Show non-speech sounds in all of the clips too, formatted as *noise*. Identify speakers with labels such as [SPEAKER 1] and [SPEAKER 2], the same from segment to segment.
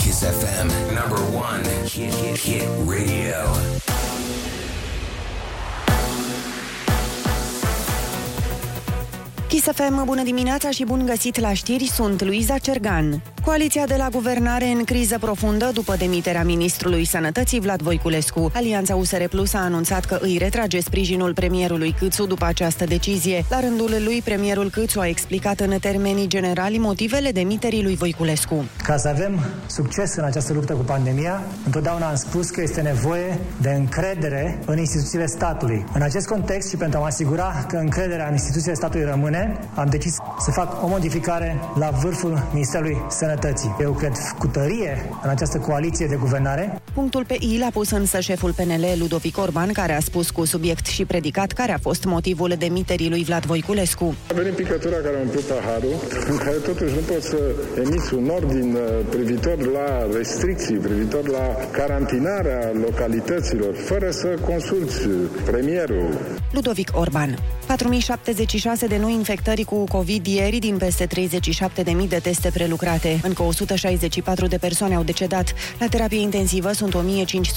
[SPEAKER 1] Kiss FM, number one hit, hit, hit radio.
[SPEAKER 2] Kiss FM, bună dimineața și bun găsit la știri, sunt Luiza Cergan. Coaliția de la guvernare în criză profundă după demiterea ministrului sănătății Vlad Voiculescu. Alianța USR Plus a anunțat că îi retrage sprijinul premierului Câțu după această decizie. La rândul lui, premierul Câțu a explicat în termenii generali motivele demiterii lui Voiculescu.
[SPEAKER 3] Ca să avem succes în această luptă cu pandemia, întotdeauna am spus că este nevoie de încredere în instituțiile statului. În acest context și pentru a mă asigura că încrederea în instituțiile statului rămâne, am decis să fac o modificare la vârful Ministerului Sănătății. Eu cred cu tărie în această coaliție de guvernare.
[SPEAKER 2] Punctul pe I l-a pus însă șeful PNL Ludovic Orban, care a spus cu subiect și predicat care a fost motivul demiterii lui Vlad Voiculescu.
[SPEAKER 4] A venit picătura care a umplut paharul, în care totuși nu poți să emiți un ordin privitor la restricții, privitor la carantinarea localităților, fără să consulți premierul.
[SPEAKER 2] Ludovic Orban. 4076 de noi infectări cu COVID ieri din peste 37.000 de teste prelucrate. Încă 164 de persoane au decedat. La terapie intensivă sunt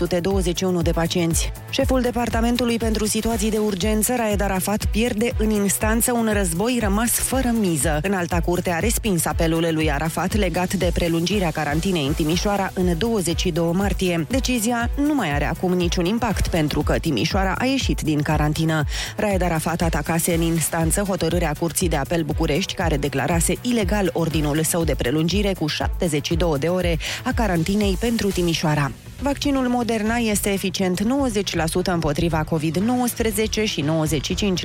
[SPEAKER 2] 1521 de pacienți. Șeful Departamentului pentru Situații de Urgență, Raed Arafat, pierde în instanță un război rămas fără miză. În alta curte a respins apelul lui Arafat legat de prelungirea carantinei în Timișoara în 22 martie. Decizia nu mai are acum niciun impact pentru că Timișoara a ieșit din carantină. Raed Arafat atacase în instanță hotărârea Curții de Apel București, care declarase ilegal ordinul său de prelungire cu 72 de ore a carantinei pentru Timișoara. Vaccinul Moderna este eficient 90% împotriva COVID-19 și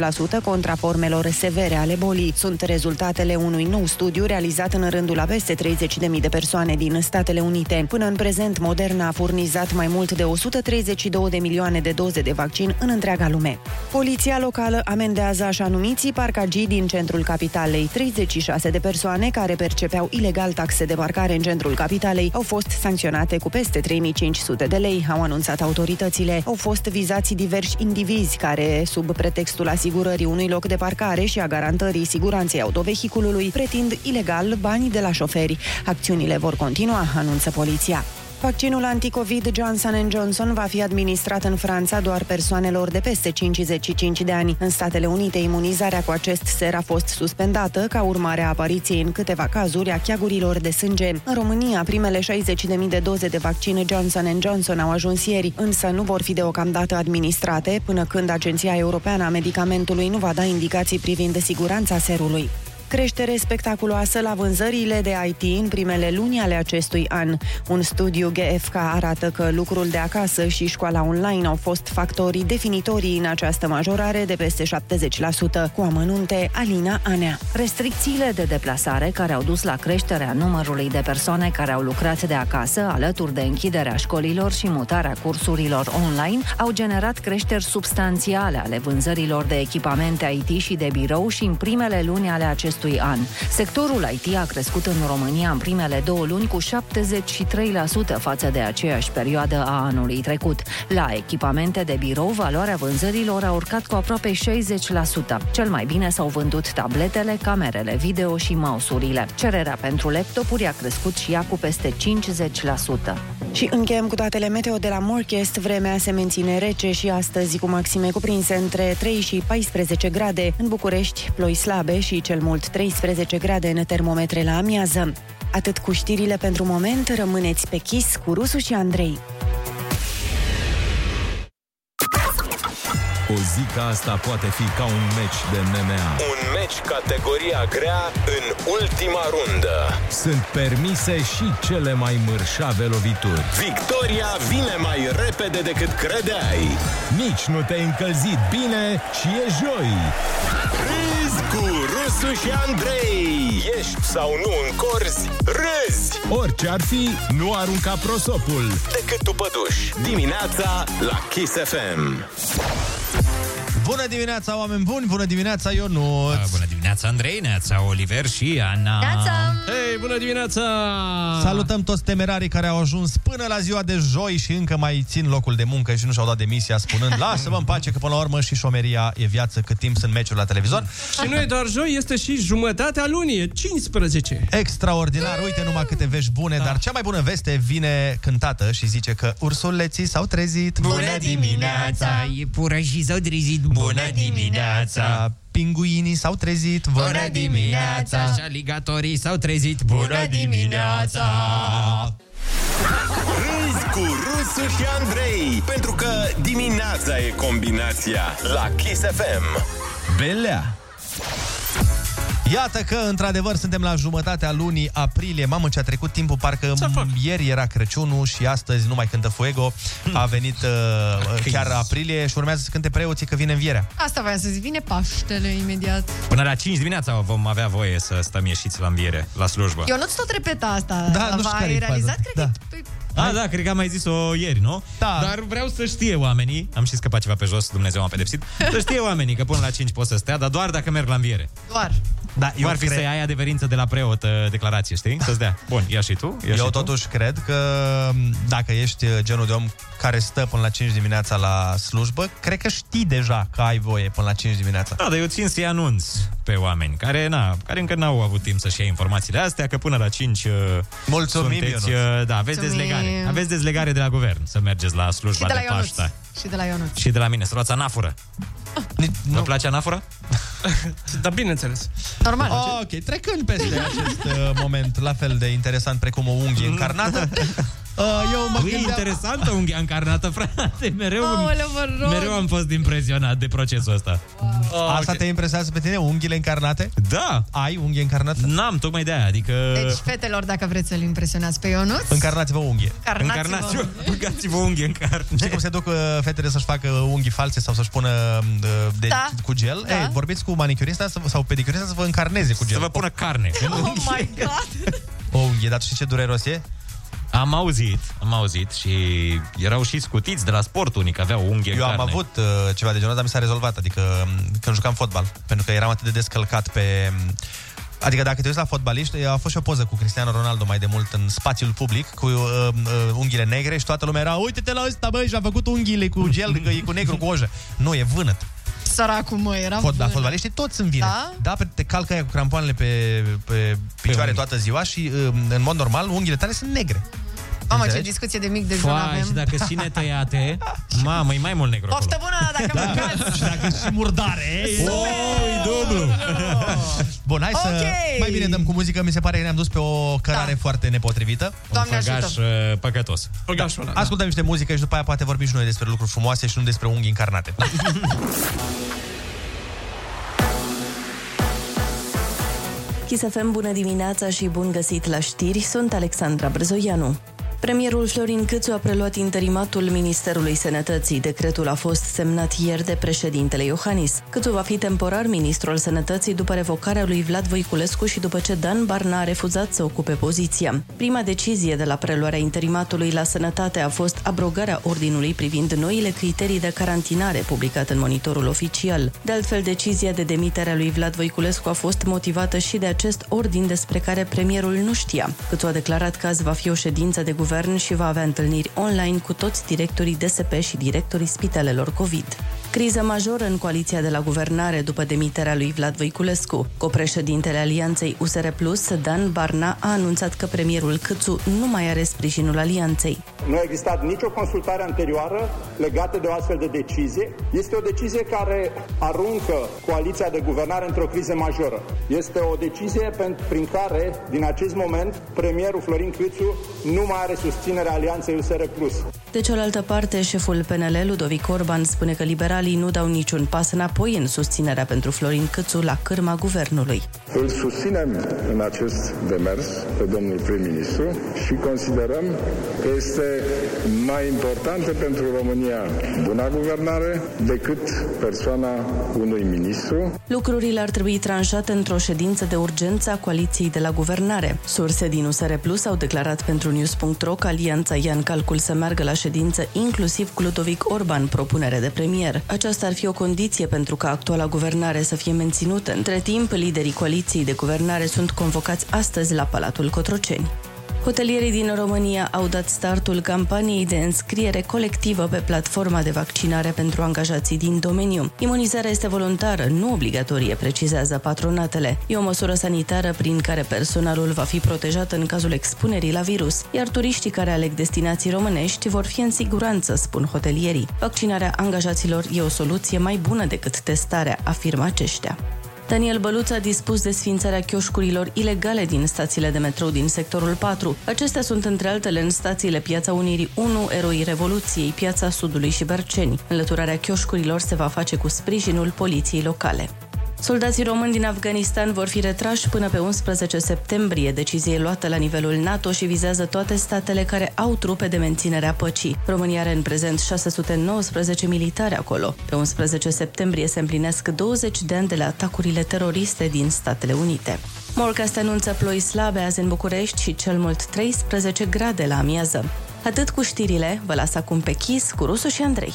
[SPEAKER 2] 95% contra formelor severe ale bolii. Sunt rezultatele unui nou studiu realizat în rândul a peste 30.000 de persoane din Statele Unite. Până în prezent, Moderna a furnizat mai mult de 132 de milioane de doze de vaccin în întreaga lume. Poliția locală amendează așa numiții parcagii din centrul capitalei. 36 de persoane care percepeau ilegal taxe de parcare în centrul capitalei au fost sancționate cu peste 3500 500 de lei, au anunțat autoritățile. Au fost vizați diversi indivizi care, sub pretextul asigurării unui loc de parcare și a garantării siguranței autovehiculului, pretind ilegal banii de la șoferi. Acțiunile vor continua, anunță poliția. Vaccinul anticovid Johnson Johnson va fi administrat în Franța doar persoanelor de peste 55 de ani. În Statele Unite, imunizarea cu acest ser a fost suspendată ca urmare a apariției în câteva cazuri a cheagurilor de sânge. În România, primele 60.000 de doze de vaccin Johnson Johnson au ajuns ieri, însă nu vor fi deocamdată administrate până când Agenția Europeană a Medicamentului nu va da indicații privind siguranța serului creștere spectaculoasă la vânzările de IT în primele luni ale acestui an. Un studiu GFK arată că lucrul de acasă și școala online au fost factorii definitorii în această majorare de peste 70%, cu amănunte Alina Anea.
[SPEAKER 5] Restricțiile de deplasare care au dus la creșterea numărului de persoane care au lucrat de acasă, alături de închiderea școlilor și mutarea cursurilor online, au generat creșteri substanțiale ale vânzărilor de echipamente IT și de birou și în primele luni ale acestui acestui an. Sectorul IT a crescut în România în primele două luni cu 73% față de aceeași perioadă a anului trecut. La echipamente de birou, valoarea vânzărilor a urcat cu aproape 60%. Cel mai bine s-au vândut tabletele, camerele video și mouse-urile. Cererea pentru laptopuri a crescut și ea cu peste 50%.
[SPEAKER 2] Și încheiem cu datele meteo de la Morchest. Vremea se menține rece și astăzi cu maxime cuprinse între 3 și 14 grade. În București, ploi slabe și cel mult 13 grade în termometre la amiază. Atât cu știrile pentru moment, rămâneți pe chis cu Rusu și Andrei.
[SPEAKER 6] O zi ca asta poate fi ca un meci de MMA.
[SPEAKER 1] Un meci categoria grea în ultima rundă.
[SPEAKER 6] Sunt permise și cele mai mărșave lovituri.
[SPEAKER 1] Victoria vine mai repede decât credeai.
[SPEAKER 6] Nici nu te-ai încălzit bine și e joi.
[SPEAKER 1] Râzi cu Rusu și Andrei. Ești sau nu în corzi, râzi.
[SPEAKER 6] Orice ar fi, nu arunca prosopul.
[SPEAKER 1] Decât tu păduși. Dimineața la Kiss FM.
[SPEAKER 7] Bună dimineața,
[SPEAKER 8] Ah,
[SPEAKER 6] Ah,
[SPEAKER 7] oameni buni! Bună dimineața, Ionuț!
[SPEAKER 9] Bună dimineața, Andrei, Neața, Oliver și Ana!
[SPEAKER 10] Neața!
[SPEAKER 7] Hei!
[SPEAKER 8] Andrei, bună dimineața!
[SPEAKER 7] Salutăm toți temerarii care au ajuns până la ziua de joi și încă mai țin locul de muncă și nu și-au dat demisia
[SPEAKER 8] *laughs*
[SPEAKER 7] spunând Lasă-mă în pace că până la urmă și șomeria e viață cât timp sunt meciuri la televizor.
[SPEAKER 8] Și nu e doar joi, este și jumătatea lunii, e 15.
[SPEAKER 7] Extraordinar, uite numai câte vești bune,
[SPEAKER 8] Da.
[SPEAKER 7] dar cea mai bună veste vine cântată și zice că ursuleții s-au trezit.
[SPEAKER 11] E pură și s-au trezit Bună dimineața
[SPEAKER 7] Pinguinii s-au trezit.
[SPEAKER 11] Bună dimineața Și aligatorii s-au trezit Bună dimineața
[SPEAKER 1] Râzi cu Rusu și Andrei Pentru că dimineața e combinația La Kiss FM
[SPEAKER 7] Belea. Iată că, într-adevăr, suntem la jumătatea lunii aprilie. Mamă, ce a trecut timpul, parcă
[SPEAKER 8] Ce-a făcut?
[SPEAKER 7] ieri era Crăciunul și astăzi nu mai cântă Fuego.
[SPEAKER 6] Hmm.
[SPEAKER 7] A venit uh, chiar aprilie și urmează să cânte preoții că vine învierea.
[SPEAKER 12] Asta voiam să zic, vine Paștele imediat.
[SPEAKER 6] Până la 5 dimineața vom avea voie să stăm ieșiți la înviere, la slujbă.
[SPEAKER 12] Eu nu-ți tot repeta asta.
[SPEAKER 7] Da,
[SPEAKER 12] Ava,
[SPEAKER 7] nu știu care
[SPEAKER 12] ai
[SPEAKER 7] e faza.
[SPEAKER 12] realizat, cred
[SPEAKER 7] Da.
[SPEAKER 12] că... Păi,
[SPEAKER 6] A, da, cred că am mai zis-o ieri, nu?
[SPEAKER 7] Da.
[SPEAKER 6] Dar vreau să știe oamenii, am și scăpat ceva pe jos, Dumnezeu m-a pedepsit, să știe oamenii că până la 5 pot să stea, dar doar dacă merg la înviere.
[SPEAKER 12] Doar.
[SPEAKER 7] Da,
[SPEAKER 6] Eu ar fi să ai adeverință de la preot uh, declarație, știi? Să-ți dea. Bun, ia și tu. Ia
[SPEAKER 7] *laughs* Eu
[SPEAKER 6] și
[SPEAKER 7] totuși cred că m, dacă ești uh, genul de om care stă până la 5 dimineața la slujbă, cred că știi deja că ai voie până la 5 dimineața.
[SPEAKER 6] Da, dar eu țin să-i anunț pe oameni care, na, care încă n-au avut timp să-și ia informațiile astea, că până la 5 uh,
[SPEAKER 7] Mulțumim,
[SPEAKER 6] sunteți,
[SPEAKER 7] Ionuț.
[SPEAKER 6] uh, da, aveți
[SPEAKER 12] Mulțumim.
[SPEAKER 6] dezlegare. Aveți dezlegare de la guvern să mergeți la
[SPEAKER 12] Și
[SPEAKER 6] slujba
[SPEAKER 12] de
[SPEAKER 6] de,
[SPEAKER 12] la Ionuț.
[SPEAKER 6] Pașta.
[SPEAKER 12] Și de la Ionuț.
[SPEAKER 6] Și de la mine, să luați anafură. Nu. Vă place anafura?
[SPEAKER 8] *laughs* Dar bineînțeles.
[SPEAKER 12] Normal.
[SPEAKER 7] Ah, ok, trecând
[SPEAKER 12] *laughs*
[SPEAKER 7] peste acest uh, moment la fel de interesant precum o unghie
[SPEAKER 6] *laughs*
[SPEAKER 7] încarnată, uh, eu mă
[SPEAKER 6] Bă, e
[SPEAKER 7] gândeam...
[SPEAKER 6] interesantă unghia încarnată, frate. Mereu,
[SPEAKER 12] Aoleu, vă rog.
[SPEAKER 6] mereu am fost impresionat de procesul ăsta.
[SPEAKER 7] Ah, Asta te impresionează pe tine? Unghiile încarnate?
[SPEAKER 6] Da,
[SPEAKER 7] Ai unghie încarnată?
[SPEAKER 6] n-am tocmai de aia, adică...
[SPEAKER 7] Uh.
[SPEAKER 12] Deci, fetelor, dacă vreți să-l impresionați pe Ionuț,
[SPEAKER 7] Încarnați-vă unghie.
[SPEAKER 6] Încarnați-vă,
[SPEAKER 12] încarnați-vă.
[SPEAKER 6] băgați-vă unghie în
[SPEAKER 7] Știi cum
[SPEAKER 6] carne.
[SPEAKER 7] se duc uh, fetele să-și facă unghii false sau să-și pună uh, de,
[SPEAKER 12] Da.
[SPEAKER 7] cu gel?
[SPEAKER 12] Da.
[SPEAKER 7] Ei, vorbiți cu manicurista să- sau pedicurista să vă încarneze cu gel.
[SPEAKER 6] Să vă pună carne.
[SPEAKER 12] Oh my God!
[SPEAKER 7] O unghie, dar tu știi ce dureros e?
[SPEAKER 6] Am auzit, am auzit și erau și scutiți de la sport unii că aveau unghie
[SPEAKER 7] Eu
[SPEAKER 6] în
[SPEAKER 7] am
[SPEAKER 6] carne.
[SPEAKER 7] avut uh, ceva de genul, dar mi s-a rezolvat, adică m, când jucam fotbal, pentru că eram atât de descălcat pe... m, Adică dacă te uiți la fotbaliști, a fost și o poză cu Cristiano Ronaldo mai de mult în spațiul public, cu uh, uh, unghiile negre și toată lumea era Uite-te la ăsta, băi, și-a făcut unghiile cu gel, că e cu negru, cu ojă. Nu, e vânăt.
[SPEAKER 12] Săracul mă, era
[SPEAKER 7] Fot, da,
[SPEAKER 12] vână.
[SPEAKER 7] fotbaliștii toți sunt vine.
[SPEAKER 12] Da?
[SPEAKER 7] Da, pe- te calcă aia cu crampoanele pe, pe picioare
[SPEAKER 6] unghii.
[SPEAKER 7] toată ziua și, uh, în mod normal, unghiile tale sunt negre.
[SPEAKER 12] Mamă, ce
[SPEAKER 7] Înțelegi? da.
[SPEAKER 12] discuție de mic de zon
[SPEAKER 6] Fai, și
[SPEAKER 12] avem.
[SPEAKER 6] dacă și
[SPEAKER 12] *laughs*
[SPEAKER 6] netăiate, mamă, e mai mult negru
[SPEAKER 12] Poftă
[SPEAKER 6] acolo.
[SPEAKER 12] bună da, dacă
[SPEAKER 7] *laughs* Da.
[SPEAKER 12] mâncați!
[SPEAKER 7] Murdare! oh,
[SPEAKER 6] Oi, dublu!
[SPEAKER 7] Bun, hai să
[SPEAKER 12] Ok.
[SPEAKER 7] mai bine dăm cu muzică. Mi se pare că ne-am dus pe o cărare
[SPEAKER 12] Da.
[SPEAKER 7] foarte nepotrivită. Da.
[SPEAKER 12] Doamne
[SPEAKER 6] Făgaș
[SPEAKER 12] ajută!
[SPEAKER 6] uh, păcătos.
[SPEAKER 8] Păgașul ăla.
[SPEAKER 7] Ascultăm niște muzică și după aia poate vorbim și noi despre lucruri frumoase și nu despre unghii încarnate.
[SPEAKER 11] Chisafem, bună dimineața și bun găsit la știri, sunt Alexandra Brezoianu. Premierul Florin Câțu a preluat interimatul Ministerului Sănătății. Decretul a fost semnat ieri de președintele Iohannis. Câțu va fi temporar ministrul Sănătății după revocarea lui Vlad Voiculescu și după ce Dan Barna a refuzat să ocupe poziția. Prima decizie de la preluarea interimatului la sănătate a fost abrogarea ordinului privind noile criterii de carantinare publicat în monitorul oficial. De altfel, decizia de demiterea lui Vlad Voiculescu a fost motivată și de acest ordin despre care premierul nu știa. Câțu a declarat că azi va fi o ședință de guvern și va avea întâlniri online cu toți directorii DSP și directorii spitalelor COVID. Criză majoră în coaliția de la guvernare după demiterea lui Vlad Voiculescu. Copreședintele Alianței USR Plus, Dan Barna, a anunțat că premierul Câțu nu mai are sprijinul Alianței.
[SPEAKER 4] Nu a existat nicio consultare anterioară legată de o astfel de decizie. Este o decizie care aruncă coaliția de guvernare într-o criză majoră. Este o decizie pentru, prin care, din acest moment, premierul Florin Câțu nu mai are susținerea Alianței USR+. Plus.
[SPEAKER 11] De cealaltă parte, șeful PNL, Ludovic Orban, spune că liberalii nu dau niciun pas înapoi în susținerea pentru Florin Câțu la cârma guvernului.
[SPEAKER 4] Îl susținem în acest demers pe domnul prim-ministru și considerăm că este mai importantă pentru România buna guvernare decât persoana unui ministru.
[SPEAKER 11] Lucrurile ar trebui tranșate într-o ședință de urgență a coaliției de la guvernare. Surse din USR Plus au declarat pentru news.ro că alianța ia în calcul să meargă la ședință inclusiv cu Ludovic Orban, propunere de premier. Aceasta ar fi o condiție pentru ca actuala guvernare să fie menținută. Între timp, liderii coaliției de guvernare sunt convocați astăzi la Palatul Cotroceni. Hotelierii din România au dat startul campaniei de înscriere colectivă pe platforma de vaccinare pentru angajații din domeniu. Imunizarea este voluntară, nu obligatorie, precizează patronatele. E o măsură sanitară prin care personalul va fi protejat în cazul expunerii la virus, iar turiștii care aleg destinații românești vor fi în siguranță, spun hotelierii. Vaccinarea angajaților e o soluție mai bună decât testarea, afirmă aceștia. Daniel Băluț a dispus desfințarea chioșcurilor ilegale din stațiile de metrou din sectorul 4. Acestea sunt între altele în stațiile Piața Unirii 1, Eroi Revoluției, Piața Sudului și Berceni. Înlăturarea chioșcurilor se va face cu sprijinul poliției locale. Soldații români din Afganistan vor fi retrași până pe 11 septembrie. Decizie luată la nivelul NATO și vizează toate statele care au trupe de menținere a păcii. România are în prezent 619 militari acolo. Pe 11 septembrie se împlinesc 20 de ani de la atacurile teroriste din Statele Unite. Morcast anunță ploi slabe azi în București și cel mult 13 grade la amiază. Atât cu știrile, vă las acum pe Chis cu Rusu și Andrei.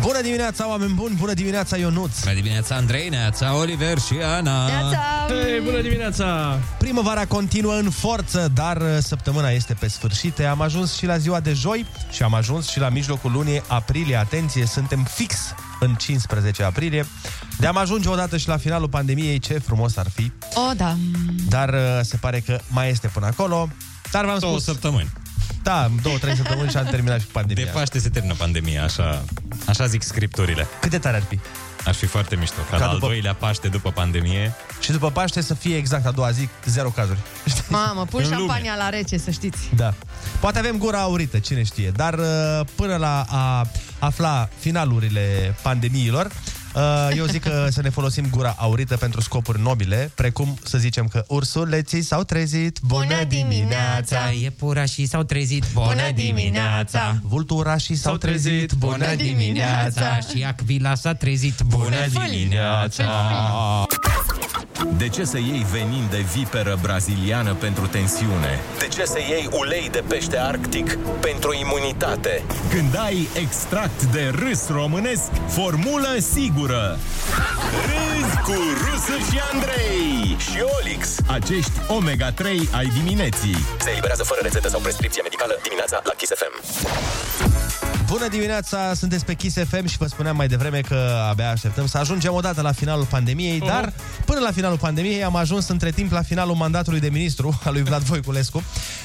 [SPEAKER 7] Bună dimineața, oameni buni! Bună dimineața, Ionuț! Bună dimineața, Andrei, neața, Oliver și Ana!
[SPEAKER 12] Neața! Hei, bună
[SPEAKER 7] dimineața! Primăvara continuă în forță, dar uh, săptămâna este pe sfârșit. Am ajuns și la ziua de joi și am ajuns și la mijlocul lunii aprilie. Atenție, suntem fix în 15 aprilie. De-am ajunge odată și la finalul pandemiei, ce frumos ar fi.
[SPEAKER 12] O, da.
[SPEAKER 7] Dar uh, se pare că mai este până acolo. Dar v-am
[SPEAKER 6] Două
[SPEAKER 7] spus...
[SPEAKER 6] săptămâni.
[SPEAKER 7] Da, două, trei săptămâni și am terminat și cu pandemia.
[SPEAKER 6] De Paște se termină pandemia, așa, așa zic scripturile.
[SPEAKER 7] Cât de tare ar fi?
[SPEAKER 6] Aș fi foarte mișto, ca,
[SPEAKER 7] Ca
[SPEAKER 6] la
[SPEAKER 7] după-
[SPEAKER 6] al doilea Paște după pandemie.
[SPEAKER 7] Și după Paște să fie exact a doua zi, zero cazuri.
[SPEAKER 12] Mamă, pun
[SPEAKER 7] În lume.
[SPEAKER 12] șampania la rece, să știți.
[SPEAKER 7] Da. Poate avem gura aurită, cine știe. Dar uh, până la a afla finalurile pandemiilor, uh, eu zic că să ne folosim gura aurită pentru scopuri nobile, precum să zicem că ursuleții s-au trezit. Bună dimineața! Iepurașii s-au trezit.
[SPEAKER 13] Bună dimineața!
[SPEAKER 7] Vulturașii s-au trezit. Bună dimineața!
[SPEAKER 13] Și Acvila s-a trezit Bună dimineața
[SPEAKER 1] De ce să iei venin de viperă braziliană pentru tensiune? De ce să iei ulei de pește arctic pentru imunitate? Când ai extract de râs românesc, formulă sigură! Râs cu Rusu și Andrei și Olix. Acești omega-3 ai dimineții. Se eliberează fără rețetă sau prescripție medicală dimineața la Kiss FM.
[SPEAKER 7] Bună dimineața, sunteți pe Kiss FM și vă spuneam mai devreme că abia așteptăm să ajungem odată la finalul pandemiei, uh-huh. dar până la finalul pandemiei am ajuns între timp la finalul mandatului de ministru *laughs* al lui Vlad Voiculescu.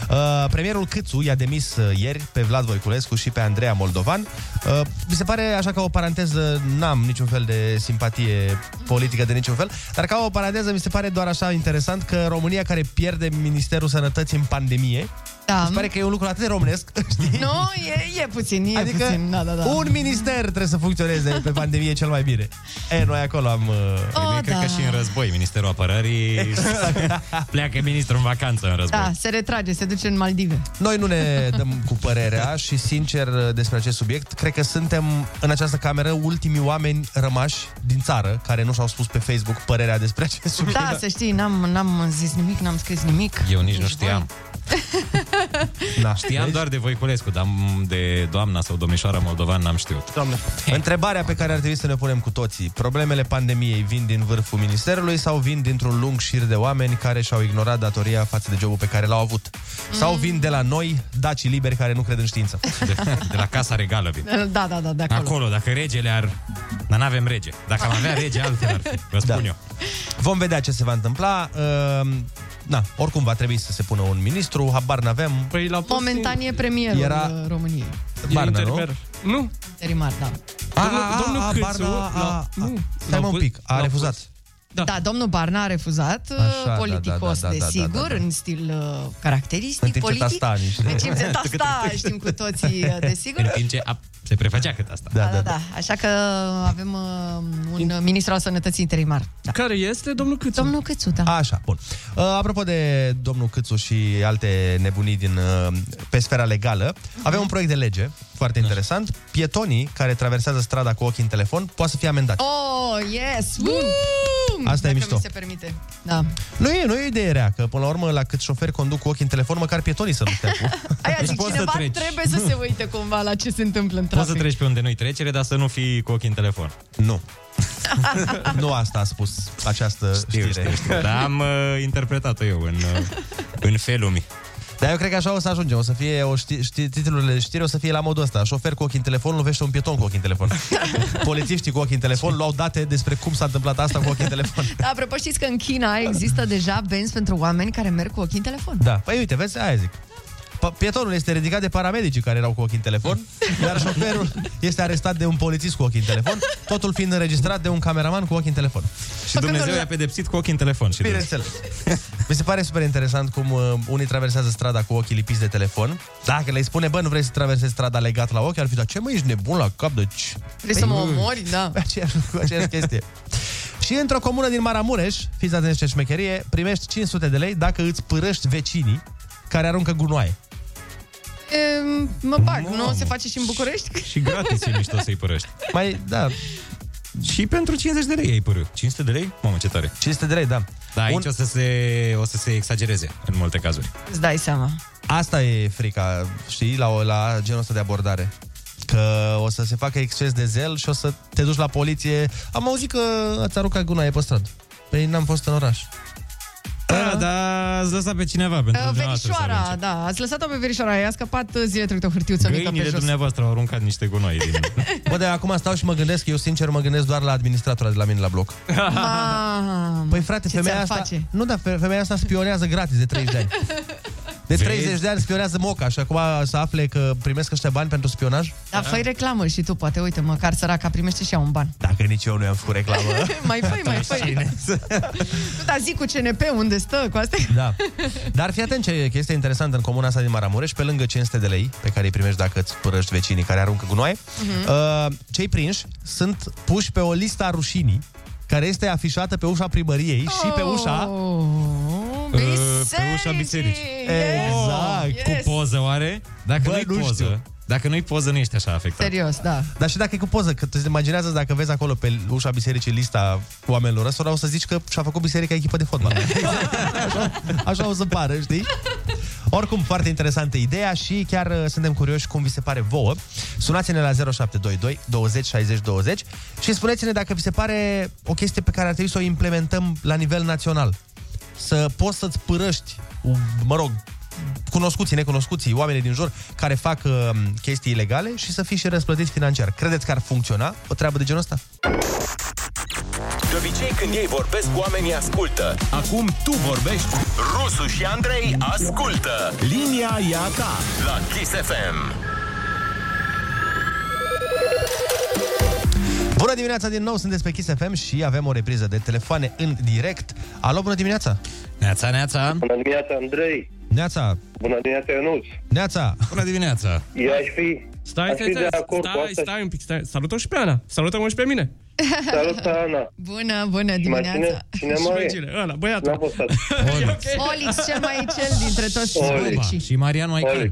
[SPEAKER 7] Uh, premierul Câțu i-a demis uh, ieri pe Vlad Voiculescu și pe Andreea Moldovan. Uh, mi se pare așa ca o paranteză, n-am niciun fel de simpatie politică de niciun fel, dar ca o paranteză mi se pare doar așa interesant că România care pierde Ministerul Sănătății în pandemie,
[SPEAKER 12] Da.
[SPEAKER 7] mi se pare că e un lucru atât de românesc, *laughs* știi?
[SPEAKER 12] Nu, e, e puțin, e
[SPEAKER 7] Adică
[SPEAKER 12] puțin. Da, da, da.
[SPEAKER 7] Un minister trebuie să funcționeze pe pandemie cel mai bine. E, noi acolo am...
[SPEAKER 12] O,
[SPEAKER 7] Păi,
[SPEAKER 6] Bine, cred
[SPEAKER 12] da.
[SPEAKER 6] că și în uh, război, Ministerul Apărării
[SPEAKER 7] *laughs*
[SPEAKER 6] pleacă ministrul în vacanță în război.
[SPEAKER 12] Da, se retrage, se duce în Maldive.
[SPEAKER 7] Noi nu ne dăm cu părerea și sincer despre acest subiect. Cred că suntem în această cameră ultimii oameni rămași din țară care nu și-au spus pe Facebook părerea despre acest subiect.
[SPEAKER 12] Da, să știi, n-am, n-am zis nimic, n-am scris nimic.
[SPEAKER 6] Eu nici nu știam.
[SPEAKER 7] Da,
[SPEAKER 6] știam doar de Voiculescu, dar m- de doamna sau domnișoara Moldovan n-am știut.
[SPEAKER 7] Doamne. Întrebarea pe care ar trebui să ne o punem cu toții. Problemele pandemiei vin din vârful ministerului sau vin dintr-un lung șir de oameni care și-au ignorat datoria față de jobul pe care l-au avut? Sau vin de la noi, dacii liberi care nu cred în știință?
[SPEAKER 6] De, de la Casa Regală vin.
[SPEAKER 12] Da, da, da, de acolo.
[SPEAKER 6] Acolo, dacă regele ar... Dar n-avem rege. Dacă am avea rege, altfel ar fi. Vă spun da. eu.
[SPEAKER 7] Vom vedea ce se va întâmpla. Uh, na, oricum va trebui să se pună un ministru, habar n-avem.
[SPEAKER 8] Păi la
[SPEAKER 12] Momentan e premierul
[SPEAKER 7] Era-
[SPEAKER 12] Era... României.
[SPEAKER 7] Barna, nu?
[SPEAKER 8] Interfer. Nu.
[SPEAKER 12] Interimar, da.
[SPEAKER 7] A, a, a, a, Barna, a, a, Stai mă un pic, a refuzat.
[SPEAKER 12] Da. da, domnul Barna a refuzat,
[SPEAKER 7] Așa,
[SPEAKER 12] Așa, politicos, da, da, da, desigur, da, da, da. în stil uh, caracteristic,
[SPEAKER 7] În timp ce
[SPEAKER 12] politic.
[SPEAKER 7] tasta niște-
[SPEAKER 6] *laughs*
[SPEAKER 12] În timp ce
[SPEAKER 7] *laughs*
[SPEAKER 12] tasta, știm cu toții, uh, desigur.
[SPEAKER 6] În timp ce a, se prefacea cât asta.
[SPEAKER 12] Da, da, da. Așa că avem uh, un uh, ministru al sănătății interimar. Da.
[SPEAKER 7] Care este domnul Câțu?
[SPEAKER 12] Domnul Câțu, da.
[SPEAKER 7] Așa, bun. Uh, Apropo de domnul Câțu și alte nebunii din, uh, pe sfera legală, avem un proiect de lege foarte interesant. Pietonii care traversează strada cu ochii în telefon poate să fie amendați.
[SPEAKER 12] Oh, yes! Bun!
[SPEAKER 7] Asta
[SPEAKER 12] Dacă
[SPEAKER 7] e mișto. Deci
[SPEAKER 12] mi se permite. Da.
[SPEAKER 7] Nu e, nu e o idee rea, că până la urmă la cât șoferi conduc cu ochii în telefon, măcar pietonii să nu stea cu.
[SPEAKER 12] Aia
[SPEAKER 7] Deci
[SPEAKER 12] zic,
[SPEAKER 7] poți să
[SPEAKER 12] cineva
[SPEAKER 7] treci.
[SPEAKER 12] trebuie să se uite cumva la ce se întâmplă în
[SPEAKER 6] Poți să
[SPEAKER 12] trafic.
[SPEAKER 6] treci pe unde nu-i trecere, dar să nu fii cu ochii în telefon.
[SPEAKER 7] Nu.
[SPEAKER 12] *laughs*
[SPEAKER 7] nu asta a spus această știu, știre.
[SPEAKER 6] știu, știu. Dar am,
[SPEAKER 7] uh, interpretat-o eu în, uh, în felul meu. Dar eu cred că așa o să ajungem. O să fie o ști, ști, titlurile de știri o să fie la modul ăsta. Șofer cu ochii în telefon lovește un pieton cu ochii în telefon. Polițiștii cu ochii în telefon luau date despre cum s-a întâmplat asta cu ochii în telefon.
[SPEAKER 12] Da, apropo, știți că în China există deja benzi pentru oameni care merg cu ochii în telefon.
[SPEAKER 7] Da. Păi uite, vezi, aia zic. P- Pietonul este ridicat de paramedicii care erau cu ochii în telefon, iar șoferul este arestat de un polițist cu ochii în telefon, totul fiind înregistrat de un cameraman cu ochii în telefon.
[SPEAKER 6] Și Dumnezeu i-a pedepsit cu ochii în telefon. Și
[SPEAKER 7] Bineînțeles. Mi se pare super interesant cum uh, unii traversează strada cu ochii lipiți de telefon. Dacă le spune, bă, nu vrei să traversezi strada legat la ochi, ar fi, dar ce mă, ești nebun la cap, de ce?
[SPEAKER 12] Vrei să mă omori? Da.
[SPEAKER 7] Aceeași, cu aceeași
[SPEAKER 12] *laughs*
[SPEAKER 7] chestie. Și într-o comună din Maramureș, fiți atenți ce șmecherie, primești 500 de lei dacă îți părăști vecinii care aruncă gunoaie.
[SPEAKER 12] E, Ehm, mă bag, nu? Se face și în București?
[SPEAKER 6] Și gratis e mișto să-i părăști.
[SPEAKER 7] Mai, da.
[SPEAKER 6] Și pentru 50 de lei ai părât. 500 de lei? Mamă, ce tare.
[SPEAKER 7] 500 de lei, da.
[SPEAKER 6] Dar aici o, să se, o să se exagereze în multe cazuri.
[SPEAKER 12] Îți dai seama.
[SPEAKER 7] Asta e frica, știi, la, la genul ăsta de abordare. Că o să se facă exces de zel și o să te duci la poliție. Am auzit că ați aruncat gunoaie pe stradă. Păi n-am fost în oraș.
[SPEAKER 6] Da, da, ați lăsat pe cineva pentru
[SPEAKER 12] Uh,
[SPEAKER 6] dumneavoastră să
[SPEAKER 12] Verișoara,
[SPEAKER 6] arunce.
[SPEAKER 12] da. Ați lăsat-o pe verișoara. I-a scăpat uh, zile trecute o hârtiuță mică pe
[SPEAKER 6] Găinile
[SPEAKER 12] jos.
[SPEAKER 6] dumneavoastră au aruncat niște gunoi din...
[SPEAKER 7] Bă, dar acum stau și mă gândesc, eu sincer mă gândesc doar la administratora de la mine la bloc.
[SPEAKER 12] Mamă,
[SPEAKER 7] Păi frate,
[SPEAKER 12] ce
[SPEAKER 7] femeia
[SPEAKER 12] ți-ar
[SPEAKER 7] asta,
[SPEAKER 12] face?
[SPEAKER 7] nu, dar fe- femeia asta spionează gratis de 30 de ani. De
[SPEAKER 6] Vezi?
[SPEAKER 7] 30 de ani spionează moca și acum să afle că primesc ăștia bani pentru spionaj?
[SPEAKER 12] Dar fă reclamă și tu, poate, uite, măcar săraca primește și ea un ban.
[SPEAKER 7] Dacă nici eu nu i-am făcut reclamă.
[SPEAKER 12] Mai fă-i, mai fă-i. Nu, dar zic cu CNP unde stă, cu astea.
[SPEAKER 7] Da. Dar fii atent ce chestie interesantă în comuna asta din Maramureș, pe lângă 500 de lei pe care îi primești dacă îți părăști vecinii care aruncă gunoaie,
[SPEAKER 14] Mhm.
[SPEAKER 7] uh, cei prinși sunt puși pe o listă a rușinii care este afișată pe ușa primăriei și pe ușa... uh,
[SPEAKER 6] Pe ușa bisericii.
[SPEAKER 7] Exact.
[SPEAKER 6] Cu poză, oare? Dacă
[SPEAKER 7] Bă,
[SPEAKER 6] nu-i
[SPEAKER 7] nu
[SPEAKER 6] poză,
[SPEAKER 7] știu.
[SPEAKER 6] dacă nu-i poză, nu ești așa afectat.
[SPEAKER 12] *laughs* Serios, da.
[SPEAKER 7] Dar și dacă e cu poză, că te imaginează dacă vezi acolo pe ușa bisericii lista oamenilor ăstora, o să zici că și-a făcut biserica echipă de fotbal. așa, așa o să pară, știi? Oricum, foarte interesantă ideea și chiar uh, suntem curioși cum vi se pare vouă. Sunați-ne la 0722 20 60 20 și spuneți-ne dacă vi se pare o chestie pe care ar trebui să o implementăm la nivel național. Să poți să-ți părăști, mă rog, cunoscuții, necunoscuții, oamenii din jur care fac uh, chestii ilegale și să fii și răsplătiți financiar. Credeți că ar funcționa o treabă de genul ăsta?
[SPEAKER 1] De obicei când ei vorbesc, oamenii ascultă. Acum tu vorbești. Rusu și Andrei ascultă. Linia e a ta la Kiss FM.
[SPEAKER 7] Bună dimineața din nou, sunteți pe Kiss FM și avem o repriză de telefoane în direct. Alo, bună dimineața!
[SPEAKER 6] Neața, neața!
[SPEAKER 15] Bună dimineața, Andrei!
[SPEAKER 7] Neața!
[SPEAKER 15] Bună dimineața, Ionuț!
[SPEAKER 7] Neața!
[SPEAKER 6] Bună dimineața!
[SPEAKER 15] Eu aș fi...
[SPEAKER 8] Stai,
[SPEAKER 15] Deci aș
[SPEAKER 8] stai,
[SPEAKER 15] fi
[SPEAKER 8] stai,
[SPEAKER 15] de acord cu
[SPEAKER 8] stai,
[SPEAKER 15] asta.
[SPEAKER 8] stai un pic, stai. Salută și pe Ana. Salută-mă și pe mine.
[SPEAKER 15] Salut, Ana.
[SPEAKER 12] Bună, bună dimineața.
[SPEAKER 8] Și regele, ăla, băiatul. N-a
[SPEAKER 15] postat.
[SPEAKER 8] *laughs*
[SPEAKER 12] Olix, cel mai cel dintre toți.
[SPEAKER 15] Olic.
[SPEAKER 6] Și Marian mai
[SPEAKER 15] *laughs*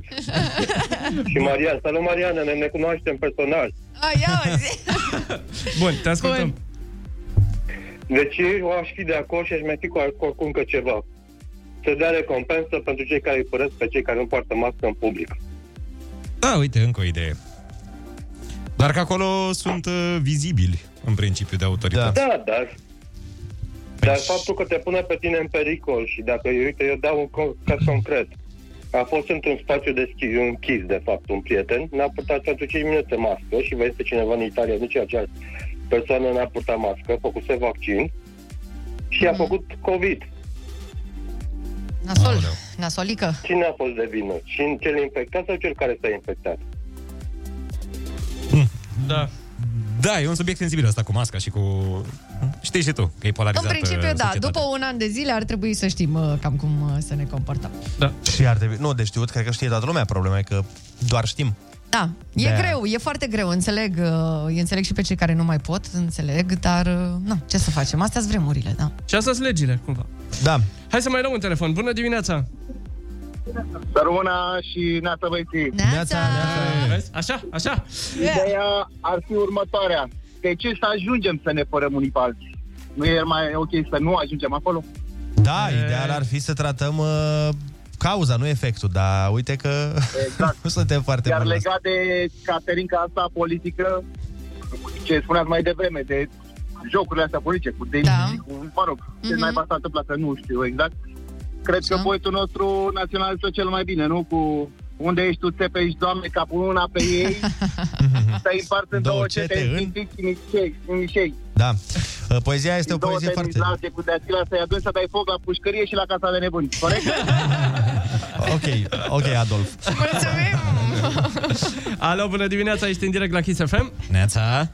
[SPEAKER 15] Și Marian. Salut, Mariana, ne, ne cunoaștem personal.
[SPEAKER 12] A, ia zi.
[SPEAKER 8] Bun, te ascultăm.
[SPEAKER 15] Deci eu aș fi de acord și aș mai fi cu, cu acum că ceva. Să dea recompensă pentru cei care îi părăsc pe cei care nu poartă mască în public.
[SPEAKER 6] Da, uite, încă o idee. Doar că acolo sunt uh, vizibili, în principiu, de autorități.
[SPEAKER 15] Da, dar... Dar faptul că te pune pe tine în pericol și dacă, uite, eu dau un co- caz concret. A fost într-un spațiu deschis, închis, de fapt, un prieten, n-a purtat pentru 5 minute mască și vezi pe cineva în Italia, nici acea persoană n-a purtat mască, făcuse vaccin și a făcut COVID.
[SPEAKER 12] Nasol, nasolică.
[SPEAKER 15] Cine a fost de vină? Și cel infectat sau cel care s-a infectat?
[SPEAKER 8] Da.
[SPEAKER 6] Da, e un subiect sensibil asta cu masca și cu... Știi și tu că e
[SPEAKER 12] În
[SPEAKER 6] polarizat uh,
[SPEAKER 12] principiu, da,
[SPEAKER 6] societatea.
[SPEAKER 12] după un an de zile ar trebui să știm uh, cam cum uh, să ne comportăm.
[SPEAKER 6] Da.
[SPEAKER 7] Și ar trebui... Nu, de știut, cred că știe toată lumea problema, e că doar știm.
[SPEAKER 12] Da, e
[SPEAKER 7] De-aia.
[SPEAKER 12] greu, e foarte greu, înțeleg, uh, îi înțeleg și pe cei care nu mai pot, înțeleg, dar uh, na, ce să facem, astea sunt vremurile, da.
[SPEAKER 8] Și asta sunt legile, cumva.
[SPEAKER 7] Da.
[SPEAKER 8] Hai să mai luăm un telefon. Bună dimineața!
[SPEAKER 14] Sărmâna și Neața Băiții.
[SPEAKER 12] Neața,
[SPEAKER 8] Vezi? Așa, așa.
[SPEAKER 14] Ideea ar fi următoarea. De ce să ajungem să ne părăm unii pe alții? Nu e mai ok să nu ajungem acolo?
[SPEAKER 7] Da,
[SPEAKER 6] Eh.
[SPEAKER 7] ideal ar fi să tratăm uh, cauza, nu efectul, dar uite că exact. *laughs* nu suntem foarte
[SPEAKER 14] Iar
[SPEAKER 7] buni la
[SPEAKER 14] legat de Caterinca asta politică, ce spuneați mai devreme, de jocurile astea politice, cu David, da. cu, mă rog, ce
[SPEAKER 16] Mhm.
[SPEAKER 14] mm-hmm. naiba s-a întâmplat, că nu știu exact. Cred că poetul nostru național este cel mai bine, nu? Cu unde ești tu, țepe, ești doamne, capul una pe *laughs* ei, să-i împart în două, cete, în... Nișei,
[SPEAKER 7] Da. Uh, Poezia este o
[SPEAKER 14] două
[SPEAKER 7] poezie foarte...
[SPEAKER 14] tenizațe cu deasila să-i aduni să dai foc la pușcărie și la casa de nebuni, *laughs* corect?
[SPEAKER 7] Ok, ok, Adolf.
[SPEAKER 12] Mulțumim!
[SPEAKER 8] Alo, bună dimineața, ești în direct la Kiss FM.
[SPEAKER 6] Neața.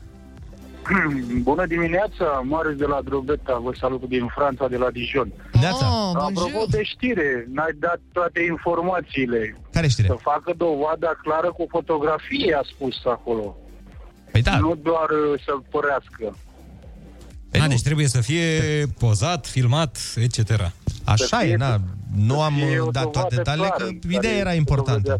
[SPEAKER 17] Bună dimineața, Marius de la Drobeta, vă salut din Franța, de la Dijon.
[SPEAKER 7] *laughs* Neața.
[SPEAKER 17] Oh, Apropo de știre, n-ai dat toate informațiile.
[SPEAKER 7] Care știre?
[SPEAKER 17] Să facă dovada clară cu fotografie, a spus acolo.
[SPEAKER 7] Păi da.
[SPEAKER 17] Nu doar uh, să părească.
[SPEAKER 6] Da, deci trebuie să fie pozat, filmat, etc.
[SPEAKER 7] Așa e, na, nu am
[SPEAKER 6] fie o
[SPEAKER 7] dat
[SPEAKER 6] dovadă
[SPEAKER 7] toate detaliile, că
[SPEAKER 6] clară
[SPEAKER 7] ideea
[SPEAKER 6] care Da.
[SPEAKER 7] era importantă.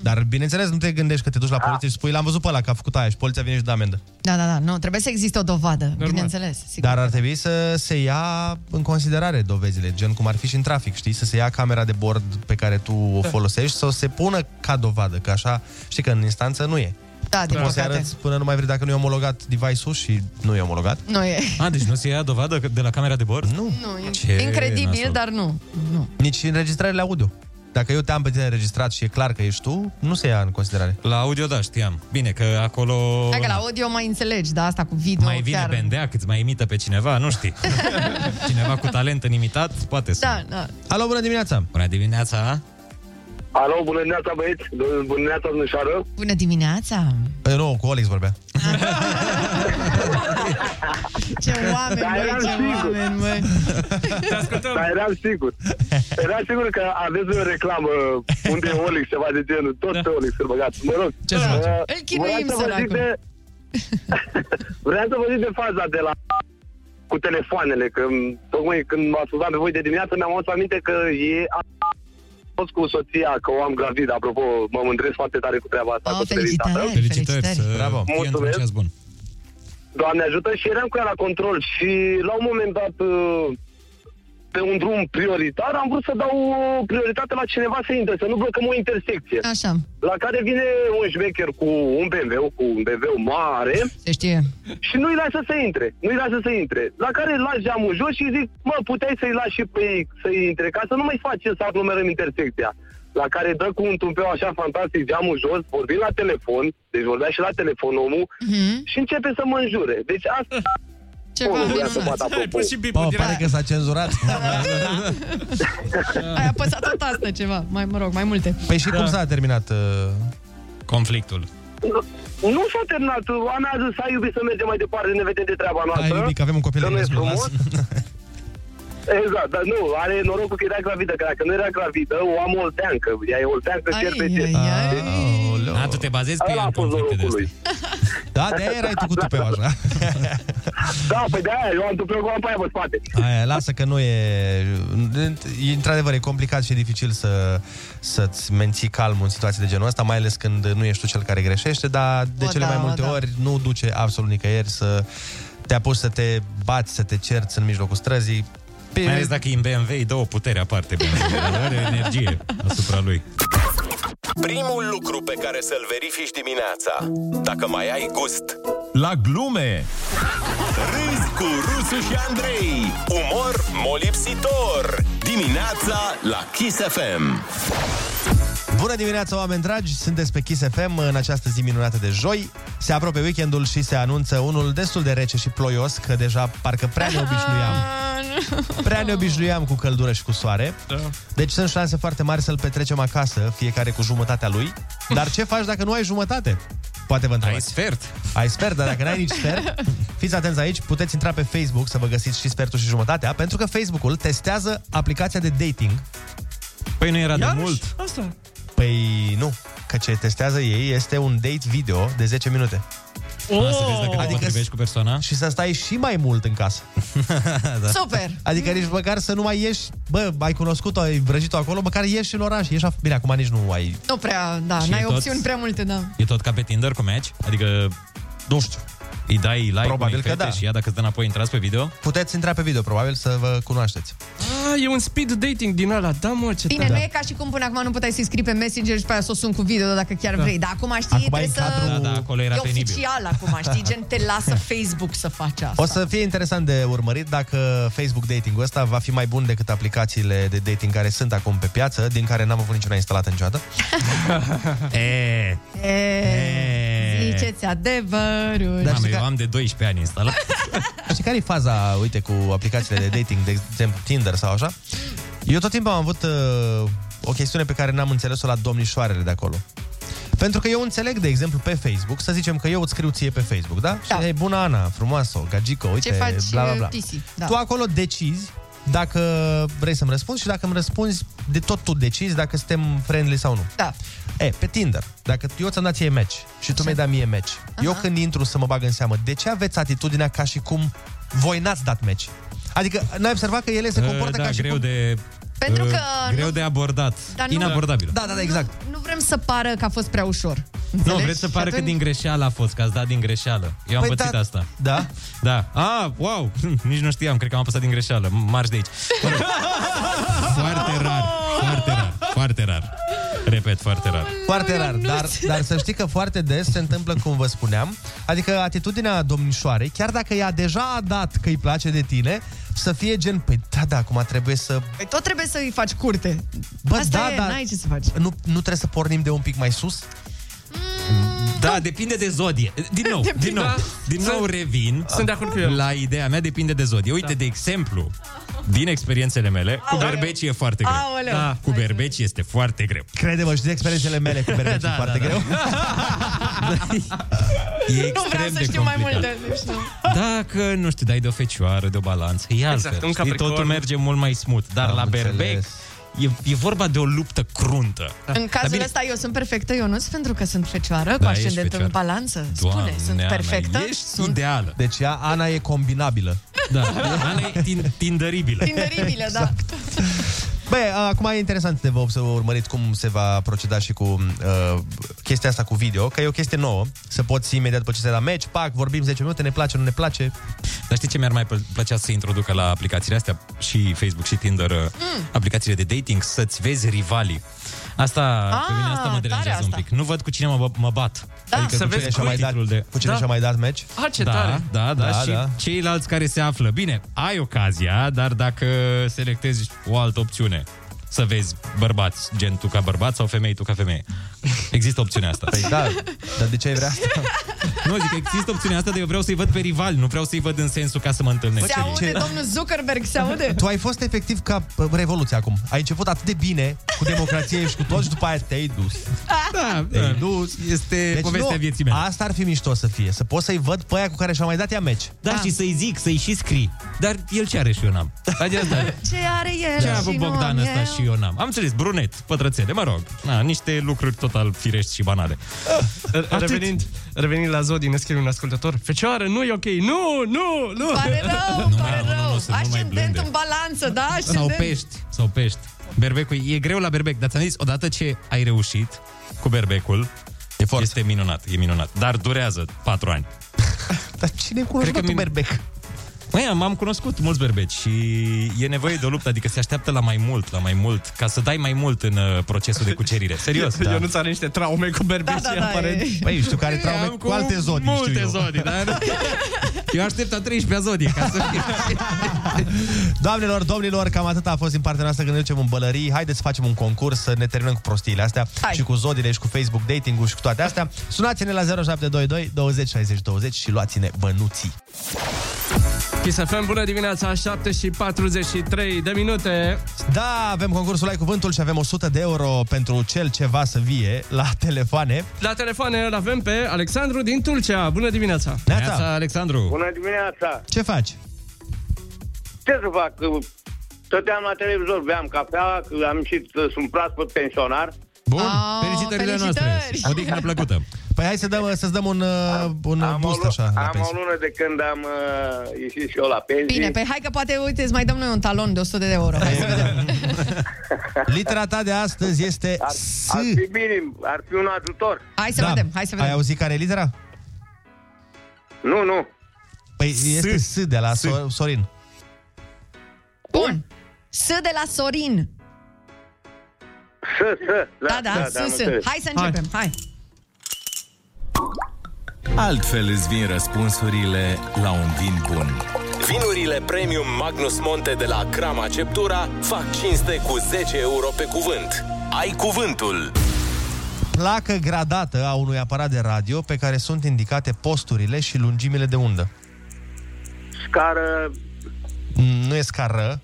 [SPEAKER 7] Dar, bineînțeles, nu te gândești că te duci la poliție și spui, l-am văzut pe ăla că a făcut aia și poliția vine și dă amendă.
[SPEAKER 12] Da, da, da, nu, trebuie să existe o dovadă, Normal. bineînțeles. Sigur.
[SPEAKER 7] Dar ar trebui să se ia în considerare dovezile, gen cum ar fi și în trafic, știi? Să se ia camera de bord pe care tu o
[SPEAKER 12] Da.
[SPEAKER 7] folosești, să se pună ca dovadă, că așa, știi că în instanță nu e.
[SPEAKER 12] Da, din
[SPEAKER 7] nu poți să
[SPEAKER 12] păcate.
[SPEAKER 7] arăți până nu mai vrei dacă nu e omologat device-ul și nu e omologat.
[SPEAKER 12] Nu e.
[SPEAKER 6] A, deci nu se ia dovadă că- de la camera de bord?
[SPEAKER 7] Nu.
[SPEAKER 12] Nu,
[SPEAKER 7] Ce
[SPEAKER 12] e incredibil,
[SPEAKER 7] nasol.
[SPEAKER 12] dar nu. nu.
[SPEAKER 7] Nici înregistrările audio. Dacă eu te-am pe tine înregistrat și e clar că ești tu, nu se ia în considerare.
[SPEAKER 6] La audio, da, știam. Bine, că acolo...
[SPEAKER 12] Hai că la audio mai înțelegi, da, asta cu video
[SPEAKER 6] mai vine
[SPEAKER 12] chiar...
[SPEAKER 6] bendea, câți mai imită pe cineva, nu
[SPEAKER 12] *laughs*
[SPEAKER 6] știi. cineva cu talent în imitat, poate să...
[SPEAKER 12] Da, da.
[SPEAKER 7] Alo, bună dimineața!
[SPEAKER 6] Bună dimineața!
[SPEAKER 17] Alo, bună dimineața, băieți! Bună dimineața, domnișoară!
[SPEAKER 12] Bună dimineața!
[SPEAKER 7] E, Eh, nu, cu Olex vorbea.
[SPEAKER 12] Ce oameni,
[SPEAKER 17] Dar
[SPEAKER 12] băi,
[SPEAKER 17] eram
[SPEAKER 12] ce
[SPEAKER 17] sigur.
[SPEAKER 12] oameni, băi.
[SPEAKER 17] Dar Da, eram sigur. Eram sigur că aveți o reclamă unde e Olix, ceva de genul. Tot pe Olix îl băgați. Mă rog.
[SPEAKER 16] Ce să
[SPEAKER 17] Uh,
[SPEAKER 16] facem?
[SPEAKER 12] Da. Îl chinuim,
[SPEAKER 17] vreau să vă zic
[SPEAKER 12] săracul.
[SPEAKER 17] de- Vreau să vă zic de faza de la cu telefoanele, că m- tocmai când m-a suzat pe voi de dimineață mi-am adus aminte că e a fost cu soția, că o am gravid, apropo, mă mândresc foarte tare cu treaba asta. Oh, felicitări,
[SPEAKER 6] Felicitări, să Bravo. fie într-un
[SPEAKER 17] Mulțumesc.
[SPEAKER 6] ceas bun.
[SPEAKER 17] Doamne ajută și eram cu ea la control și la un moment dat uh, pe un drum prioritar am vrut să dau uh, prioritate la cineva să intre, să nu blocăm o intersecție.
[SPEAKER 12] Așa.
[SPEAKER 17] La care vine un șmecher cu un BMW, cu un BMW mare
[SPEAKER 12] Se știe.
[SPEAKER 17] și nu-i lasă să intre, nu-i lasă să intre. La care îl las geamul jos și zic, mă, puteai să-i lași și pe ei să intre, ca să nu mai face să aglomerăm intersecția. La care dă cu un tumpeu așa fantastic geamul jos, vorbim la telefon, deci vorbea și la telefon omul,
[SPEAKER 12] Mhm.
[SPEAKER 17] și începe să mă înjure. Deci asta...
[SPEAKER 12] Ceva
[SPEAKER 17] Omul vrea
[SPEAKER 12] minunat.
[SPEAKER 17] să bată, da, apropo.
[SPEAKER 7] Bă, pare că s-a cenzurat.
[SPEAKER 6] *laughs*
[SPEAKER 12] Ai apăsat o tastă ceva, mai mă rog, mai multe.
[SPEAKER 7] Păi și cum s-a terminat uh,
[SPEAKER 6] Da. conflictul?
[SPEAKER 17] Nu, nu s-a terminat. Ana a zis, hai iubi să mergem mai departe, ne vedem de treaba noastră.
[SPEAKER 7] iubi, că avem un copil
[SPEAKER 17] Că nu e
[SPEAKER 7] rămas, mă,
[SPEAKER 17] frumos. Exact, dar nu, are norocul că era gravidă, că dacă nu era gravidă, o am olteancă. Ea e olteancă, cer pe cer.
[SPEAKER 6] A, tu te bazezi pe
[SPEAKER 17] Ăla
[SPEAKER 6] ea
[SPEAKER 17] a
[SPEAKER 6] în
[SPEAKER 17] fost
[SPEAKER 6] conflicte de
[SPEAKER 17] norocul
[SPEAKER 7] Da, de aia erai tu cu tupeu
[SPEAKER 6] *laughs*
[SPEAKER 7] așa.
[SPEAKER 17] Da, păi de-aia, eu am tupeu cu apa aia pe spate.
[SPEAKER 7] Aia, lasă că nu e... e într-adevăr, e complicat și e dificil să, să-ți menții calmul în situații de genul ăsta, mai ales când nu ești tu cel care greșește, dar de
[SPEAKER 6] O,
[SPEAKER 7] cele
[SPEAKER 6] da,
[SPEAKER 7] mai
[SPEAKER 6] o,
[SPEAKER 7] multe
[SPEAKER 6] da.
[SPEAKER 7] ori nu duce absolut nicăieri să te apuci să te bați, să te cerți în mijlocul străzii. Pe-
[SPEAKER 6] Mai ales dacă e în BMW, îi dă o putere aparte. BMW. Are energie asupra lui.
[SPEAKER 1] Primul lucru pe care să-l verifici dimineața Dacă mai ai gust La glume Râzi cu Rusu și Andrei Umor molipsitor Dimineața la Kiss FM
[SPEAKER 7] Bună dimineața, oameni dragi! Sunteți pe Kiss FM în această zi minunată de joi. Se apropie weekendul și se anunță unul destul de rece și ploios, că deja parcă prea
[SPEAKER 6] *laughs*
[SPEAKER 7] ne obișnuiam. Prea ne obișnuiam cu căldură și cu soare. Deci sunt șanse foarte mari să-l petrecem acasă, fiecare cu jumătatea lui. Dar ce faci dacă nu ai jumătate? Poate vă întrebați. Ai sfert. Ai sfert, dar dacă n-ai nici sfert, fiți atenți aici, puteți intra pe Facebook să vă găsiți și sfertul și jumătatea, pentru că Facebook-ul testează aplicația de dating. Păi nu era
[SPEAKER 8] Iarăși? Asta.
[SPEAKER 7] Păi nu, că ce testează ei este un date video de 10 minute.
[SPEAKER 6] Oh! Să vezi dacă te potrivești
[SPEAKER 7] cu persoana. Adică Și să stai și mai mult în casă.
[SPEAKER 6] *laughs* da.
[SPEAKER 12] Super!
[SPEAKER 7] Adică nici măcar să nu mai ieși, bă, ai cunoscut-o, ai vrăjit-o acolo, măcar ieși în oraș, ieși af- Bine, acum nici nu ai...
[SPEAKER 12] Nu prea, da,
[SPEAKER 6] Și
[SPEAKER 12] n-ai
[SPEAKER 6] toți-
[SPEAKER 12] opțiuni prea multe, da.
[SPEAKER 6] E tot ca pe Tinder cu match? Adică, nu știu, îi dai like
[SPEAKER 7] Probabil
[SPEAKER 6] unei
[SPEAKER 7] că
[SPEAKER 6] fete
[SPEAKER 7] da.
[SPEAKER 6] Și ea dacă îți dă înapoi, intrați pe video?
[SPEAKER 7] Puteți intra pe video, probabil, să vă cunoașteți.
[SPEAKER 8] Ah, e un speed dating din ala, da mă, ce
[SPEAKER 12] Bine,
[SPEAKER 8] tare.
[SPEAKER 12] nu e ca și cum până acum nu puteai să-i scrii pe Messenger și pe aia să o sun cu video dacă chiar
[SPEAKER 8] Da.
[SPEAKER 12] vrei. Dar acum știi,
[SPEAKER 7] Acum e
[SPEAKER 12] trebuie
[SPEAKER 7] în
[SPEAKER 12] să...
[SPEAKER 7] cadrul- Da, da, acolo era
[SPEAKER 12] e
[SPEAKER 7] penibil.
[SPEAKER 12] oficial acum, știi? Gen, te lasă Facebook să faci asta.
[SPEAKER 7] O să fie interesant de urmărit dacă Facebook dating-ul ăsta va fi mai bun decât aplicațiile de dating care sunt acum pe piață, din care n-am avut niciuna
[SPEAKER 6] *laughs*
[SPEAKER 7] instalată niciodată. e,
[SPEAKER 12] E, ziceți adevărul.
[SPEAKER 7] Dar știi că-
[SPEAKER 6] Eu am de 12 ani
[SPEAKER 7] *laughs*
[SPEAKER 6] instalat.
[SPEAKER 7] Știi care e faza, uite, cu aplicațiile de dating, de exemplu Tinder sau așa? Eu tot timpul am avut uh, o chestiune pe care n-am înțeles-o la domnișoarele de acolo. Pentru că eu înțeleg, de exemplu, pe Facebook, să zicem că eu îți scriu ție pe Facebook, da? da. Și, "Hei, bună Ana, frumoasă, gagică, uite,
[SPEAKER 12] Ce faci,
[SPEAKER 7] bla, bla, bla.
[SPEAKER 12] pisi, da.
[SPEAKER 7] Tu acolo decizi dacă vrei să-mi răspunzi și dacă îmi răspunzi, de tot tu decizi dacă suntem friendly sau nu.
[SPEAKER 12] Da.
[SPEAKER 7] E, pe Tinder, dacă eu ți-am dat ție match și tu mi-ai dat mie match, eu când intru să mă bag în seamă, de ce aveți atitudinea ca și cum voi n-ați dat match? Adică n-ai observat că ele se comportă
[SPEAKER 6] da,
[SPEAKER 7] ca și
[SPEAKER 6] greu
[SPEAKER 7] cum...
[SPEAKER 6] de...
[SPEAKER 12] Pentru
[SPEAKER 6] uh,
[SPEAKER 12] că
[SPEAKER 6] Greu
[SPEAKER 12] nu-
[SPEAKER 6] de abordat.
[SPEAKER 12] Dar nu-
[SPEAKER 6] Inabordabil.
[SPEAKER 12] Da, da, da, exact. Nu vrem să pară că a fost prea ușor.
[SPEAKER 6] Nu,
[SPEAKER 12] Înțelegi?
[SPEAKER 6] vreți să
[SPEAKER 12] Și
[SPEAKER 6] pară că
[SPEAKER 12] atunci-
[SPEAKER 6] din greșeală a fost, că ați dat din greșeală. Eu am
[SPEAKER 12] Păi
[SPEAKER 6] pățit
[SPEAKER 12] da-
[SPEAKER 6] asta.
[SPEAKER 7] Da?
[SPEAKER 6] Da. A, wow, *laughs* nici nu știam, cred că am apăsat din greșeală. Marș de aici. Mă rog. foarte rar,
[SPEAKER 12] Oh!
[SPEAKER 6] foarte rar, foarte rar. Repet, foarte rar.
[SPEAKER 7] Foarte rar, dar, dar să știi că foarte des se întâmplă cum vă spuneam. Adică atitudinea domnișoarei, chiar dacă ea deja a dat că îi place de tine, să fie gen, păi da, da, acum trebuie să
[SPEAKER 12] Păi tot trebuie să-i faci curte.
[SPEAKER 7] Bă,
[SPEAKER 12] Asta
[SPEAKER 7] da,
[SPEAKER 12] e,
[SPEAKER 7] da.
[SPEAKER 12] n-ai ce să faci.
[SPEAKER 7] Nu, nu trebuie să pornim de un pic mai sus?
[SPEAKER 6] Da, depinde de zodie. Din nou,
[SPEAKER 7] Depinde.
[SPEAKER 6] din nou,
[SPEAKER 7] Da.
[SPEAKER 6] din nou revin
[SPEAKER 8] sunt de acord cu el.
[SPEAKER 6] la ideea mea, depinde de zodie. Uite, de exemplu, din experiențele mele, cu
[SPEAKER 7] Aoleu.
[SPEAKER 6] berbeci e foarte greu.
[SPEAKER 7] Aoleu.
[SPEAKER 6] Da. Cu berbeci este foarte greu.
[SPEAKER 7] Crede-mă, și de experiențele mele cu
[SPEAKER 6] *laughs*
[SPEAKER 7] berbecii da, foarte da, greu.
[SPEAKER 14] *laughs*
[SPEAKER 6] E
[SPEAKER 12] Nu vreau
[SPEAKER 6] extrem
[SPEAKER 12] să
[SPEAKER 6] de
[SPEAKER 12] știu mai
[SPEAKER 6] complicat.
[SPEAKER 12] multe. nu știu.
[SPEAKER 6] Dacă, nu știu, dai de o fecioară, de o balanță, e altfel.
[SPEAKER 8] Exact, un
[SPEAKER 6] știi,
[SPEAKER 8] Capricorn.
[SPEAKER 6] totul merge mult mai smooth. Dar la berbec e, e vorba de o luptă cruntă.
[SPEAKER 12] În
[SPEAKER 6] Dar
[SPEAKER 12] cazul
[SPEAKER 6] bine,
[SPEAKER 12] ăsta eu sunt perfectă, eu nu pentru că sunt fecioară, cu
[SPEAKER 6] Da, ești
[SPEAKER 12] ascendentul în
[SPEAKER 6] fecioară.
[SPEAKER 12] balanță. Spune,
[SPEAKER 6] Doamne,
[SPEAKER 12] sunt
[SPEAKER 6] Ana,
[SPEAKER 12] perfectă.
[SPEAKER 6] ești ideală.
[SPEAKER 7] Deci ea, Ana e combinabilă.
[SPEAKER 6] Da,
[SPEAKER 7] *laughs*
[SPEAKER 6] Ana e tin- tinderibilă.
[SPEAKER 12] Tinderibile, da.
[SPEAKER 7] Exact. Băi, acum e interesant de vă să vă urmăriți cum se va proceda și cu uh, chestia asta cu video, că e o chestie nouă, să poți imediat după ce se da match, pac, vorbim 10 minute, ne place, nu ne place.
[SPEAKER 6] Dar știi ce mi-ar mai plă- plăcea să introducă la aplicațiile astea, și Facebook și Tinder, mm. aplicațiile de dating, să-ți vezi rivalii. Asta,
[SPEAKER 12] Ah,
[SPEAKER 6] ah, pe mine asta mă
[SPEAKER 12] tare
[SPEAKER 6] deranjează
[SPEAKER 12] asta.
[SPEAKER 6] un pic. Nu văd cu cine mă, mă bat. Adică
[SPEAKER 12] Da. Să
[SPEAKER 6] cu
[SPEAKER 12] vezi
[SPEAKER 6] cine și-a
[SPEAKER 12] cu- Da.
[SPEAKER 6] mai dat, de...
[SPEAKER 7] Cu cine și-a mai dat match?
[SPEAKER 8] Ah, ce
[SPEAKER 6] da,
[SPEAKER 8] tare.
[SPEAKER 6] Da, da,
[SPEAKER 7] Da,
[SPEAKER 6] da, și
[SPEAKER 7] da.
[SPEAKER 6] ceilalți care se află. Bine, ai ocazia, dar dacă selectezi o altă opțiune, să vezi bărbați, gen tu ca bărbat sau femei tu ca femeie. Există opțiunea asta.
[SPEAKER 7] Păi da, dar de ce ai vrea asta?
[SPEAKER 6] Nu, zic, că există opțiunea asta, dar eu vreau să-i văd pe rival, nu vreau să-i văd în sensul ca să mă întâlnesc.
[SPEAKER 12] Se
[SPEAKER 6] cu ei.
[SPEAKER 12] aude, domnul Zuckerberg, se aude?
[SPEAKER 7] Tu ai fost efectiv ca uh, revoluția acum. Ai început atât de bine cu democrație și cu toți și după aia te-ai dus.
[SPEAKER 6] Da,
[SPEAKER 7] Te-ai
[SPEAKER 6] dus. Este povestea vieții
[SPEAKER 7] mele. Asta ar fi mișto să fie, să poți să-i văd pe aia cu care și-a mai dat ea match.
[SPEAKER 6] Da, și să-i zic, să-i și scrii. Dar el ce are și eu n-am? Adică asta.
[SPEAKER 12] Ce are el
[SPEAKER 6] Ce a
[SPEAKER 12] și
[SPEAKER 6] avut
[SPEAKER 12] nu
[SPEAKER 6] Bogdan
[SPEAKER 12] am
[SPEAKER 6] ăsta
[SPEAKER 12] eu?
[SPEAKER 6] și eu n-am? Am înțeles, brunet, pătrățele, mă rog. Na, niște lucruri total firești și banale. Atât.
[SPEAKER 8] Revenind, revenind la zodii, ne scrie un ascultător. Fecioară, nu e ok. Nu, nu, nu.
[SPEAKER 12] Pare rău, pare
[SPEAKER 6] *laughs* nu, nu,
[SPEAKER 12] rău.
[SPEAKER 6] nu, să nu mai
[SPEAKER 12] Ascendent
[SPEAKER 6] blânde.
[SPEAKER 12] în balanță, da?
[SPEAKER 6] Sau
[SPEAKER 12] Ascendent.
[SPEAKER 6] pești, sau pești. Berbecul, e greu la berbec, dar ți-am zis, odată ce ai reușit cu berbecul, e este minunat, e minunat. Dar durează patru ani.
[SPEAKER 7] Dar cine cunoaște
[SPEAKER 6] Cred că
[SPEAKER 7] tu
[SPEAKER 6] mi-
[SPEAKER 7] berbec?
[SPEAKER 6] Măi, Păi, am- am cunoscut mulți berbeci și e nevoie de o luptă, adică se așteaptă la mai mult, la mai mult, ca să dai mai mult în uh, procesul de cucerire. Serios,
[SPEAKER 8] *laughs* Eu, eu nu are niște traume cu berbecii,
[SPEAKER 6] Da, da, da,
[SPEAKER 8] aparent.
[SPEAKER 6] e- Băi, știu că are traume
[SPEAKER 8] Am
[SPEAKER 6] cu alte zodii,
[SPEAKER 8] Multe
[SPEAKER 6] știu eu.
[SPEAKER 8] zodii, da, dar...
[SPEAKER 6] *laughs* Eu aștept a 13-a zodie ca să
[SPEAKER 7] Doamnelor, domnilor, cam atât a fost din partea noastră când ne ducem în bălării. Haideți să facem un concurs, să ne terminăm cu prostiile astea
[SPEAKER 1] Hai.
[SPEAKER 7] și cu zodile și cu Facebook dating-ul și cu toate astea. Sunați-ne la 0722 20 60 20 și luați-ne bănuții.
[SPEAKER 8] Chisafem, bună dimineața, 7 și 43 de minute.
[SPEAKER 7] Da, avem concursul Ai Cuvântul și avem 100 de euro pentru cel ceva să vie la telefoane.
[SPEAKER 8] La telefoane îl avem pe Alexandru din Tulcea. Bună dimineața!
[SPEAKER 7] Neața,
[SPEAKER 6] Alexandru!
[SPEAKER 14] Bună dimineața!
[SPEAKER 7] Ce faci?
[SPEAKER 14] Ce să fac? Stăteam la televizor, beam cafea, că am ieșit, sunt proaspăt pensionar.
[SPEAKER 6] Bun,
[SPEAKER 14] Ah,
[SPEAKER 12] Oh,
[SPEAKER 6] felicitările
[SPEAKER 14] felicitări!
[SPEAKER 6] noastre. Odihnă plăcută.
[SPEAKER 7] Păi hai să dăm, să-ți dăm un, uh, un am boost așa la
[SPEAKER 14] Am o
[SPEAKER 7] pensie.
[SPEAKER 14] lună de când am uh, ieșit și eu la pensie.
[SPEAKER 12] Bine, păi hai că poate, uite, îți mai dăm noi un talon de 100 de euro. Hai să vedem.
[SPEAKER 7] Litera ta de astăzi este
[SPEAKER 14] Ar,
[SPEAKER 7] S. Da.
[SPEAKER 14] ar fi minim, ar fi un ajutor.
[SPEAKER 12] Hai să vedem, hai să vedem.
[SPEAKER 7] Ai auzit care e litera?
[SPEAKER 14] Nu, nu.
[SPEAKER 7] Păi este S de la So- Sorin.
[SPEAKER 12] Bun. S de la Sorin.
[SPEAKER 14] Să, să.
[SPEAKER 12] Da, da, S, S. Hai să începem, hai.
[SPEAKER 1] Altfel îți vin răspunsurile la un vin bun. Vinurile Premium Magnus Monte de la Crama Ceptura fac cinste cu 10 euro pe cuvânt. Ai cuvântul!
[SPEAKER 7] Placă gradată a unui aparat de radio pe care sunt indicate posturile și lungimile de undă.
[SPEAKER 14] Scară,
[SPEAKER 7] Mm, Nu e scară.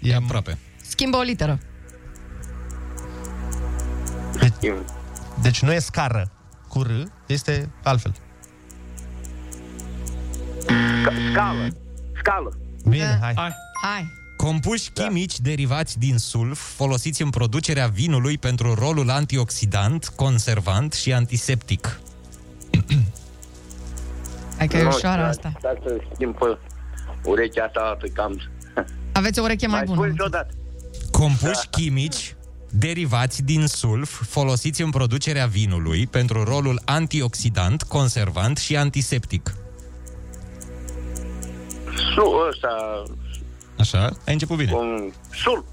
[SPEAKER 7] E aproape.
[SPEAKER 12] Schimbă o literă.
[SPEAKER 7] Deci nu e scară cu R, este altfel.
[SPEAKER 14] Scală. Scală.
[SPEAKER 7] Bine,
[SPEAKER 8] Da.
[SPEAKER 7] hai.
[SPEAKER 6] hai. Da.
[SPEAKER 12] Hai.
[SPEAKER 6] Compuși chimici derivați din sulf folosiți în producerea vinului pentru rolul antioxidant, conservant și antiseptic.
[SPEAKER 12] Hai că e
[SPEAKER 14] Nu,
[SPEAKER 12] ușoară
[SPEAKER 14] da,
[SPEAKER 12] asta.
[SPEAKER 14] Da, să schimb pe urechea ta pe cam.
[SPEAKER 12] Aveți o ureche mai bună.
[SPEAKER 6] Compuși chimici derivați din sulf folosiți în producerea vinului pentru rolul antioxidant, conservant și antiseptic.
[SPEAKER 14] Su, ăsta,
[SPEAKER 6] Așa? Ai început bine.
[SPEAKER 14] un sul,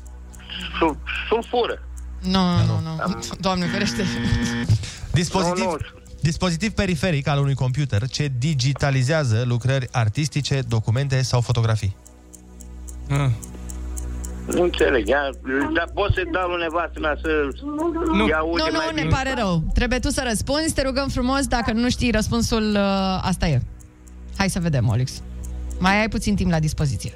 [SPEAKER 14] sul, sulfură.
[SPEAKER 12] Nu, nu, nu. Doamne, ferește.
[SPEAKER 7] Dispozitiv,
[SPEAKER 12] Nu,
[SPEAKER 7] dispozitiv periferic al unui computer ce digitalizează lucrări artistice, documente sau fotografii.
[SPEAKER 14] Nu înțeleg, ia, dar poți să dau lui nevastă mea să nu. ia
[SPEAKER 12] Nu,
[SPEAKER 14] uite mai
[SPEAKER 12] nu, ne
[SPEAKER 14] bine.
[SPEAKER 12] pare rău. Trebuie tu să răspunzi, te rugăm frumos, dacă nu știi răspunsul, uh, asta e. Hai să vedem, Olix. Mai ai puțin timp la dispoziție.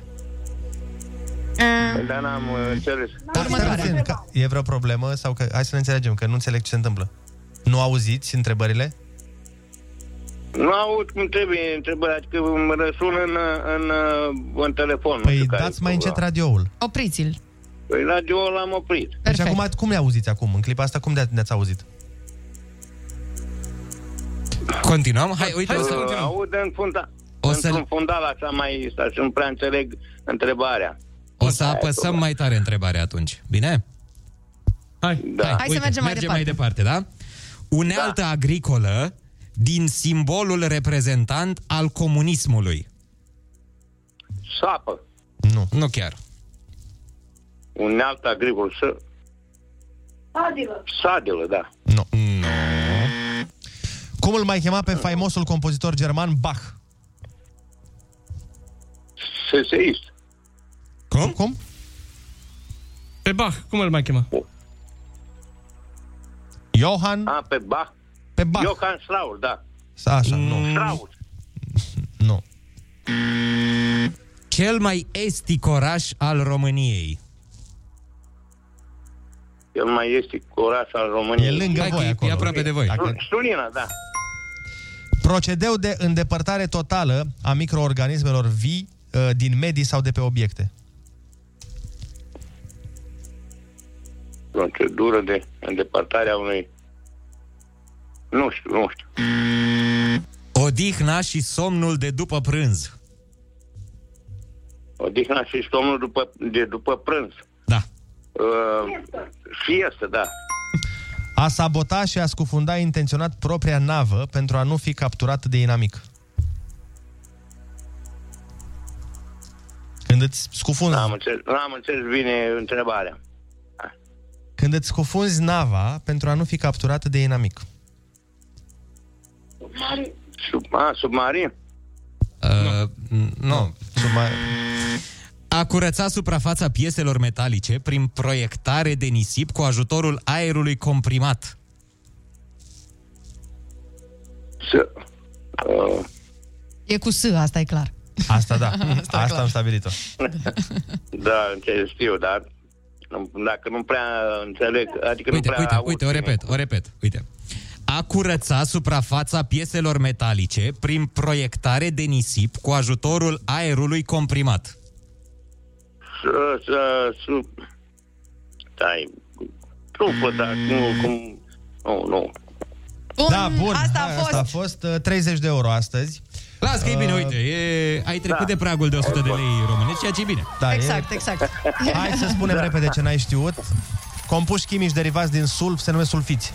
[SPEAKER 12] Ah.
[SPEAKER 14] Dar n-am uh, înțeles.
[SPEAKER 12] Da,
[SPEAKER 7] Următoare. E vreo problemă sau că... Hai să ne înțelegem, că nu înțeleg ce se întâmplă. Nu auziți întrebările?
[SPEAKER 14] Nu aud cum trebuie întrebarea, adică îmi răsună în, în, în telefon.
[SPEAKER 7] Păi dați mai
[SPEAKER 14] Da.
[SPEAKER 7] încet radioul.
[SPEAKER 12] Opriți-l.
[SPEAKER 14] Păi radio l-am oprit.
[SPEAKER 7] Deci acum, cum le auziți acum? În clipa asta, cum de- ne-ați auzit?
[SPEAKER 6] Continuăm? Hai, uite, o să
[SPEAKER 14] Uh,
[SPEAKER 6] continuăm.
[SPEAKER 14] Aud în funda...
[SPEAKER 6] O
[SPEAKER 14] O
[SPEAKER 6] să-
[SPEAKER 14] să... Într-un fundal așa mai ăsta și nu prea înțeleg întrebarea.
[SPEAKER 6] O să apăsăm mai tare întrebarea atunci. Bine? Hai, da.
[SPEAKER 12] Hai să mergem mai
[SPEAKER 6] mai departe, da? Unealtă agricolă din simbolul reprezentant al comunismului.
[SPEAKER 14] Sapă.
[SPEAKER 7] Nu.
[SPEAKER 6] Nu chiar.
[SPEAKER 14] Unealtă agricol. Să...
[SPEAKER 16] Adilă.
[SPEAKER 14] Sadelă, da.
[SPEAKER 7] Nu. No. Cum îl mai chema pe faimosul compozitor german Bach?
[SPEAKER 14] Seseist.
[SPEAKER 6] Cum?
[SPEAKER 7] Cum?
[SPEAKER 8] Pe Bach, cum îl mai chema?
[SPEAKER 7] Johann?
[SPEAKER 14] A, pe Bach.
[SPEAKER 7] Pe Bach.
[SPEAKER 14] Johann Strauss, da.
[SPEAKER 7] Așa, nu.
[SPEAKER 14] Strauss.
[SPEAKER 6] Cel mai estic oraș al României.
[SPEAKER 14] El mai este oraș al României.
[SPEAKER 7] E lângă Hai că voi e- e acolo. aproape de voi. Dacă-
[SPEAKER 14] Sulina, da.
[SPEAKER 7] Procedeu de îndepărtare totală a microorganismelor vii uh, din medii sau de pe obiecte.
[SPEAKER 14] Procedură de îndepărtare a unui... Nu știu, nu știu.
[SPEAKER 6] Odihna și somnul de după prânz.
[SPEAKER 14] Odihna și somnul după, de după prânz.
[SPEAKER 6] Da.
[SPEAKER 14] Uh, fiestă, da.
[SPEAKER 7] A sabota și a scufunda intenționat propria navă pentru a nu fi capturat de inamic. Când îți scufunzi,
[SPEAKER 14] N-am înțeles, n-am înțeles bine întrebarea.
[SPEAKER 7] când îți scufunzi nava pentru a nu fi capturat de inamic.
[SPEAKER 14] Sub, a, submarin?
[SPEAKER 6] Uh, nu. nu. A curăța suprafața pieselor metalice prin proiectare de nisip cu ajutorul aerului comprimat.
[SPEAKER 14] Să... Uh,
[SPEAKER 12] E cu S, asta e clar.
[SPEAKER 7] *laughs* Asta da, asta, asta am stabilit-o.
[SPEAKER 18] Da, înțeleg, știu, dar nu- dacă nu prea înțeleg, adică
[SPEAKER 6] Uite,
[SPEAKER 18] nu prea
[SPEAKER 6] uite,
[SPEAKER 18] aud
[SPEAKER 6] uite, o repet, o repet, uite. A curăța suprafața pieselor metalice prin proiectare de nisip cu ajutorul aerului comprimat.
[SPEAKER 18] să, să, să, stai, trupă, dar nu, cum, nu, nu.
[SPEAKER 12] Bun,
[SPEAKER 7] da, bun. Asta a fost, asta a fost uh, 30 de euro astăzi. Uh,
[SPEAKER 6] Las că e bine, uite,
[SPEAKER 7] e,
[SPEAKER 6] ai trecut de pragul de 100 de lei românești, ceea ce e bine.
[SPEAKER 7] Da,
[SPEAKER 12] Exact, exact.
[SPEAKER 7] E... *laughs* Hai să spunem repede ce n-ai știut. Compuși chimici derivați din sulf se numesc sulfiți.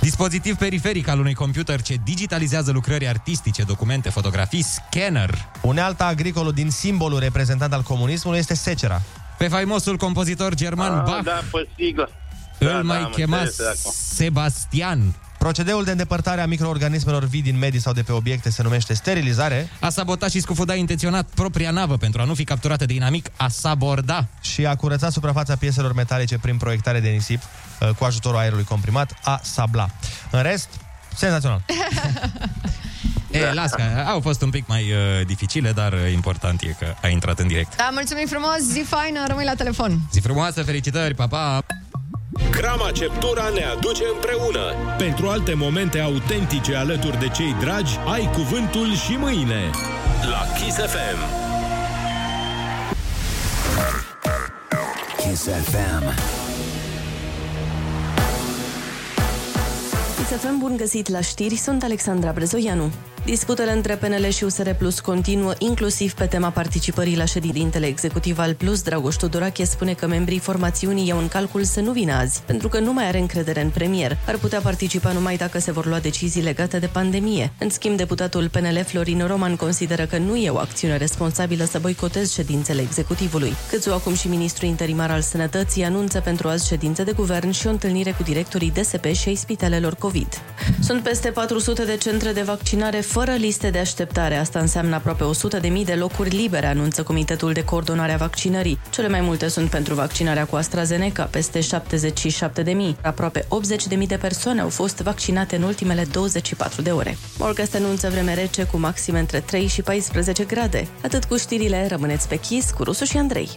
[SPEAKER 6] Dispozitiv periferic al unui computer ce digitalizează lucrări artistice, documente, fotografii, scanner.
[SPEAKER 7] Unealta agricolă din simbolul reprezentant al comunismului este secera.
[SPEAKER 6] Pe faimosul compozitor german
[SPEAKER 18] Ah,
[SPEAKER 6] Bach
[SPEAKER 18] Da, pe sigla.
[SPEAKER 6] îl
[SPEAKER 18] da,
[SPEAKER 6] mai
[SPEAKER 18] am
[SPEAKER 6] chema
[SPEAKER 18] înțeles acum.
[SPEAKER 6] Sebastian.
[SPEAKER 7] Procedeul de îndepărtare a microorganismelor vii din medii sau de pe obiecte se numește sterilizare
[SPEAKER 6] A sabotat și scufundat intenționat propria navă pentru a nu fi capturată de inamic, a saborda.
[SPEAKER 7] și a curăța suprafața pieselor metalice prin proiectare de nisip uh, cu ajutorul aerului comprimat, a sabla. În rest, senzațional.
[SPEAKER 18] Da.
[SPEAKER 6] E, las că au fost un pic mai uh, dificile, dar uh, important e că a intrat în direct.
[SPEAKER 12] Da, mulțumim frumos, zi faină, rămâi la telefon.
[SPEAKER 6] Zi frumoasă, felicitări, pa, pa!
[SPEAKER 1] Crama Ceptura ne aduce împreună. Pentru alte momente autentice alături de cei dragi, ai cuvântul și mâine. La Kiss FM.
[SPEAKER 19] Kiss FM.
[SPEAKER 11] Chisafem, bun găsit la știri, sunt Alexandra Brezoianu. Disputele între PNL și USR Plus continuă, inclusiv pe tema participării la ședintele executiv al Plus. Dragoș Tudorache spune că membrii formațiunii iau în calcul să nu vină azi, pentru că nu mai are încredere în premier. Ar putea participa numai dacă se vor lua decizii legate de pandemie. În schimb, deputatul PNL Florin Roman consideră că nu e o acțiune responsabilă să boicotez ședințele executivului. Câțu acum și ministrul interimar al sănătății anunță pentru azi ședințe de guvern și o întâlnire cu directorii DSP și ai spitalelor COVID. Sunt peste 400 de centre de vaccinare fără liste de așteptare. Asta înseamnă aproape 100.000 de locuri libere, anunță Comitetul de Coordonare a Vaccinării. Cele mai multe sunt pentru vaccinarea cu AstraZeneca, peste 77.000. Aproape 80.000 de persoane au fost vaccinate în ultimele 24 de ore. Morgast anunță vreme rece cu maxime între 3 și 14 grade. Atât cu știrile, rămâneți pe chis cu Rusu și Andrei.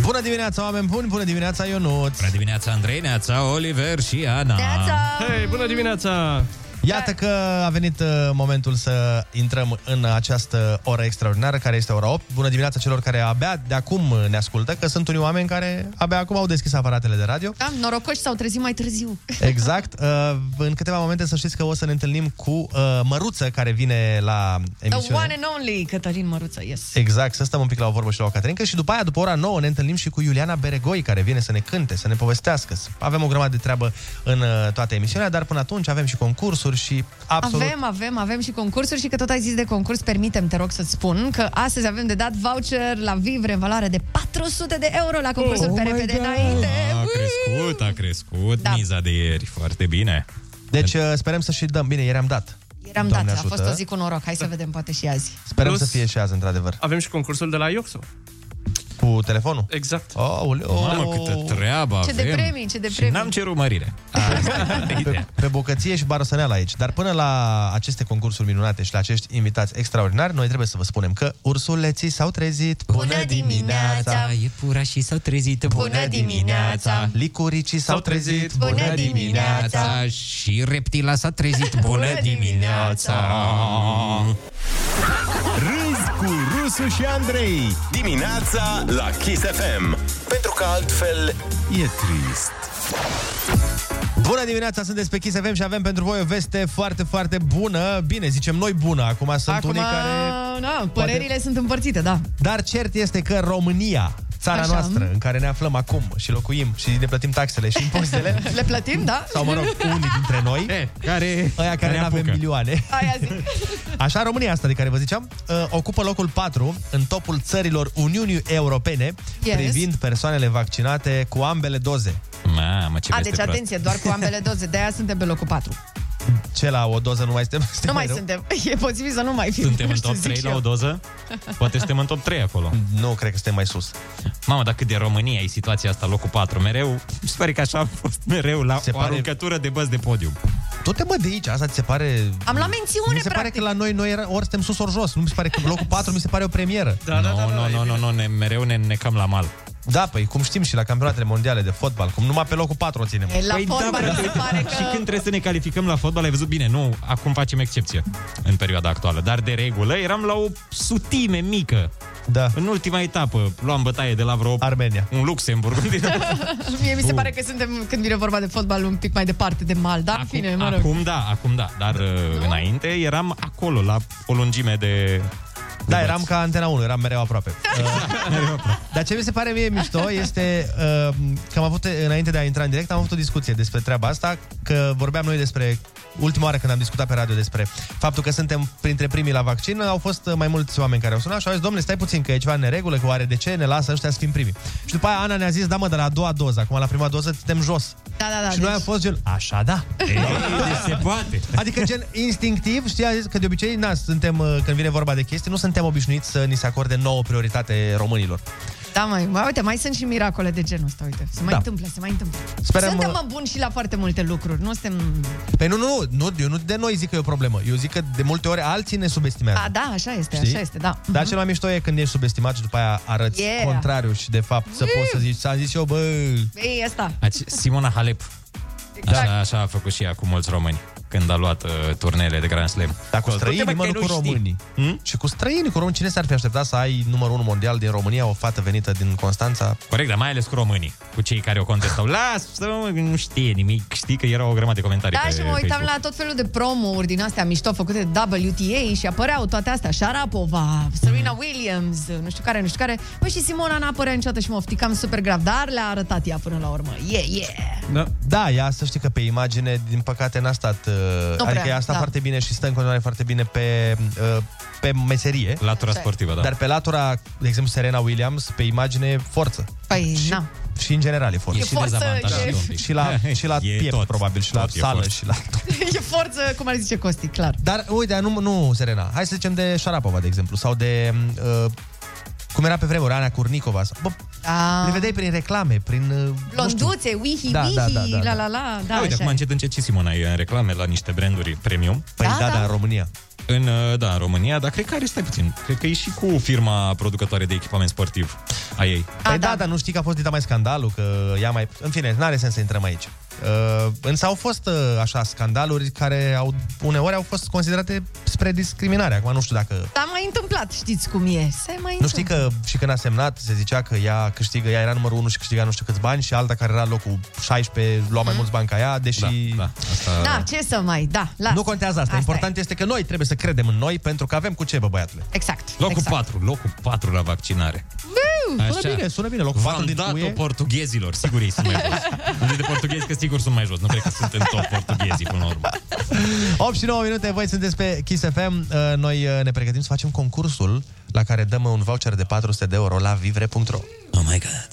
[SPEAKER 7] Bună dimineața, oameni buni! Bună dimineața, Ionuț! Bună
[SPEAKER 6] dimineața, Andrei, neața, Oliver și Ana!
[SPEAKER 8] Hei, bună dimineața!
[SPEAKER 7] Iată că a venit uh, momentul să intrăm în această oră extraordinară, care este ora 8. Bună dimineața celor care abia de acum ne ascultă, că sunt unii oameni care abia acum au deschis aparatele de radio.
[SPEAKER 12] Da, norocoși s-au trezit mai târziu.
[SPEAKER 7] Exact. Uh, În câteva momente să știți că o să ne întâlnim cu uh, Măruță, care vine la
[SPEAKER 12] The one
[SPEAKER 7] emisiune.
[SPEAKER 12] and only Cătălin Măruță, yes.
[SPEAKER 7] Exact, să stăm un pic la o vorbă și la o Caterinca și după aia, după ora 9, ne întâlnim și cu Iuliana Beregoi, care vine să ne cânte, să ne povestească. Avem o grămadă de treabă în uh, toată emisiunea, dar până atunci avem și concursuri și absolut...
[SPEAKER 12] Avem, avem, avem și concursuri și că tot ai zis de concurs, permitem, te rog să-ți spun că astăzi avem de dat voucher la Vivre în valoare de 400 de euro la concursul
[SPEAKER 7] Oh
[SPEAKER 12] pe repede înainte.
[SPEAKER 6] A crescut, a crescut
[SPEAKER 12] Da.
[SPEAKER 6] miza de ieri, foarte bine.
[SPEAKER 7] Deci uh, sperăm să și dăm. Bine, ieri am dat.
[SPEAKER 12] Eram dat,
[SPEAKER 7] Doamne
[SPEAKER 12] a fost
[SPEAKER 7] ajută.
[SPEAKER 12] o zi cu noroc, hai să vedem poate și azi.
[SPEAKER 7] Sperăm
[SPEAKER 8] Plus-
[SPEAKER 7] să fie și azi, într-adevăr.
[SPEAKER 8] Avem și concursul de la Ioxo.
[SPEAKER 7] Cu telefonul?
[SPEAKER 8] Exact.
[SPEAKER 7] Aoleu.
[SPEAKER 6] Mamă, câtă treabă
[SPEAKER 12] Ce de
[SPEAKER 6] avem.
[SPEAKER 12] premii, ce de
[SPEAKER 6] Și
[SPEAKER 12] premii.
[SPEAKER 6] n-am cerut mărire.
[SPEAKER 7] Ah. Pe, pe bucăție și barosăneală aici. Dar până la aceste concursuri minunate și la acești invitați extraordinari, noi trebuie să vă spunem că ursuleții s-au trezit. Bună
[SPEAKER 6] dimineața! Iepurașii s-au trezit.
[SPEAKER 7] Bună dimineața! Licuricii s-au trezit.
[SPEAKER 6] Bună dimineața! Și reptila s-a *laughs* trezit. Bună dimineața!
[SPEAKER 1] Râzi cu Rusu și Andrei Dimineața la Kiss FM Pentru că altfel e trist
[SPEAKER 7] Bună dimineața, sunteți pe Kiss FM și avem pentru voi o veste foarte, foarte bună. Bine, zicem noi bună. Acum sunt
[SPEAKER 12] Acum,
[SPEAKER 7] unii care...
[SPEAKER 12] na, părerile sunt împărțite, da.
[SPEAKER 7] Dar cert este că România țara
[SPEAKER 12] Așa.
[SPEAKER 7] Așa. noastră în care ne aflăm acum și locuim și ne plătim taxele și impozitele,
[SPEAKER 12] *laughs* Le plătim, da?
[SPEAKER 7] sau mă rog, unii dintre noi, e, care, aia care
[SPEAKER 6] Eh, care
[SPEAKER 7] nu avem
[SPEAKER 6] apucă.
[SPEAKER 7] milioane.
[SPEAKER 12] Aia zic.
[SPEAKER 7] Așa, România asta de care vă ziceam, uh, ocupă locul 4 în topul țărilor Uniunii Europene
[SPEAKER 12] Yes.
[SPEAKER 7] yes. privind persoanele vaccinate cu ambele doze. Mamă,
[SPEAKER 12] A, deci atenție, doar cu ambele doze. De-aia suntem pe locul 4.
[SPEAKER 7] Ce la o doză nu mai suntem?
[SPEAKER 12] Nu mai suntem. *laughs* E posibil să nu mai fim.
[SPEAKER 6] Suntem
[SPEAKER 12] *laughs* Nu
[SPEAKER 6] în
[SPEAKER 12] știu,
[SPEAKER 6] top
[SPEAKER 12] zic
[SPEAKER 6] 3 la
[SPEAKER 12] eu.
[SPEAKER 6] o doză? Poate
[SPEAKER 12] *laughs*
[SPEAKER 6] suntem în top 3 acolo.
[SPEAKER 7] Nu, cred că suntem mai sus.
[SPEAKER 6] Mamă, dar cât de România e situația asta, locul 4. Mereu, mi se pare că așa am fost mereu la
[SPEAKER 7] Se
[SPEAKER 6] Se o
[SPEAKER 7] pare-
[SPEAKER 6] aruncătură de băzi de podium.
[SPEAKER 7] Tot mă de aici, asta ți se pare...
[SPEAKER 12] Am luat mențiune,
[SPEAKER 7] Mi se pare că la noi, noi era- ori suntem sus, ori jos. Nu mi se pare că locul 4 mi se pare o premieră.
[SPEAKER 6] Da, da, da, da, nu, nu, nu, ne, mereu ne necăm la mal.
[SPEAKER 7] Da, păi cum știm și la campionatele mondiale de fotbal, cum numai pe locul 4 o ținem.
[SPEAKER 12] E,
[SPEAKER 6] Păi
[SPEAKER 12] la fotbal mi se pare
[SPEAKER 6] da, Și când
[SPEAKER 12] că...
[SPEAKER 6] trebuie să ne calificăm la fotbal, ai văzut bine, nu, acum facem excepție în perioada actuală, dar de regulă eram la o sutime mică.
[SPEAKER 7] Da.
[SPEAKER 6] În ultima etapă luam bătaie de la vreo...
[SPEAKER 7] Armenia.
[SPEAKER 6] Un
[SPEAKER 7] *laughs*
[SPEAKER 6] Luxemburg. unde-
[SPEAKER 12] Mie mi se
[SPEAKER 6] Bun.
[SPEAKER 12] pare că suntem, când vine vorba de fotbal, un pic mai departe de mal, dar în fine, mă rog.
[SPEAKER 6] Acum da, acum da, dar uh, înainte eram acolo, la o lungime de... Da.
[SPEAKER 7] Da, eram ca Antena 1, eram mereu aproape. *laughs* Dar ce mi se pare mie mișto este uh, că am avut, înainte de a intra în direct, am avut o discuție despre treaba asta, că vorbeam noi despre, ultima oară când am discutat pe radio despre faptul că suntem printre primii la vaccin, au fost uh, mai mulți oameni care au sunat și au zis, domnule, stai puțin că e ceva în neregulă, că oare de ce ne lasă ăștia să fim primii. Și după aia Ana ne-a zis, da mă, de la a doua doză, acum la prima doză suntem jos.
[SPEAKER 12] Da, da, da.
[SPEAKER 7] și noi am fost gen, așa
[SPEAKER 12] *laughs*
[SPEAKER 7] da.
[SPEAKER 6] se poate.
[SPEAKER 7] Adică gen instinctiv, știi, a zis că de obicei, na, suntem, uh, când vine vorba de chestii, nu suntem obișnuiți să ni se acorde nouă prioritate românilor.
[SPEAKER 12] Da, mai, mai, uite, mai sunt și miracole de genul ăsta, uite. Se mai
[SPEAKER 7] Da.
[SPEAKER 12] întâmplă, se mai întâmplă.
[SPEAKER 7] Sperăm,
[SPEAKER 12] suntem
[SPEAKER 7] uh,
[SPEAKER 12] mă, buni și la foarte multe lucruri. Nu suntem...
[SPEAKER 6] Da.
[SPEAKER 7] Păi nu, nu, nu, eu nu de noi zic că e o problemă. Eu zic că de multe ori alții ne subestimează.
[SPEAKER 12] A, da, așa este,
[SPEAKER 7] Știi?
[SPEAKER 12] așa este, da.
[SPEAKER 7] Dar cel mai mișto e când ești subestimat și după aia arăți
[SPEAKER 12] Yeah.
[SPEAKER 7] yeah. contrariu și de fapt să poți să zici, ți-am zis eu, bă...
[SPEAKER 12] Ei, asta.
[SPEAKER 6] Aci, Simona Halep.
[SPEAKER 12] Exact.
[SPEAKER 6] Așa, așa a făcut și ea cu mulți români când a luat uh, turnele de Grand Slam.
[SPEAKER 7] Dar cu străinii, mă, nu cu românii. Hmm? Și cu străinii, cu români, cine s-ar fi așteptat să ai numărul 1 mondial din România, o fată venită din Constanța?
[SPEAKER 6] Corect, dar mai ales cu românii, cu cei care o contestau. Lasă, mă, nu știe nimic, știi că erau o grămadă de comentarii
[SPEAKER 7] Adică
[SPEAKER 6] pe
[SPEAKER 12] Da, și mă uitam
[SPEAKER 6] Facebook.
[SPEAKER 12] la tot felul de promo-uri din astea mișto făcute de WTA și apăreau toate astea, Sharapova,
[SPEAKER 7] Mm.
[SPEAKER 12] Serena Williams, nu știu care, nu știu care. Păi și Simona n-a apărea niciodată și mă ofticam super grav, dar le-a arătat ea până la urmă. Yeah, yeah!
[SPEAKER 7] Da. da, ea să știi că pe imagine, din păcate, n-a stat. uh,
[SPEAKER 12] Nu
[SPEAKER 7] adică
[SPEAKER 12] prea,
[SPEAKER 7] ea a stat
[SPEAKER 12] da.
[SPEAKER 7] foarte bine și stă în continuare foarte bine pe, uh, pe meserie.
[SPEAKER 6] Latura
[SPEAKER 12] Așa e.
[SPEAKER 6] sportivă, da.
[SPEAKER 7] Dar pe latura, de exemplu, Serena Williams, pe imagine e forță.
[SPEAKER 12] Păi, na.
[SPEAKER 7] Și în general e forță.
[SPEAKER 12] E
[SPEAKER 7] și,
[SPEAKER 12] forță, dezavantajat e- un pic.
[SPEAKER 7] și
[SPEAKER 6] *laughs*
[SPEAKER 7] la, și la
[SPEAKER 6] E
[SPEAKER 7] piept,
[SPEAKER 6] tot,
[SPEAKER 7] probabil, și la
[SPEAKER 6] tot e
[SPEAKER 7] sală,
[SPEAKER 6] forță.
[SPEAKER 7] și la...
[SPEAKER 12] *laughs* E forță, cum ar zice Costi, clar.
[SPEAKER 7] Dar, uite, nu, nu Serena. Hai să zicem de Șarapova, de exemplu, sau de... Uh, cum era pe vremuri, Ana Curnicova. sau- Bă,
[SPEAKER 12] Da.
[SPEAKER 7] le vedeai prin reclame, prin... uh, nu știu.
[SPEAKER 12] Blonduțe, wihi,
[SPEAKER 7] Da,
[SPEAKER 12] wihi,
[SPEAKER 7] da, da, da,
[SPEAKER 12] la
[SPEAKER 7] da.
[SPEAKER 12] la la,
[SPEAKER 6] Da,
[SPEAKER 12] da,
[SPEAKER 6] Uite,
[SPEAKER 12] așa
[SPEAKER 6] acum
[SPEAKER 12] e.
[SPEAKER 6] încet, încet și Simona e în reclame la niște branduri premium.
[SPEAKER 7] Păi
[SPEAKER 12] Da, da, da, da. în
[SPEAKER 7] România.
[SPEAKER 6] În, uh, da, în România, dar cred că are, stai puțin, cred că e și cu firma producătoare de echipament sportiv a ei.
[SPEAKER 7] Păi da, dar nu știi că a fost dita mai scandalul, că ea mai... În fine, n-are sens să intrăm aici. Uh, însă au fost uh, așa scandaluri care au, uneori au fost considerate spre discriminare. Acum nu știu dacă...
[SPEAKER 12] S-a mai întâmplat, știți cum e. Se mai
[SPEAKER 7] Nu știi că și când a semnat se zicea că ea câștigă, ea era numărul 1 și câștiga nu știu câți bani și alta care era locul 16 lua mai mulți bani ca ea, deși... Mm. Da,
[SPEAKER 6] da,
[SPEAKER 12] Da, ce să mai, da, las.
[SPEAKER 7] Nu contează asta. Important este că noi trebuie să credem în noi pentru că avem cu ce, bă, băiatule.
[SPEAKER 12] Exact.
[SPEAKER 6] Locul
[SPEAKER 12] exact.
[SPEAKER 6] 4, locul 4 la vaccinare.
[SPEAKER 12] Buu!
[SPEAKER 6] Așa.
[SPEAKER 7] Hmm, Sună bine, sună bine. Locul 4
[SPEAKER 6] V-am
[SPEAKER 7] din
[SPEAKER 6] dat-o
[SPEAKER 7] UE.
[SPEAKER 6] portughezilor, sigur ei sunt mai
[SPEAKER 7] *laughs*
[SPEAKER 6] jos. Îmi zic de portughezi că sigur sunt mai jos, nu cred că sunt în top portughezii până la urmă.
[SPEAKER 7] 8 și 9 minute, voi sunteți pe Kiss FM. Uh, Noi uh, ne pregătim să facem concursul la care dăm un voucher de 400 de euro la vivre.ro. Oh my god!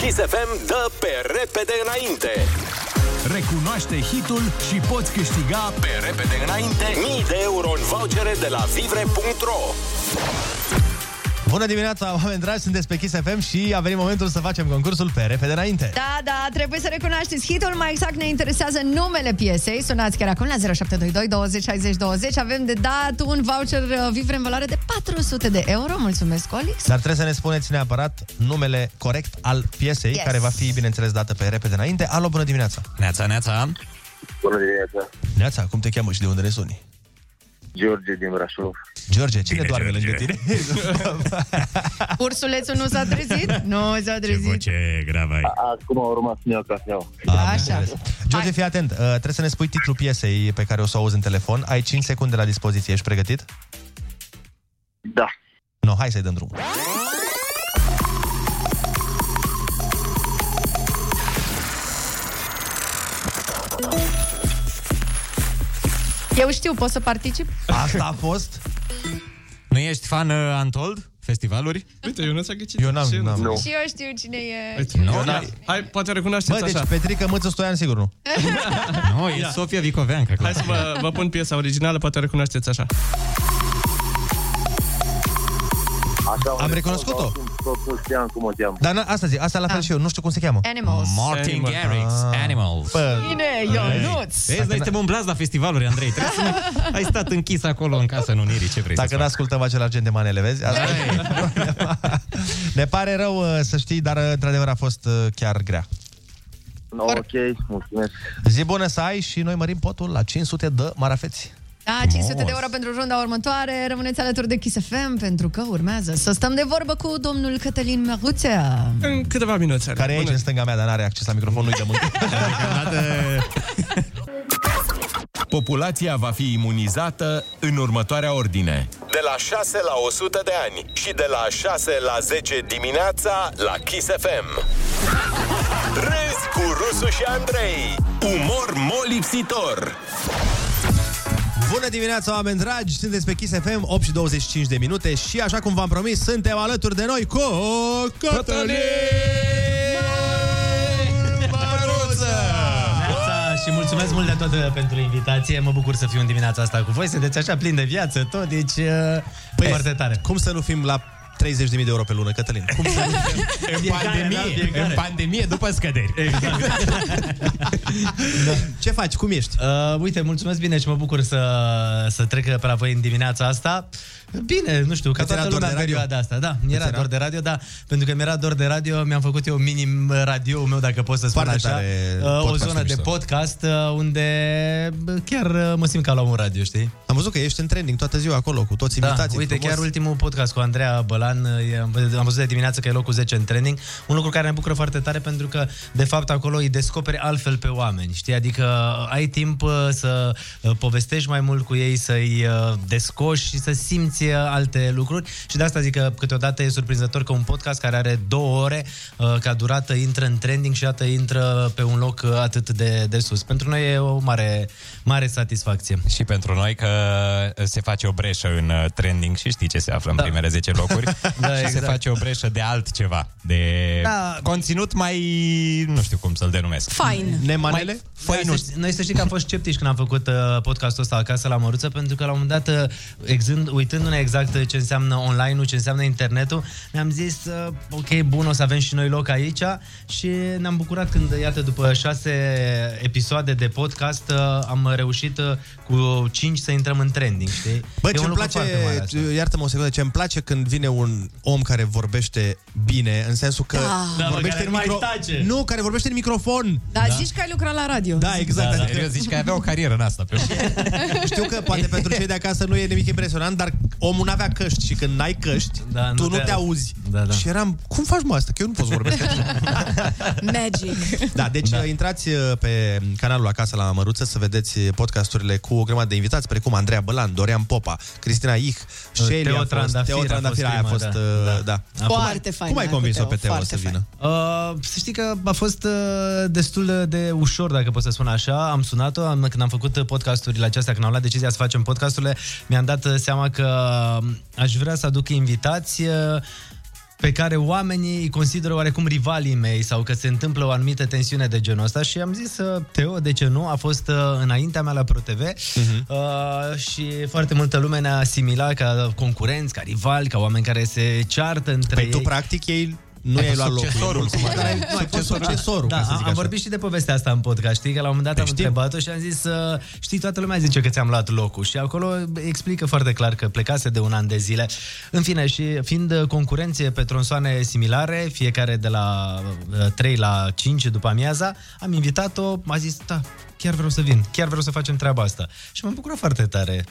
[SPEAKER 1] Kiss FM dă pe repede înainte. Recunoaște hitul și poți câștiga pe repede înainte mii de euro în vouchere de la vivre.ro.
[SPEAKER 7] Bună dimineața, oameni dragi, sunteți pe Kiss FM și a venit momentul să facem concursul pe repede înainte.
[SPEAKER 12] Da, da, trebuie să recunoașteți hitul, mai exact ne interesează numele piesei. Sunați chiar acum la 0722 20 60 20. Avem de dat un voucher uh, vivre în valoare de 400 de euro. Mulțumesc,
[SPEAKER 6] *laughs*
[SPEAKER 12] Olix.
[SPEAKER 7] Dar trebuie să ne spuneți neapărat numele corect al piesei,
[SPEAKER 12] Yes.
[SPEAKER 7] care va fi, bineînțeles, dată pe repede înainte. Alo, bună dimineața!
[SPEAKER 6] Neața, neața.
[SPEAKER 18] Bună dimineața.
[SPEAKER 7] Neața, cum te cheamă și de unde ne suni?
[SPEAKER 18] George din Brașov.
[SPEAKER 7] George, cine Bine, doarme George. lângă tine? *laughs*
[SPEAKER 12] Ursulețul nu s-a
[SPEAKER 6] *laughs*
[SPEAKER 12] trezit? Nu s-a trezit.
[SPEAKER 6] Ce grav ai.
[SPEAKER 18] Acum au rămas să-mi iau cafeaua.
[SPEAKER 12] Așa.
[SPEAKER 7] George, fii atent. Uh, trebuie să ne spui titlul piesei pe care o să o auzi în telefon. Ai 5 secunde la dispoziție. Ești pregătit?
[SPEAKER 18] Da.
[SPEAKER 7] Nu, no, hai să-i dăm drumul.
[SPEAKER 12] Eu știu, pot să particip?
[SPEAKER 7] Asta a fost?
[SPEAKER 6] Nu ești fan uh, Antold? Festivaluri?
[SPEAKER 8] Uite, eu nu ți-a ghicit.
[SPEAKER 7] Eu n-am, n-am.
[SPEAKER 8] Nu.
[SPEAKER 12] Și eu știu cine e.
[SPEAKER 8] Uite,
[SPEAKER 6] Nu,
[SPEAKER 8] eu
[SPEAKER 6] n-ai-
[SPEAKER 8] n-am. Hai, poate recunoașteți
[SPEAKER 7] Bă,
[SPEAKER 8] așa.
[SPEAKER 7] deci Petrica Mâță Stoian, sigur nu.
[SPEAKER 6] Nu, e Sofia Vicoveancă.
[SPEAKER 8] Hai să vă, vă pun piesa originală, poate recunoașteți așa.
[SPEAKER 7] Am recunoscut-o.
[SPEAKER 15] Nu știam cum o cheamă.
[SPEAKER 7] Dar na, asta zic, asta la fel și eu, nu știu cum se cheamă.
[SPEAKER 12] *laughs*
[SPEAKER 7] Ah.
[SPEAKER 12] Animals.
[SPEAKER 6] Martin Garrix, Animals.
[SPEAKER 7] Bă, da.
[SPEAKER 12] Bine, Ionuț!
[SPEAKER 6] Vezi, noi suntem umblați la festivaluri, Andrei. Trebuie să... Ai stat închis acolo în casa în Unirii, ce vrei
[SPEAKER 7] Dacă
[SPEAKER 6] să
[SPEAKER 7] nu
[SPEAKER 6] faci?
[SPEAKER 7] ascultăm același gen de manele, vezi? Asta e problema. ne pare rău uh, să știi, dar uh, într-adevăr a fost uh, chiar grea.
[SPEAKER 15] No, ok, mulțumesc.
[SPEAKER 7] Zi bună să ai și noi mărim potul la 500 de
[SPEAKER 12] *laughs*
[SPEAKER 7] marafeți.
[SPEAKER 12] Da, 500 de euro pentru runda următoare. Rămâneți alături de Kiss FM pentru că urmează să stăm de vorbă cu domnul Cătălin Măruțea.
[SPEAKER 8] În câteva minute.
[SPEAKER 7] Care e aici în stânga mea, dar n-are acces la microfon, nu-i de mâncă.
[SPEAKER 1] Populația va fi imunizată în următoarea ordine. De la 6 la 100 de ani și de la 6 la 10 dimineața la Kiss FM. Râzi cu Rusu și Andrei. Umor molipsitor.
[SPEAKER 7] Bună dimineața, oameni dragi! Sunteți pe Kiss FM, 8 și 25 de minute și, așa cum v-am promis, suntem alături de noi cu Cătălin!
[SPEAKER 20] Neața și mulțumesc mult de tot uh, pentru invitație. Mă bucur să fiu în dimineața asta cu voi. Sunteți așa plin de viață tot, deci păi, foarte tare.
[SPEAKER 7] Cum să nu fim la 30.000 de euro pe lună, Cătălin? Cum să nu fim?
[SPEAKER 6] În pandemie, în pandemie, după scăderi.
[SPEAKER 20] Exact.
[SPEAKER 7] *laughs*
[SPEAKER 20] Ce faci? Cum ești? Uh, uite, mulțumesc bine și mă bucur să, să trec pe la voi în dimineața asta. Bine, nu știu, ca
[SPEAKER 7] Îți era
[SPEAKER 20] toată lumea
[SPEAKER 7] dor de
[SPEAKER 20] în
[SPEAKER 7] radio?
[SPEAKER 20] perioada asta. Da, mi era
[SPEAKER 7] Îți era?
[SPEAKER 20] dor de radio, da. Pentru că mi-era dor de radio, mi-am făcut eu minim radio meu, dacă pot să spun
[SPEAKER 7] Foarte
[SPEAKER 20] așa. Uh,
[SPEAKER 7] tare
[SPEAKER 20] o
[SPEAKER 7] podcastul
[SPEAKER 20] zonă de
[SPEAKER 7] mișto.
[SPEAKER 20] podcast uh, unde bă, chiar uh, mă simt ca la un radio, știi?
[SPEAKER 7] Am văzut că ești în trending toată ziua acolo, cu toți invitații.
[SPEAKER 20] Da, uite,
[SPEAKER 7] frumos.
[SPEAKER 20] chiar ultimul podcast cu Andreea Bălan, e- am văzut- am văzut de dimineață că e locul 10 în trending, un lucru care ne bucură foarte tare pentru că, de fapt, acolo îi descoperi altfel pe oameni, știi? Adică ai timp uh, să uh, povestești mai mult cu ei, să-i uh, descoși și să simți uh, alte lucruri și de asta zic că câteodată e surprinzător că un podcast care are două ore uh, ca durată intră în trending și iată intră pe un loc uh, atât de, de sus. Pentru noi e o mare, mare satisfacție.
[SPEAKER 6] Și pentru noi că uh, se face o breșă în uh, trending și știi ce se află în primele 10 locuri
[SPEAKER 20] Da,
[SPEAKER 6] și se
[SPEAKER 20] exact.
[SPEAKER 6] face o breșă de altceva, de
[SPEAKER 20] Da.
[SPEAKER 6] conținut mai, nu știu cum să-l denumesc.
[SPEAKER 12] Fain.
[SPEAKER 6] Nemanele?
[SPEAKER 20] Mai, noi,
[SPEAKER 6] Făinuț.
[SPEAKER 20] să, ști- noi să știi că am fost sceptici când am făcut uh, podcastul ăsta acasă la Măruță, pentru că la un moment dat, uh, exând, uitându-ne exact uh, ce înseamnă online-ul, ce înseamnă internetul, ne-am zis, uh, ok, bun, o să avem și noi loc aici și ne-am bucurat când, iată, după șase episoade de podcast, uh, am reușit uh, cu cinci să intrăm în trending, știi?
[SPEAKER 7] Bă,
[SPEAKER 20] E un
[SPEAKER 7] ce-mi
[SPEAKER 20] lucru
[SPEAKER 7] place,
[SPEAKER 20] foarte mare asta.
[SPEAKER 7] iartă-mă o secundă, ce-mi place când vine un om care vorbește bine, în sensul că
[SPEAKER 12] Da. Da,
[SPEAKER 20] bă,
[SPEAKER 7] vorbește
[SPEAKER 20] care
[SPEAKER 7] în
[SPEAKER 20] nu mai
[SPEAKER 7] micro...
[SPEAKER 20] tace.
[SPEAKER 7] Nu, care vorbește în microfon.
[SPEAKER 12] Da, zici că ai lucrat la radio.
[SPEAKER 7] Da, exact.
[SPEAKER 6] Da, da.
[SPEAKER 7] Adică
[SPEAKER 6] Eu zici că avea o carieră în asta. Pe
[SPEAKER 7] știu că poate pentru cei de acasă nu e nimic impresionant, dar omul n-avea căști și când n-ai căști,
[SPEAKER 20] Da,
[SPEAKER 7] tu
[SPEAKER 20] nu
[SPEAKER 7] nu
[SPEAKER 20] te-
[SPEAKER 7] te auzi.
[SPEAKER 20] Da, da.
[SPEAKER 7] Și eram, cum faci mă asta? Că eu nu pot să vorbesc.
[SPEAKER 12] Magic.
[SPEAKER 7] Da, deci da. intrați uh, pe canalul Acasă la Măruță să vedeți uh, podcasturile cu o grămadă de invitați, precum Andreea Bălan, Dorian Popa, Cristina Ich, Shelly,
[SPEAKER 20] Teo
[SPEAKER 7] a fost,
[SPEAKER 20] Trandafir
[SPEAKER 7] Teo
[SPEAKER 20] a fost
[SPEAKER 7] Trandafir, aia a
[SPEAKER 20] prima,
[SPEAKER 7] fost,
[SPEAKER 20] da.
[SPEAKER 7] uh,
[SPEAKER 20] Da.
[SPEAKER 7] da.
[SPEAKER 12] Foarte fain.
[SPEAKER 7] Cum ai
[SPEAKER 12] aia
[SPEAKER 7] convins-o
[SPEAKER 12] cu
[SPEAKER 7] pe Teo
[SPEAKER 12] Foarte
[SPEAKER 7] să vină?
[SPEAKER 12] fain.
[SPEAKER 20] Uh, să știi că a fost uh, destul de ușor, dacă pot să spun așa. Am sunat-o am, când am făcut podcasturile acestea, când am luat decizia să facem podcasturile, mi-am dat uh, seama că um, aș vrea să aduc invitați uh, pe care oamenii îi consideră oarecum rivalii mei sau că se întâmplă o anumită tensiune de genul ăsta și am zis, uh, Teo, de ce nu? A fost uh, înaintea mea la ProTV uh-huh.
[SPEAKER 7] Mhm.
[SPEAKER 20] uh, și foarte multă lume ne-a asimilat ca concurenți, ca rivali, ca oameni care se ceartă între
[SPEAKER 7] Păi
[SPEAKER 20] ei.
[SPEAKER 7] tu, practic, ei nu ai luat locul.
[SPEAKER 6] Succesorul, cum ar
[SPEAKER 7] Dar ai- Nu ai fost succesorul,
[SPEAKER 20] Da,
[SPEAKER 7] ca să
[SPEAKER 20] am am
[SPEAKER 7] zic așa. Păi
[SPEAKER 20] vorbit și de povestea asta în podcast, știi, că la un moment dat am întrebat-o și am zis, uh, știi, toată lumea zice că ți-am luat locul și acolo explică foarte clar că plecase de un an de zile. În fine, și fiind uh, concurenție pe tronsoane similare, fiecare de la uh, 3 la 5 după amiaza, am invitat-o, m-a zis, da, chiar vreau să vin, chiar vreau să facem treaba asta. Și m-am bucurat foarte tare.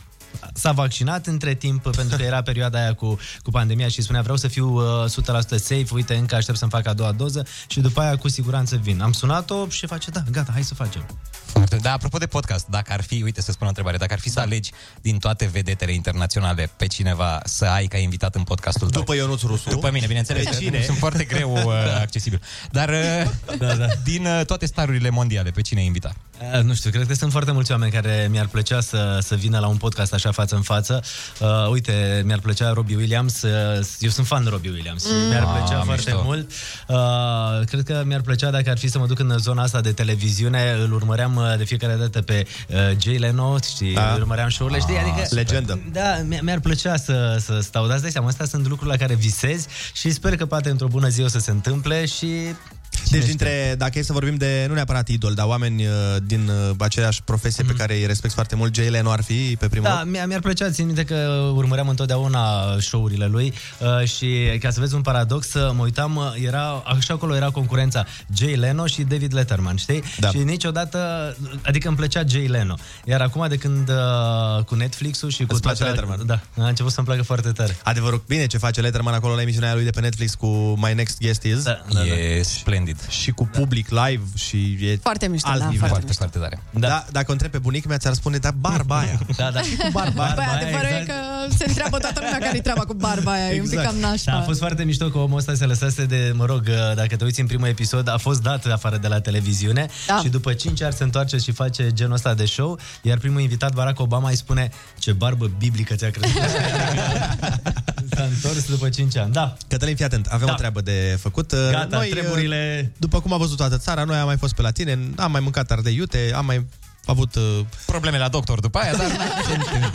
[SPEAKER 20] S-a vaccinat între timp pentru că era perioada aia cu, cu pandemia și spunea vreau să fiu uh, 100% safe, uite încă aștept să-mi fac a doua doză și după aia cu siguranță vin. Am sunat-o și face da, gata, hai să facem.
[SPEAKER 6] Foarte. Dar apropo de podcast, dacă ar fi, uite să spun o întrebare, dacă ar fi să alegi din toate vedetele internaționale pe cineva să ai ca invitat în podcastul tău.
[SPEAKER 7] După Ionuț Rusu.
[SPEAKER 6] După mine, bineînțeles.
[SPEAKER 7] Pe cine?
[SPEAKER 6] Sunt foarte greu uh,
[SPEAKER 7] Da.
[SPEAKER 6] accesibil. Dar uh, da, da. din uh, toate starurile mondiale, pe cine ai invita?
[SPEAKER 20] Uh, Nu știu, cred că sunt foarte mulți oameni care mi-ar plăcea să, să vină la un podcast așa față în față. Uh, uite, mi-ar plăcea Robbie Williams. Uh, eu sunt fan de Robbie Williams.
[SPEAKER 7] Mm.
[SPEAKER 20] Mm. Mi-ar plăcea
[SPEAKER 7] Ah,
[SPEAKER 20] foarte
[SPEAKER 7] mișto.
[SPEAKER 20] mult. Uh, cred că mi-ar plăcea dacă ar fi să mă duc în zona asta de televiziune. Îl urmăream uh, de fiecare dată pe uh, Jay Leno, știi,
[SPEAKER 7] Da.
[SPEAKER 20] da. îl urmăream show-urile, știi,
[SPEAKER 7] Ah,
[SPEAKER 20] adică...
[SPEAKER 7] super. Legendă.
[SPEAKER 20] Da, mi- mi-ar plăcea să, să stau. Dar îți dai seama, astea sunt lucruri la care visezi și sper că poate într-o bună zi o să se întâmple și...
[SPEAKER 7] Deci dintre, dacă e să vorbim de, nu neapărat idol, dar oameni uh, din uh, aceeași profesie mm-hmm. pe care îi respect foarte mult, Jay Leno ar fi pe primul
[SPEAKER 20] Da,
[SPEAKER 7] loc?
[SPEAKER 20] mi-ar, mi-ar plăcea, țin minte că urmăream întotdeauna show-urile lui uh, și ca să vezi un paradox, uh, mă uitam, uh, era, așa acolo era concurența Jay Leno și David Letterman, știi?
[SPEAKER 7] Da.
[SPEAKER 20] Și niciodată, adică îmi plăcea Jay Leno. Iar acum de când uh, cu Netflix-ul și cu
[SPEAKER 7] Îți place
[SPEAKER 20] toată-
[SPEAKER 7] Letterman?
[SPEAKER 20] Da, a început să-mi placă foarte tare.
[SPEAKER 7] Adevărul, bine ce face Letterman acolo la emisiunea lui de pe Netflix cu My Next Guest Is. Da,
[SPEAKER 6] da, e splendid.
[SPEAKER 7] Și cu public live și e
[SPEAKER 12] Foarte mișto,
[SPEAKER 7] alt
[SPEAKER 12] da,
[SPEAKER 7] nivel.
[SPEAKER 12] foarte mișto.
[SPEAKER 6] Foarte tare.
[SPEAKER 7] Da. da. dacă o întreb pe bunic mea, ți-ar spune, da, barba aia.
[SPEAKER 20] da, da.
[SPEAKER 7] Și cu barba aia.
[SPEAKER 12] Păi adevărul
[SPEAKER 20] exact.
[SPEAKER 12] e că se întreabă toată lumea care-i treaba cu barba aia, exact. e un pic cam nașpa.
[SPEAKER 20] Da, a fost foarte mișto că omul ăsta se lăsase de, mă rog, dacă te uiți în primul episod, a fost dat afară de la televiziune
[SPEAKER 12] Da.
[SPEAKER 20] da. și după 5 ani se întoarce și face genul ăsta de show, iar primul invitat, Barack Obama, îi spune ce barbă biblică ți-a
[SPEAKER 7] *laughs*
[SPEAKER 20] crescut. S-a întors după 5 ani, da.
[SPEAKER 7] Cătălin, fii atent, avem da.
[SPEAKER 20] Da.
[SPEAKER 7] o treabă de făcut. uh,
[SPEAKER 20] Gata, treburile-
[SPEAKER 7] După cum a văzut toată țara, noi am mai fost pe la tine, am mai mâncat ardei iute, am mai avut uh,
[SPEAKER 6] probleme la doctor după aia, dar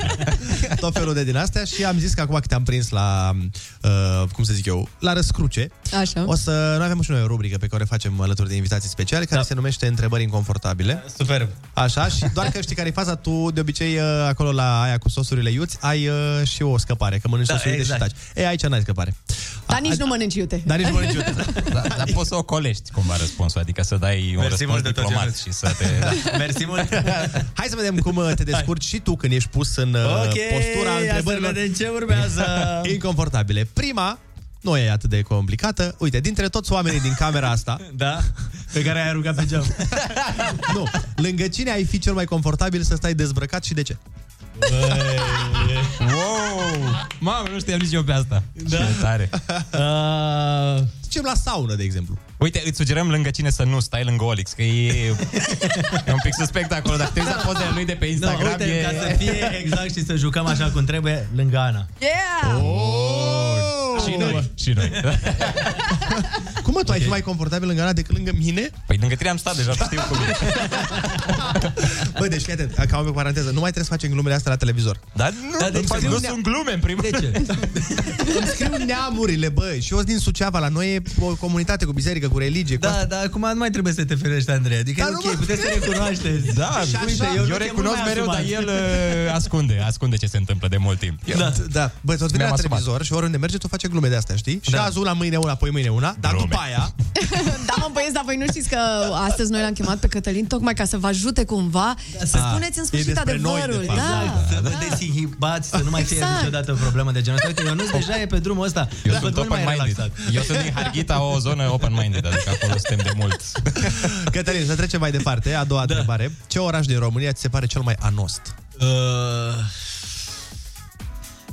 [SPEAKER 7] *laughs* tot felul de din astea și am zis că acum că te-am prins la, uh, cum să zic eu, la răscruce,
[SPEAKER 12] Așa.
[SPEAKER 7] o să, noi avem și noi o rubrică pe care o facem alături de invitații speciali, care da. se numește Întrebări inconfortabile.
[SPEAKER 20] Superb.
[SPEAKER 7] Așa, și doar că știi care e faza, tu de obicei uh, acolo la aia cu sosurile iuți ai uh, și o scăpare, că mănânci da,
[SPEAKER 12] Da,
[SPEAKER 7] sosul exact.
[SPEAKER 12] exact.
[SPEAKER 7] și taci. E, aici n-ai scăpare.
[SPEAKER 12] Dar nici nu mănânci iute.
[SPEAKER 7] Dar nici nu mănânci iute.
[SPEAKER 6] Da, dar poți să ocolești cumva răspunsul, adică să dai un
[SPEAKER 7] Mersi
[SPEAKER 6] răspuns
[SPEAKER 7] mult de tot,
[SPEAKER 6] diplomat
[SPEAKER 7] Ionuț.
[SPEAKER 6] și să
[SPEAKER 20] *laughs*
[SPEAKER 6] te... Da.
[SPEAKER 20] Mersi mult.
[SPEAKER 7] *laughs* Hai să vedem cum uh, te descurci și tu când ești pus în uh,
[SPEAKER 20] Ok,
[SPEAKER 7] postura
[SPEAKER 20] ia să
[SPEAKER 7] întrebărilor.
[SPEAKER 20] vedem ce urmează.
[SPEAKER 7] *laughs* Inconfortabile. Prima nu e atât de complicată. Uite, dintre toți oamenii din camera asta...
[SPEAKER 20] *laughs* da? Pe care ai aruncat pe geam.
[SPEAKER 7] *laughs* nu. Lângă cine ai fi cel mai confortabil să stai dezbrăcat și de ce?
[SPEAKER 6] wow! Mamă, nu știam nici eu pe asta. Da. Ce tare.
[SPEAKER 20] Uh...
[SPEAKER 7] Zicem la saună, de exemplu.
[SPEAKER 6] Uite, îți sugerăm lângă cine să nu stai lângă Olix, că e, e un pic suspect acolo. Dacă te uiți la pozele lui de pe Instagram,
[SPEAKER 20] no, Da. uite,
[SPEAKER 6] e...
[SPEAKER 20] ca să fie exact și să jucăm așa cum trebuie, lângă Ana.
[SPEAKER 12] Yeah!
[SPEAKER 6] Oh! Și noi, și noi.
[SPEAKER 20] *laughs*
[SPEAKER 7] Cum mă, tu okay. ai fi mai confortabil lângă Ana decât lângă mine?
[SPEAKER 6] Păi lângă tine am stat deja, tu știu cum e.
[SPEAKER 7] Băi, deci fii atent, ca o paranteză, nu mai trebuie să facem glumele astea la televizor.
[SPEAKER 6] Dar nu,
[SPEAKER 7] Dar de
[SPEAKER 6] nu,
[SPEAKER 7] ce?
[SPEAKER 6] nu, nu
[SPEAKER 7] Ne-
[SPEAKER 6] sunt glume, în primul
[SPEAKER 7] De ce? Îmi scriu neamurile, băi, și eu sunt din Suceava, la noi e o comunitate cu biserică, cu religie, cu
[SPEAKER 20] Da, dar acum nu mai trebuie să te ferești, Andrei. Adică
[SPEAKER 7] Dar
[SPEAKER 20] e
[SPEAKER 7] nu
[SPEAKER 20] ok,
[SPEAKER 7] mă-
[SPEAKER 20] puteți să recunoașteți.
[SPEAKER 6] Da,
[SPEAKER 20] Și așa,
[SPEAKER 6] uite, eu, eu
[SPEAKER 20] nu te
[SPEAKER 6] recunosc
[SPEAKER 20] mai
[SPEAKER 6] mereu, dar
[SPEAKER 20] asumat.
[SPEAKER 7] *laughs*
[SPEAKER 6] el uh, ascunde, ascunde ce se întâmplă de mult timp. Eu,
[SPEAKER 7] Da, da. Băi, tot vine
[SPEAKER 6] Mi-am
[SPEAKER 7] la
[SPEAKER 6] asumat.
[SPEAKER 7] televizor și oriunde merge, tot face glume de astea, știi? Și
[SPEAKER 6] Da.
[SPEAKER 7] da. azi una, mâine una, apoi mâine una, dar
[SPEAKER 6] Glume.
[SPEAKER 7] după
[SPEAKER 12] *laughs*
[SPEAKER 7] aia...
[SPEAKER 12] Da, mă băieți, dar voi nu știți că astăzi noi l-am chemat pe Cătălin tocmai ca să vă ajute cumva să
[SPEAKER 20] Ah,
[SPEAKER 12] spuneți în
[SPEAKER 20] e
[SPEAKER 12] sfârșit
[SPEAKER 20] despre noi,
[SPEAKER 12] adevărul.
[SPEAKER 20] de fapt,
[SPEAKER 12] da.
[SPEAKER 20] Să vă desinhibați, să nu mai fie
[SPEAKER 12] Exact.
[SPEAKER 20] niciodată o problemă de genul ăsta. Uite, Ionuț deja e pe drumul ăsta.
[SPEAKER 6] eu
[SPEAKER 20] După
[SPEAKER 6] sunt
[SPEAKER 20] doi mai
[SPEAKER 6] open-minded.
[SPEAKER 20] Da. relaxat.
[SPEAKER 6] Eu sunt din Harghita, o zonă open-minded, adică acolo suntem de mult.
[SPEAKER 7] Cătălin, să trecem mai departe, a doua da. întrebare. Ce oraș din România ți se pare cel mai anost?
[SPEAKER 20] Uh,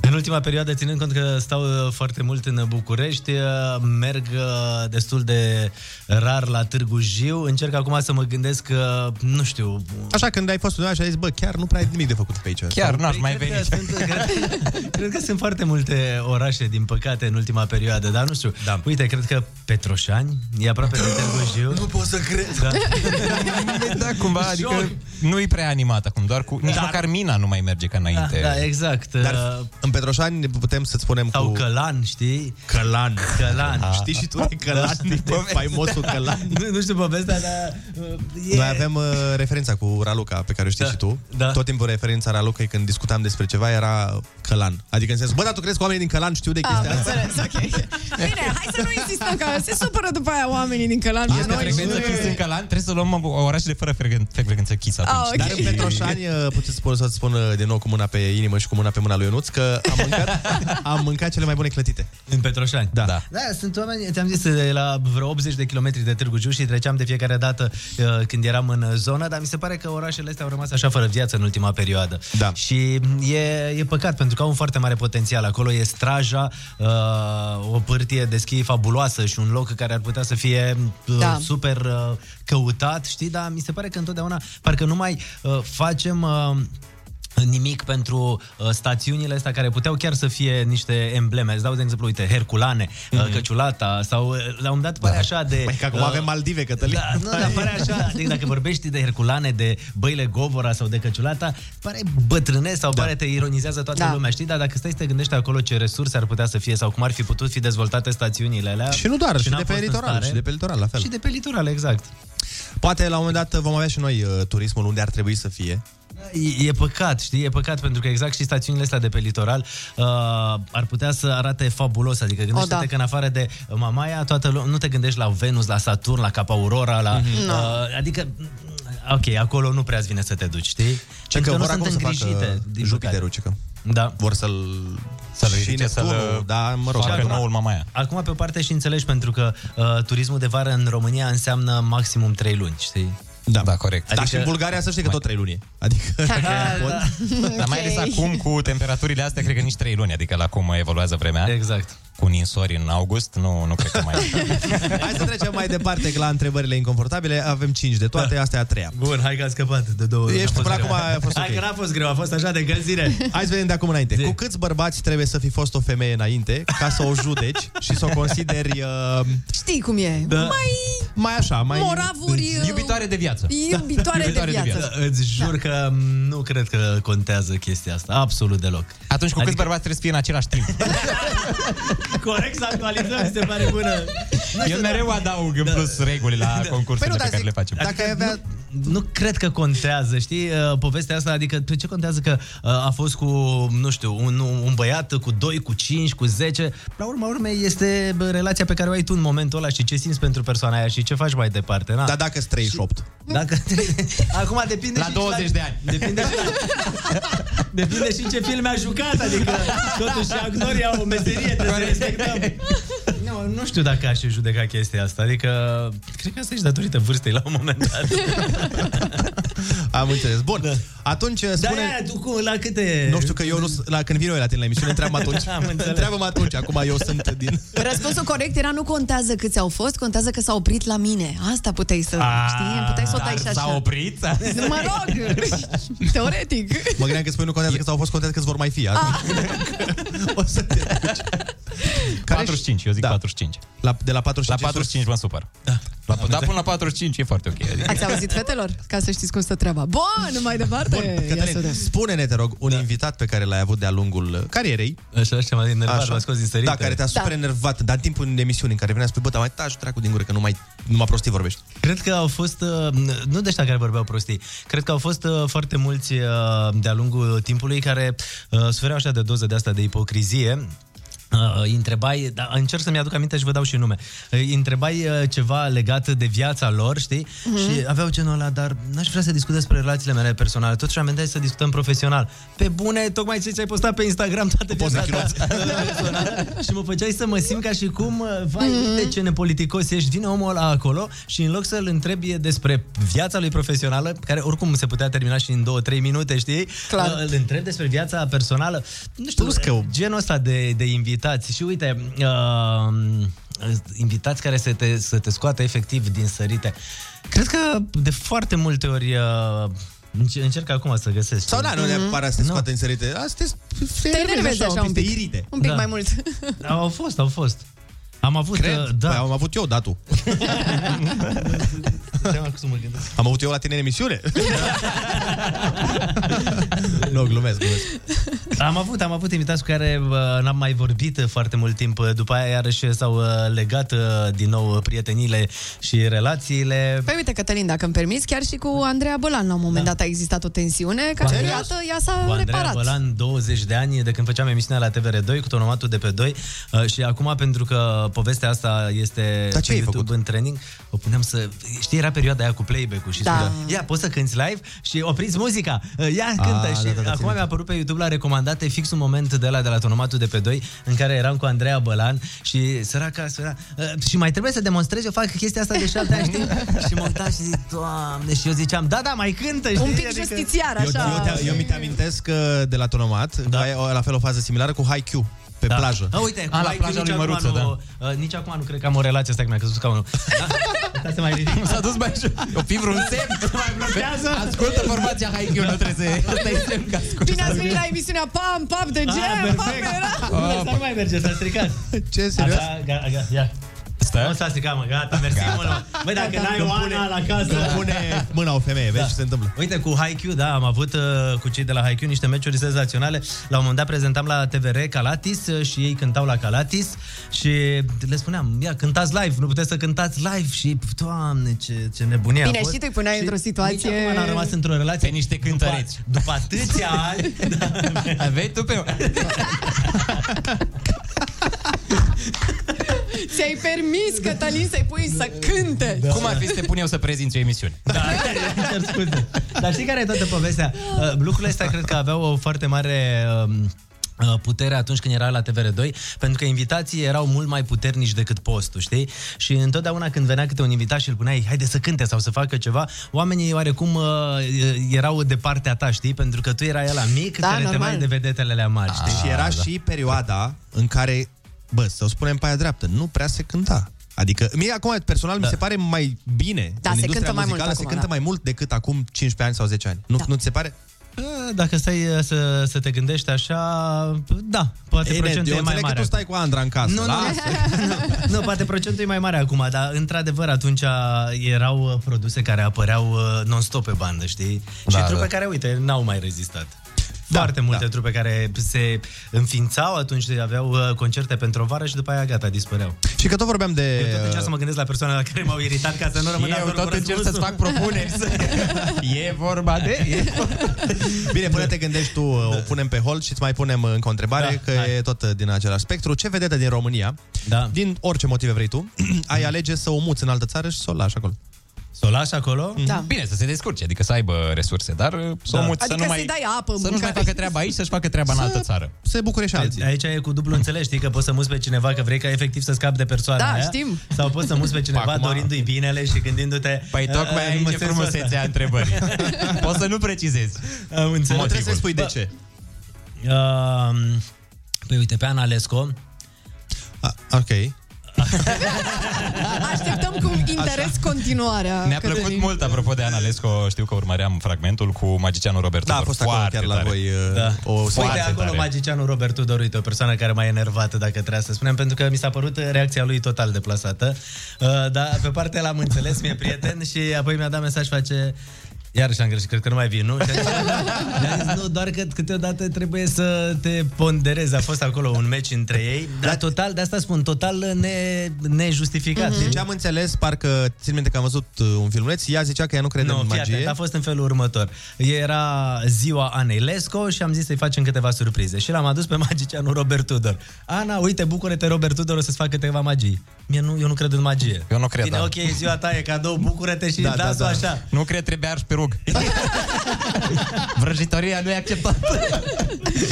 [SPEAKER 20] În ultima perioadă, ținând cont că stau uh, foarte mult în București, uh, merg uh, destul de rar la Târgu Jiu. Încerc acum să mă gândesc că, nu știu...
[SPEAKER 7] Așa, când ai fost undeva și ai zis, bă, chiar nu prea ai nimic de făcut pe aici.
[SPEAKER 6] Chiar n-aș mai
[SPEAKER 20] Păi, cred că
[SPEAKER 6] veni.
[SPEAKER 20] sunt- *laughs* cred- Cred că sunt foarte multe orașe, din păcate, în ultima perioadă, dar nu știu. Da. Uite, cred că Petroșani e aproape de Târgu Jiu. Nu
[SPEAKER 7] pot să cred.
[SPEAKER 20] Da.
[SPEAKER 6] Da, cumva, adică nu e prea animat acum, doar cu... Nici
[SPEAKER 20] Dar-
[SPEAKER 6] măcar Mina nu mai merge ca înainte.
[SPEAKER 20] Da, exact.
[SPEAKER 7] Dar în Petroșani putem să-ți spunem
[SPEAKER 20] Sau
[SPEAKER 7] cu...
[SPEAKER 20] Călan, știi?
[SPEAKER 7] Călan.
[SPEAKER 20] Călan.
[SPEAKER 7] *laughs*
[SPEAKER 20] Da,
[SPEAKER 7] Știi și tu de Călan, de faimosul Călan.
[SPEAKER 20] Nu, nu știu povestea, dar... uh, e-
[SPEAKER 7] Noi avem uh, referința cu Raluca pe care o știi da, și tu. Da. Tot timpul referința Ralucai când discutam despre ceva era Călan. Adică în sensul, bă, dar tu crezi că oamenii din Călan știu de
[SPEAKER 12] Ah,
[SPEAKER 7] chestia
[SPEAKER 12] am
[SPEAKER 7] asta?
[SPEAKER 12] înțeles, ok. Bine, hai să nu insistăm că Se supără după aia oamenii din Călan pe
[SPEAKER 6] Este
[SPEAKER 12] noi.
[SPEAKER 6] frecvență Kiss în Călan, trebuie să luăm o oraș de fără frecven- frecvență Kiss atunci.
[SPEAKER 12] Ah, ok.
[SPEAKER 7] Dar în Petroșani uh, puteți să pot să spun uh, din nou cu mâna pe inimă și cu mâna pe mâna lui Ionuț că am mâncat, am mâncat cele mai bune clătite.
[SPEAKER 20] În Petroșani,
[SPEAKER 7] da. da.
[SPEAKER 20] Da, sunt oameni, te-am zis, de la vreo 80 de kilometri de Târgu Jiu și treceam de fiecare dată uh, când eram în uh, zonă, dar mi se pare că orașele astea au rămas așa fără viață în ultima perioadă. Da. Și e, e păcat, pentru că au un foarte mare potențial. Acolo e straja, uh, o pârtie de schi fabuloasă și un loc care ar putea să fie uh,
[SPEAKER 12] Da.
[SPEAKER 20] da. super uh, căutat, știi? Dar mi se pare că întotdeauna, parcă nu mai uh, facem... Uh, nimic pentru uh, stațiunile astea care puteau chiar să fie niște embleme. Îți dau de exemplu, uite, Herculane, mm. uh, Căciulata sau uh, la un moment dat pare da. așa de...
[SPEAKER 7] Mai că acum
[SPEAKER 20] uh,
[SPEAKER 7] avem Maldive, Cătălin.
[SPEAKER 20] Da, nu, dar pare așa,
[SPEAKER 7] *laughs*
[SPEAKER 20] adică dacă vorbești de Herculane, de băile Govora sau de Căciulata, pare bătrânesc sau da. pare te ironizează toată
[SPEAKER 12] Da.
[SPEAKER 20] da. lumea, știi? Dar dacă stai să te gândești acolo ce resurse ar putea să fie sau cum ar fi putut fi dezvoltate stațiunile alea...
[SPEAKER 7] Și nu doar, și, și
[SPEAKER 20] n-am
[SPEAKER 7] de pe
[SPEAKER 20] fost în
[SPEAKER 7] litoral,
[SPEAKER 20] stare.
[SPEAKER 7] și de pe litoral, la fel.
[SPEAKER 20] Și de pe litoral, exact.
[SPEAKER 7] Poate la un moment dat vom
[SPEAKER 20] *laughs*
[SPEAKER 7] avea și noi uh, turismul unde ar trebui să fie.
[SPEAKER 20] E- E păcat, știi, e păcat pentru că exact și stațiunile astea de pe litoral uh, ar putea să arate fabulos, adică gândește-te
[SPEAKER 12] O, da.
[SPEAKER 20] că în afară de uh, Mamaia, toată lumea, nu te gândești la Venus, la Saturn, la Capa Aurora, la...
[SPEAKER 12] Mhm.
[SPEAKER 20] Mm-hmm.
[SPEAKER 12] Nu.
[SPEAKER 20] Uh, adică, ok, acolo nu prea-ți vine să te duci, știi?
[SPEAKER 7] Ce că vor acum să facă Jupiterul, ce că
[SPEAKER 20] da.
[SPEAKER 7] vor să-l...
[SPEAKER 6] Să-l
[SPEAKER 7] și
[SPEAKER 6] ridice, să-l
[SPEAKER 7] Neptunul, da, mă rog,
[SPEAKER 6] facă
[SPEAKER 7] acum-
[SPEAKER 6] noul Mamaia.
[SPEAKER 20] Acum, pe o parte și înțelegi, pentru că uh, turismul de vară în România înseamnă maximum 3 luni, știi?
[SPEAKER 6] Da, da corect.
[SPEAKER 20] Adică-
[SPEAKER 7] Dar și în Bulgaria să știi că
[SPEAKER 20] Mai-
[SPEAKER 7] tot trei luni e. Adică...
[SPEAKER 6] Dar mai ales
[SPEAKER 7] Ok.
[SPEAKER 6] acum cu temperaturile astea, cred că nici 3 luni, adică la cum evoluează vremea.
[SPEAKER 20] Exact.
[SPEAKER 6] Cu ninsori în august, nu, nu cred că mai
[SPEAKER 7] Păi Hai să trecem mai departe la întrebările inconfortabile. Avem 5 de toate,
[SPEAKER 20] Da.
[SPEAKER 7] asta e a treia.
[SPEAKER 20] Bun, hai că a scăpat de două
[SPEAKER 7] Ești
[SPEAKER 20] N-a fost
[SPEAKER 7] până
[SPEAKER 20] greu.
[SPEAKER 7] acum a fost
[SPEAKER 20] Hai
[SPEAKER 7] ok.
[SPEAKER 20] că n-a fost greu, a fost așa de gălzire.
[SPEAKER 7] Hai să vedem de acum înainte. Cu câți bărbați trebuie să fi fost o femeie înainte ca să o judeci și să o consideri uh,
[SPEAKER 12] Știi cum e?
[SPEAKER 7] Da.
[SPEAKER 12] Mai
[SPEAKER 7] mai așa, mai
[SPEAKER 12] moravuri... uh,
[SPEAKER 7] de viață.
[SPEAKER 12] Iubitoare, de viață.
[SPEAKER 20] Îți jur da. că nu cred că contează chestia asta, absolut deloc.
[SPEAKER 6] Atunci cu adică... câți bărbați trebuie să fie în același timp?
[SPEAKER 20] *laughs* Corect să actualizăm, mi se pare bună.
[SPEAKER 6] Eu mereu adaug
[SPEAKER 20] Da.
[SPEAKER 6] în plus reguli la
[SPEAKER 12] Păi
[SPEAKER 6] concursurile pe care le facem.
[SPEAKER 20] Dacă avea... Adică nu, nu cred că contează, știi, uh, povestea asta, adică pe ce contează că uh, a fost cu, nu știu, un, un băiat cu 2, cu 5, cu 10, la urma urmei este bă, relația pe care o ai tu în momentul ăla și ce simți pentru persoana aia și ce faci mai departe, na?
[SPEAKER 7] Dar dacă sunt 38?
[SPEAKER 20] Dacă... *laughs* Acum depinde
[SPEAKER 7] La
[SPEAKER 20] și
[SPEAKER 7] 20 de ani.
[SPEAKER 20] Depinde și,
[SPEAKER 7] *laughs*
[SPEAKER 20] depinde și ce filme a jucat, adică totuși actorii au o meserie, trebuie să respectăm. Nu, nu știu dacă aș judeca chestia asta, adică cred că asta ești datorită vârstei la un moment dat.
[SPEAKER 7] Am înțeles. Bun. Da. Atunci
[SPEAKER 20] Dar
[SPEAKER 7] spune...
[SPEAKER 20] aia, Da, tu cu, la câte...
[SPEAKER 7] Nu știu că eu nu, sunt- la, când vin eu la tine la emisiune, întreabă atunci.
[SPEAKER 20] *laughs* Am înțeles.
[SPEAKER 7] Întreabă-mă atunci, acum eu sunt din...
[SPEAKER 12] Răspunsul corect era nu contează câți au fost, contează că s-au oprit la mine. Asta puteai să
[SPEAKER 7] Ah,
[SPEAKER 12] știi, puteai să o dai și așa.
[SPEAKER 6] S-a oprit?
[SPEAKER 12] Mă rog,
[SPEAKER 20] *laughs*
[SPEAKER 12] teoretic.
[SPEAKER 7] Mă gândeam că spui nu contează că s-au fost, contează că vor mai fi. Ah. o să te duci.
[SPEAKER 6] 45, eu zic da. 45.
[SPEAKER 7] La, de la 45
[SPEAKER 6] La 45 mă supăr. Da. La, da, până la 45 e foarte ok. Adică.
[SPEAKER 12] Ați auzit, fetelor? Ca să știți cum stă treaba. Bun, mai departe. Ia să vedem.
[SPEAKER 7] *laughs* Cătălin, spune-ne, te rog, un da. invitat pe care l-ai avut de-a lungul uh, carierei.
[SPEAKER 20] Așa, și m-a enervat, m-a scos din sărite.
[SPEAKER 7] Da, care te-a
[SPEAKER 12] Da.
[SPEAKER 7] super enervat, dar în timpul unei emisiuni în care venea spui, bă, dar mai taci dracu din gură, că nu mai, numai prostii vorbești.
[SPEAKER 20] Cred că au fost, uh, nu de ăștia care vorbeau prostii, cred că au fost uh, foarte mulți uh, de-a lungul timpului care uh, sufereau așa de doză de asta de ipocrizie. Uh, îi întrebai, da, încerc să-mi aduc aminte și vă dau și nume. Uh, îi întrebai uh, ceva legat de viața lor, știi? Mm-hmm. Și aveau genul ăla, dar n-aș vrea să discut despre relațiile mele personale, totuși am venit aici să discutăm profesional. Pe bune, tocmai ce ți-ai postat pe Instagram toate viața ta *laughs* uh, personală și mă făceai să mă simt ca și cum, uh, vai, mm-hmm. uite ce nepoliticos ești, vine omul ăla acolo și în loc să-l întrebi despre viața lui profesională, care oricum se putea termina și în 2-3 minute, știi?
[SPEAKER 12] Clar.
[SPEAKER 20] Uh, Îl întreb despre viața personală. Nu știu, că... genul ăsta de, de invitați. Și uite, uh, invitați care să te, să te scoată efectiv din sărite. Cred că de foarte multe ori uh, înce- încerc acum să găsesc.
[SPEAKER 7] Sau da, nu neapărat să te scoate în sărite. Asta te
[SPEAKER 12] Mhm. Te enervezi așa un
[SPEAKER 7] te
[SPEAKER 12] pic.
[SPEAKER 7] irite.
[SPEAKER 12] Un pic
[SPEAKER 20] Da.
[SPEAKER 12] mai mult.
[SPEAKER 20] Au fost, au fost. Am avut,
[SPEAKER 7] Cred.
[SPEAKER 20] uh, da.
[SPEAKER 7] Păi am avut eu datul. Am avut eu la tine în emisiune? nu, glumesc, glumesc.
[SPEAKER 20] *laughs* Am avut, am avut invitați cu care uh, n-am mai vorbit uh, foarte mult timp. După aia iarăși s-au uh, legat uh, din nou uh, prieteniile și relațiile.
[SPEAKER 12] Păi uite, Cătălin, dacă îmi permiți, chiar și cu Andreea Bălan la un moment dat a existat o tensiune
[SPEAKER 20] Cu
[SPEAKER 12] care,
[SPEAKER 20] Andreea?
[SPEAKER 12] iată, ea s-a
[SPEAKER 20] Da. Cu Andreea
[SPEAKER 12] reparat.
[SPEAKER 20] Bălan, 20 de ani, de când făceam emisiunea la TVR2 cu tonomatul de pe 2 uh, și acum, pentru că povestea asta este
[SPEAKER 7] Dar ce
[SPEAKER 20] pe
[SPEAKER 7] ai
[SPEAKER 20] YouTube în training, o puneam să... Știi, era perioada aia cu playback-ul și
[SPEAKER 7] Da.
[SPEAKER 20] da. ia, poți să cânti live și opriți muzica, uh, ia,
[SPEAKER 7] Ah,
[SPEAKER 20] cântă.
[SPEAKER 7] da,
[SPEAKER 20] și
[SPEAKER 7] da, da, țin
[SPEAKER 20] acum mi-a apărut pe YouTube la recomandate fix un moment de la de la tonomatul de pe 2 în care eram cu Andreea Bălan și
[SPEAKER 12] *laughs*
[SPEAKER 20] săraca, săra, *laughs* uh, și mai trebuie să demonstrez, eu fac chestia asta de șapte ani, știi? și mă uitam și zic, doamne, și eu ziceam, da, da, mai cântă, știi?
[SPEAKER 12] Un pic justițiar,
[SPEAKER 7] Eu,
[SPEAKER 12] așa.
[SPEAKER 7] eu, te, eu mi-te amintesc uh, de la Tonomat, da. ai, o- la fel o fază similară cu Haikyuu pe da. plajă.
[SPEAKER 20] A, Ah, uite, cu
[SPEAKER 7] A, la
[SPEAKER 20] Mike,
[SPEAKER 7] plaja
[SPEAKER 20] nici
[SPEAKER 7] lui
[SPEAKER 20] acum
[SPEAKER 7] Măruță, da.
[SPEAKER 20] nu, da. nici acum nu cred că am o relație asta, că mi-a căzut *laughs* scaunul. Da? Asta se mai ridică. *laughs* S-a dus mai jos. O fi vreun semn? *laughs* Se mai blochează?
[SPEAKER 6] Ascultă formația Haikyuu, nu trebuie să... Asta e semn că ascultă.
[SPEAKER 12] Bine ați venit la emisiunea Pam, Pam
[SPEAKER 20] Ah,
[SPEAKER 12] de Gem, Pam era.
[SPEAKER 20] Asta *laughs* nu mai merge, s-a stricat.
[SPEAKER 7] Ce,
[SPEAKER 20] serios? Gata, gata, gata, ia. Stai. Nu s-a stricat, mă, gata, mersi
[SPEAKER 7] Gata.
[SPEAKER 20] mult. mă. Băi, dacă
[SPEAKER 7] Gata.
[SPEAKER 20] n-ai
[SPEAKER 7] Când
[SPEAKER 20] o
[SPEAKER 7] pune-
[SPEAKER 20] Ana la casă...
[SPEAKER 7] când Da. pune mâna o femeie, vezi ce se întâmplă.
[SPEAKER 20] Da. Uite, cu Haikyuu, da, am avut uh, cu cei de la Haikyuu niște meciuri senzaționale. La un moment dat prezentam la TVR Calatis uh, și ei cântau la Calatis și le spuneam, ia, cântați live, nu puteți să cântați live și, doamne, ce, ce nebunie a
[SPEAKER 12] Bine,
[SPEAKER 20] fost.
[SPEAKER 12] și tu îi puneai într-o situație...
[SPEAKER 20] Nici acum n-am rămas într-o relație. Pe niște cântăreți. După, după
[SPEAKER 6] *laughs*
[SPEAKER 20] atâția ani... da. Aveai tu pe...
[SPEAKER 12] Ți-ai permis, Cătălin, să-i pui să cânte.
[SPEAKER 20] Da.
[SPEAKER 6] Cum ar fi să te pun eu să prezinți o emisiune?
[SPEAKER 20] Cer scuze. Dar știi care e toată povestea? Uh, Lucrurile astea cred că aveau o foarte mare um, uh, putere atunci când era la TVR2, pentru că invitații erau mult mai puternici decât postul, știi? Și întotdeauna când venea câte un invitat și îl puneai, haide să cânte sau să facă ceva, oamenii oarecum uh, erau de partea ta, știi? Pentru că tu erai la mic,
[SPEAKER 7] Da,
[SPEAKER 20] da, care te
[SPEAKER 7] normal.
[SPEAKER 20] mai de vedetele alea mari, știi?
[SPEAKER 7] *laughs* și era da. și perioada în care, bă, să o spunem pe aia dreaptă, nu prea se cânta. Adică, mie acum, personal, da. mi se pare mai bine
[SPEAKER 12] Da,
[SPEAKER 7] în
[SPEAKER 12] se
[SPEAKER 7] industria
[SPEAKER 12] cântă mai mult
[SPEAKER 7] muzicală, se
[SPEAKER 12] acum,
[SPEAKER 7] cântă
[SPEAKER 12] da.
[SPEAKER 7] mai mult decât acum 15 ani sau 10 ani. Nu, da. nu ți se pare?
[SPEAKER 20] Uh, Dacă stai uh, să, să te gândești așa, da, poate
[SPEAKER 7] Evident,
[SPEAKER 20] procentul
[SPEAKER 7] eu
[SPEAKER 20] e mai
[SPEAKER 7] înțeleg
[SPEAKER 20] mare.
[SPEAKER 7] că tu stai
[SPEAKER 20] acum.
[SPEAKER 7] cu Andra în casă.
[SPEAKER 20] Nu, nu,
[SPEAKER 7] lasă.
[SPEAKER 20] *laughs* nu, nu, poate procentul e mai mare acum, dar într-adevăr atunci a, erau uh, produse care apăreau uh, non-stop pe bandă, știi?
[SPEAKER 7] Da,
[SPEAKER 20] și trupe
[SPEAKER 7] da.
[SPEAKER 20] care, uite, n-au mai rezistat. Foarte multe da. trupe care se înființau atunci, aveau uh, concerte pentru o vară și după aia gata, dispăreau.
[SPEAKER 7] Și că tot vorbeam de...
[SPEAKER 20] Eu tot încerc să mă gândesc la persoanele la care m-au iritat ca să nu rămân
[SPEAKER 6] Eu
[SPEAKER 20] acolo cu
[SPEAKER 6] tot încerc
[SPEAKER 20] răspunsul.
[SPEAKER 6] să-ți fac
[SPEAKER 20] *laughs*
[SPEAKER 6] propuneri. *laughs* E vorba de... E
[SPEAKER 7] Bine, până te gândești
[SPEAKER 20] *laughs*
[SPEAKER 7] tu,
[SPEAKER 20] Da.
[SPEAKER 7] o punem pe hold și îți mai punem uh, încă o întrebare, da, că hai. e tot uh, din același spectru. Ce vedetă din România,
[SPEAKER 20] da. Mm.
[SPEAKER 7] din orice motive vrei tu, *clears throat* ai alege să o muți în altă țară și să o lași acolo?
[SPEAKER 20] Să o lași acolo?
[SPEAKER 12] Da.
[SPEAKER 6] Bine, să se
[SPEAKER 7] *laughs*
[SPEAKER 6] descurce, adică să aibă resurse, dar uh, să o
[SPEAKER 20] Da.
[SPEAKER 6] muți,
[SPEAKER 12] Adică
[SPEAKER 6] să nu mai...
[SPEAKER 12] să-i dai
[SPEAKER 6] să
[SPEAKER 12] apă,
[SPEAKER 6] nu mai
[SPEAKER 12] mâncare.
[SPEAKER 6] facă treaba aici, să-și facă treaba în altă țară.
[SPEAKER 7] Se bucure și alții.
[SPEAKER 20] Aici e cu dublu înțeles, știi că poți să muți pe cineva că vrei ca efectiv să scapi de persoana
[SPEAKER 12] Da,
[SPEAKER 20] aia,
[SPEAKER 12] știm.
[SPEAKER 20] Sau poți să muți pe cineva
[SPEAKER 6] Păi Acum-
[SPEAKER 20] dorindu-i binele și gândindu-te...
[SPEAKER 6] Păi tocmai
[SPEAKER 20] "Ah,
[SPEAKER 6] aici
[SPEAKER 20] mă
[SPEAKER 6] e
[SPEAKER 20] sensul
[SPEAKER 6] frumusețea
[SPEAKER 20] ăsta."
[SPEAKER 6] întrebării.
[SPEAKER 20] *laughs*
[SPEAKER 6] Poți să nu precizezi.
[SPEAKER 20] *laughs* Am înțeles.
[SPEAKER 6] Nu trebuie să spui de
[SPEAKER 7] ce.
[SPEAKER 20] Um, păi uite, pe Ana Lesco.
[SPEAKER 7] A, ok.
[SPEAKER 12] Așteptăm cu interes
[SPEAKER 20] Da,
[SPEAKER 12] continuarea.
[SPEAKER 6] Ne-a plăcut
[SPEAKER 12] Cătălin.
[SPEAKER 6] mult, apropo de Analesco, știu că urmăream fragmentul cu magicianul Robert
[SPEAKER 7] Da, a
[SPEAKER 6] Tudor.
[SPEAKER 7] fost acolo
[SPEAKER 6] Foarte
[SPEAKER 7] chiar la
[SPEAKER 6] tare. Da.
[SPEAKER 7] voi uh, o
[SPEAKER 20] Uite,
[SPEAKER 6] foarte
[SPEAKER 20] Păi acolo
[SPEAKER 6] tare.
[SPEAKER 20] magicianul Robert Tudor, uite, o persoană care m-a enervat, dacă trebuia să spunem, pentru că mi s-a părut reacția lui total deplasată. Uh, dar pe partea l-am înțeles, mi-e prieten și apoi mi-a dat mesaj, face... Iarăși am greșit, cred că nu mai vin, nu? Și a zis, nu, doar că câteodată trebuie să te ponderezi. A fost acolo un meci între ei,
[SPEAKER 7] Da.
[SPEAKER 20] dar total, de asta spun, total ne, nejustificat.
[SPEAKER 7] Din ce Mm-hmm. Deci am înțeles, parcă, țin minte că am văzut uh, un filmuleț, ea zicea că ea nu crede
[SPEAKER 20] Nu,
[SPEAKER 7] în
[SPEAKER 20] fii
[SPEAKER 7] magie.
[SPEAKER 20] atent, a fost în felul următor. Era ziua Anei Lesco și am zis să-i facem câteva surprize. Și l-am adus pe magicianul Robert Tudor. Ana, uite, bucură-te, Robert Tudor, o să-ți fac câteva magii. Mie nu, eu nu cred în magie.
[SPEAKER 6] Eu nu cred,
[SPEAKER 20] Bine,
[SPEAKER 6] da.
[SPEAKER 20] ok, e ziua ta, e cadou, bucură-te și da, da, da. așa.
[SPEAKER 6] Nu cred, trebuie ars pe rug. *laughs* Vrăjitoria nu e acceptată.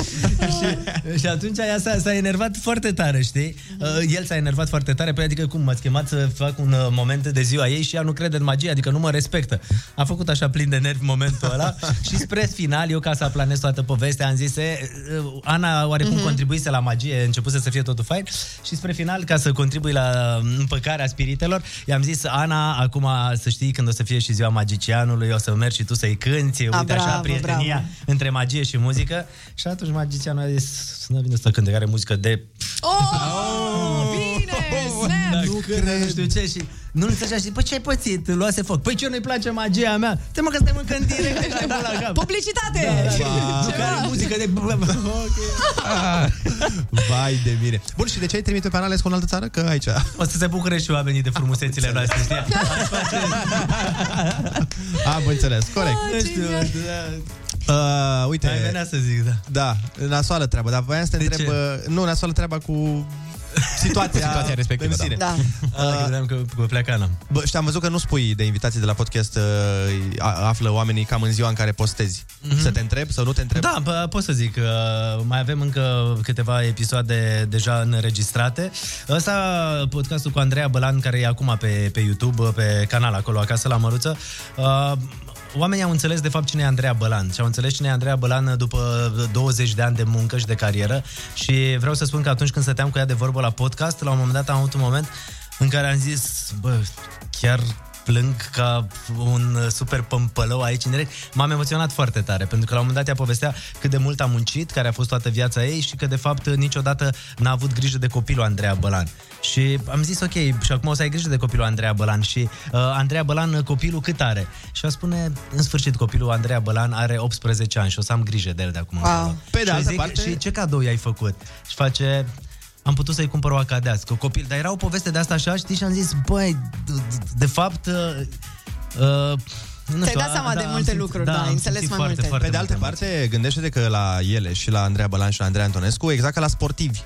[SPEAKER 20] *laughs* și atunci ea s-a, s-a enervat foarte tare, știi? Uh, El s-a enervat foarte tare, păi adică cum, m-ați chemat să fac un uh, moment de ziua ei și ea nu crede în magie, adică nu mă respectă. A făcut așa plin de nervi momentul
[SPEAKER 12] *laughs*
[SPEAKER 20] ăla și spre final, eu ca să aplanez toată povestea, am zis, e, uh, Ana oarecum
[SPEAKER 12] Mhm.
[SPEAKER 20] mm-hmm. contribuise la magie, începuse să fie totul fain și spre final, ca să contribui la uh, împăcarea spiritelor, i-am zis, Ana, acum să știi când o să fie și ziua magicianului, o să mergi și tu să-i cânti,
[SPEAKER 12] A,
[SPEAKER 20] uite așa,
[SPEAKER 12] bravo,
[SPEAKER 20] prietenia
[SPEAKER 12] bravo.
[SPEAKER 20] *laughs* între magie și muzică și atunci magicianul a zis să nu vine să cânte, care muzică de...
[SPEAKER 12] Oh, bine, snap!
[SPEAKER 20] cred. da, nu știu ce și nu înțelegea și, păi ce ai pățit? Luase foc. Păi ce nu-i place magia mea? Te mă că suntem în cantine, că ești nebun la cap.
[SPEAKER 12] Publicitate!
[SPEAKER 20] Da, da, da. Care muzică de... Ah,
[SPEAKER 7] Vai de mine. Bun, și de ce ai trimis-o pe Anales cu o altă țară? Că aici...
[SPEAKER 20] O să se bucure și oamenii de frumusețile noastre, știi? *laughs*
[SPEAKER 7] Am înțeles, corect.
[SPEAKER 20] Nu știu, da.
[SPEAKER 7] Uh, uite,
[SPEAKER 20] Mai venea să zic, da.
[SPEAKER 7] Da, nasoală treaba, dar voiam să te
[SPEAKER 20] De ce?
[SPEAKER 7] întreb... uh, Nu, nasoală treaba cu situația,
[SPEAKER 20] Situația respectivă,
[SPEAKER 7] în sine.
[SPEAKER 20] da. Da. Ah, că credeam că pleacă Ana.
[SPEAKER 7] Bă, și am văzut că nu spui de invitații de la podcast uh, a- află oamenii cam în ziua în care postezi.
[SPEAKER 20] Mhm.
[SPEAKER 7] Să te întreb sau nu te întreb?
[SPEAKER 20] Da, bă, pot să zic. uh, Mai avem încă câteva episoade deja înregistrate. Ăsta, podcastul cu Andreea Bălan, care e acum pe, pe YouTube, uh, pe canal acolo, acasă la Măruță. uh, Oamenii au înțeles de fapt cine e Andreea Bălan și au înțeles cine e Andreea Bălan după 20 de ani de muncă și de carieră și vreau să spun că atunci când stăteam cu ea de vorbă la podcast, la un moment dat am avut un moment în care am zis, bă, chiar plâng ca un uh, super pămpălău aici în direct. M-am emoționat foarte tare, pentru că la un moment dat ea povestea cât de mult a muncit, care a fost toată viața ei și că de fapt niciodată n-a avut grijă de copilul Andreea Bălan. Și am zis, ok, și acum o să ai grijă de copilul Andreea Bălan și uh, Andreea Bălan, uh, copilul cât are? Și a spune, în sfârșit, copilul Andreea Bălan are 18 ani și o să am grijă de el de acum
[SPEAKER 7] Wow.
[SPEAKER 20] încolo.
[SPEAKER 7] Pe de
[SPEAKER 20] și eu
[SPEAKER 7] altă
[SPEAKER 20] zic,
[SPEAKER 7] parte-
[SPEAKER 20] Și ce cadou i-ai făcut? Și face, am putut să-i cumpăr o acadească, o copil. Dar era o poveste de asta așa, știi, și am zis, băi, d- d- de fapt... Uh, uh, nu
[SPEAKER 12] Te-ai
[SPEAKER 20] știu,
[SPEAKER 12] dat
[SPEAKER 20] a-
[SPEAKER 12] seama de
[SPEAKER 20] am
[SPEAKER 12] multe lucruri, da,
[SPEAKER 20] am
[SPEAKER 12] ai înțeles
[SPEAKER 20] simțit
[SPEAKER 12] mai
[SPEAKER 20] foarte,
[SPEAKER 12] multe.
[SPEAKER 20] Foarte
[SPEAKER 7] Pe de altă
[SPEAKER 20] multe
[SPEAKER 7] parte, gândește-te că la ele și la Andreea Bălan și la Andreea Antonescu, exact ca la sportivi.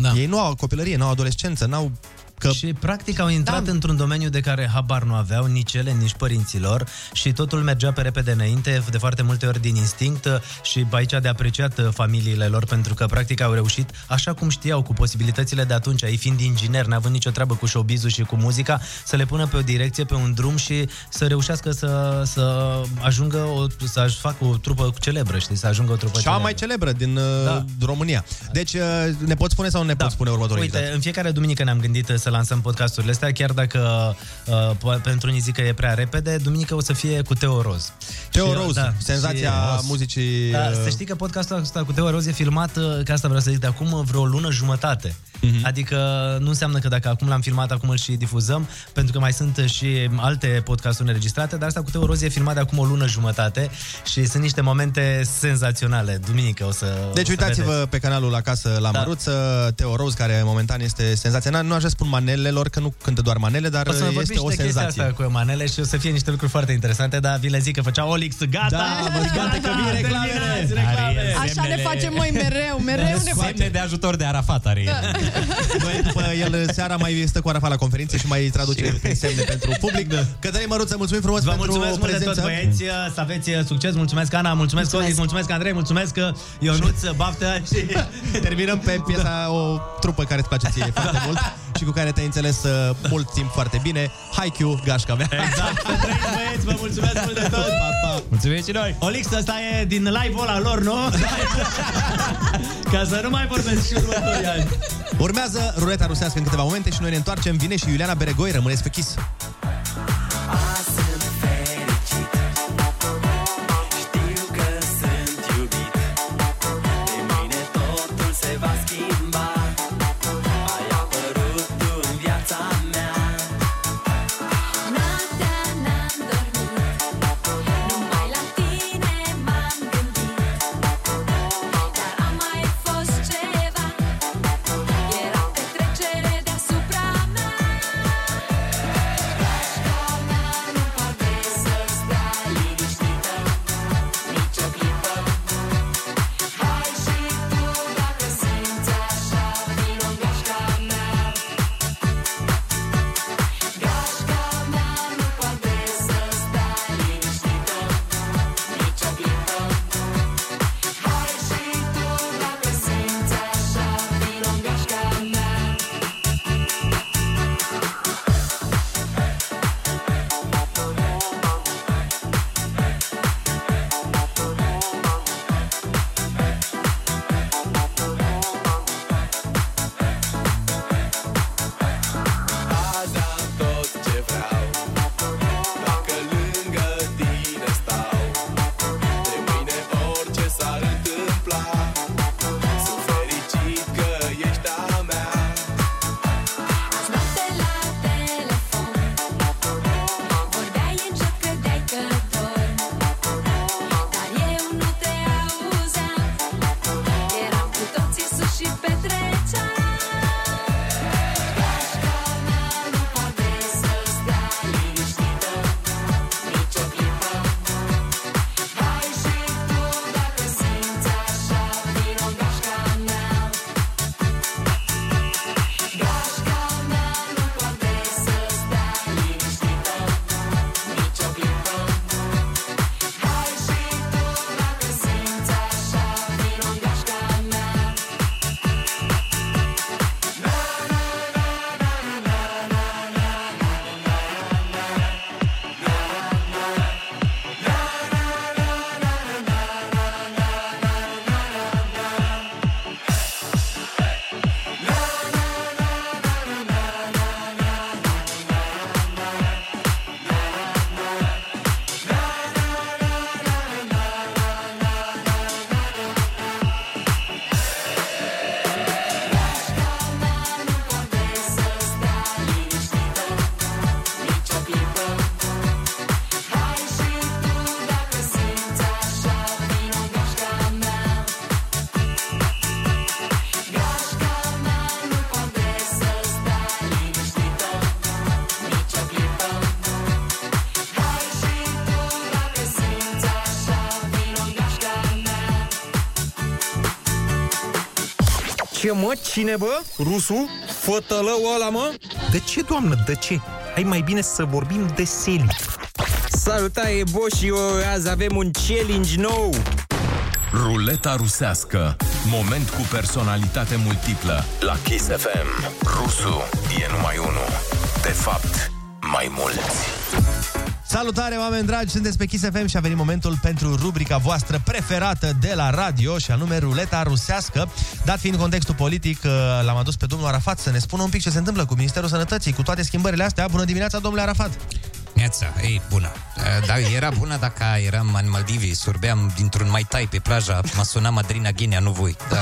[SPEAKER 7] Da. Ei nu au copilărie, nu au adolescență, n-au... Că...
[SPEAKER 20] Și practic au intrat da. într-un domeniu de care habar nu aveau nici ele, nici părinților și totul mergea pe repede înainte, de foarte multe ori din instinct uh, și aici de apreciat uh, familiile lor pentru că practic au reușit așa cum știau cu posibilitățile de atunci, ei fiind ingineri, n-având nicio treabă cu showbizul și cu muzica, să le pună pe o direcție, pe un drum și să reușească să, să ajungă, o, să facă o trupă celebră, știi, să ajungă o trupă
[SPEAKER 7] Cea mai celebră din da. România. Deci, uh, ne poți spune sau nu ne da. poți spune următorul
[SPEAKER 20] Uite,
[SPEAKER 7] invitat?
[SPEAKER 20] în fiecare duminică ne-am gândit uh, să lansăm podcasturile astea, chiar dacă uh, po- pentru unii zic că e prea repede, duminică o să fie cu Teo Roz.
[SPEAKER 7] Teo
[SPEAKER 20] Și,
[SPEAKER 7] Roz, senzația muzicii,
[SPEAKER 20] Da,
[SPEAKER 7] uh,
[SPEAKER 20] să știi că podcastul ăsta cu Teo Roz e filmat, uh, că asta vreau să zic, de acum vreo lună jumătate.
[SPEAKER 7] Mhm.
[SPEAKER 20] Adică nu înseamnă că dacă acum l-am filmat, acum îl și difuzăm, pentru că mai sunt uh, și alte podcasturi înregistrate, dar asta cu Teo Roz e filmat de acum o lună jumătate și sunt niște momente senzaționale. Duminică o să o
[SPEAKER 7] Deci
[SPEAKER 20] să
[SPEAKER 7] uitați-vă
[SPEAKER 20] vedeți.
[SPEAKER 7] pe canalul Acasă la da.
[SPEAKER 20] Da.
[SPEAKER 7] Măruță, Teo Rose, care momentan este senzațional. Nu aș spun manelelor, că nu cântă doar manele, dar
[SPEAKER 20] O să mai vorbim
[SPEAKER 7] este
[SPEAKER 20] și
[SPEAKER 7] o
[SPEAKER 20] de chestia
[SPEAKER 7] senzație.
[SPEAKER 20] asta cu manele și o să fie niște lucruri foarte interesante, dar vi le zic că făcea Olix, gata,
[SPEAKER 12] Da,
[SPEAKER 20] bă, gata, că vin reclamele, reclame.
[SPEAKER 12] Așa ne facem noi mereu, mereu ne facem. Da.
[SPEAKER 6] Semne de ajutor de Arafat are
[SPEAKER 20] *laughs*
[SPEAKER 6] el.
[SPEAKER 7] Băi, bă, el seara mai stă cu Arafat la conferințe și mai traduce prin semne pentru public. Cătălin Măruță, mulțumim frumos
[SPEAKER 20] Da. Vă
[SPEAKER 7] pentru
[SPEAKER 20] mulțumesc mult de
[SPEAKER 7] prezență.
[SPEAKER 20] tot, băieți, să aveți uh, succes, mulțumesc Ana, mulțumesc, mulțumesc. Codic, mulțumesc Andrei, mulțumesc uh, Ionuț,
[SPEAKER 7] *laughs*
[SPEAKER 20] baftă și...
[SPEAKER 7] Terminăm pe piesa o trupă care îți place
[SPEAKER 20] *laughs*
[SPEAKER 7] ție foarte mult și cu care te-ai înțeles uh, mult timp foarte bine. Haikyuu, gașca mea.
[SPEAKER 20] Exact. Băieți, vă mulțumesc mult de tot! Pa, pa.
[SPEAKER 6] Mulțumim și noi!
[SPEAKER 20] Olix, ăsta e din live-ul ăla lor,
[SPEAKER 7] *laughs*
[SPEAKER 20] nu? Ca să nu mai vorbesc și următorii ani.
[SPEAKER 7] Urmează ruleta rusească în câteva momente și noi ne întoarcem. Vine și Iuliana Beregoi, rămâneți pe Kiss.
[SPEAKER 21] Știu că sunt iubit De mâine totul se va schimba Ai apărut tu în viața mea
[SPEAKER 22] Noaptea n-am dormit Numai la tine m-am gândit Dar a mai fost ceva Era o petrecere deasupra mea
[SPEAKER 3] Ce mă? Cine bă? Rusu? Fătălău ăla mă? De ce, doamnă, de ce? Hai mai bine să vorbim de seli. Salutare, Bo și eu, azi avem un challenge nou.
[SPEAKER 1] Ruleta rusească. Moment cu personalitate multiplă la Kiss FM. Rusu e numai unul. De fapt, mai mulți.
[SPEAKER 7] Salutare, oameni dragi! Sunteți pe Kiss FM și a venit momentul pentru rubrica voastră preferată de la radio și anume ruleta rusească. Dat fiind contextul politic, uh, l-am adus pe domnul Arafat să ne spună un pic ce se întâmplă cu Ministerul Sănătății, cu toate schimbările astea. Bună dimineața, domnule Arafat!
[SPEAKER 13] Neața, ei, bună. Eh, Da, era bună dacă eram în Maldive, sorbeam dintr-un mai tai pe plaja, mă suna Madrina Ghenea, nu voi. Da,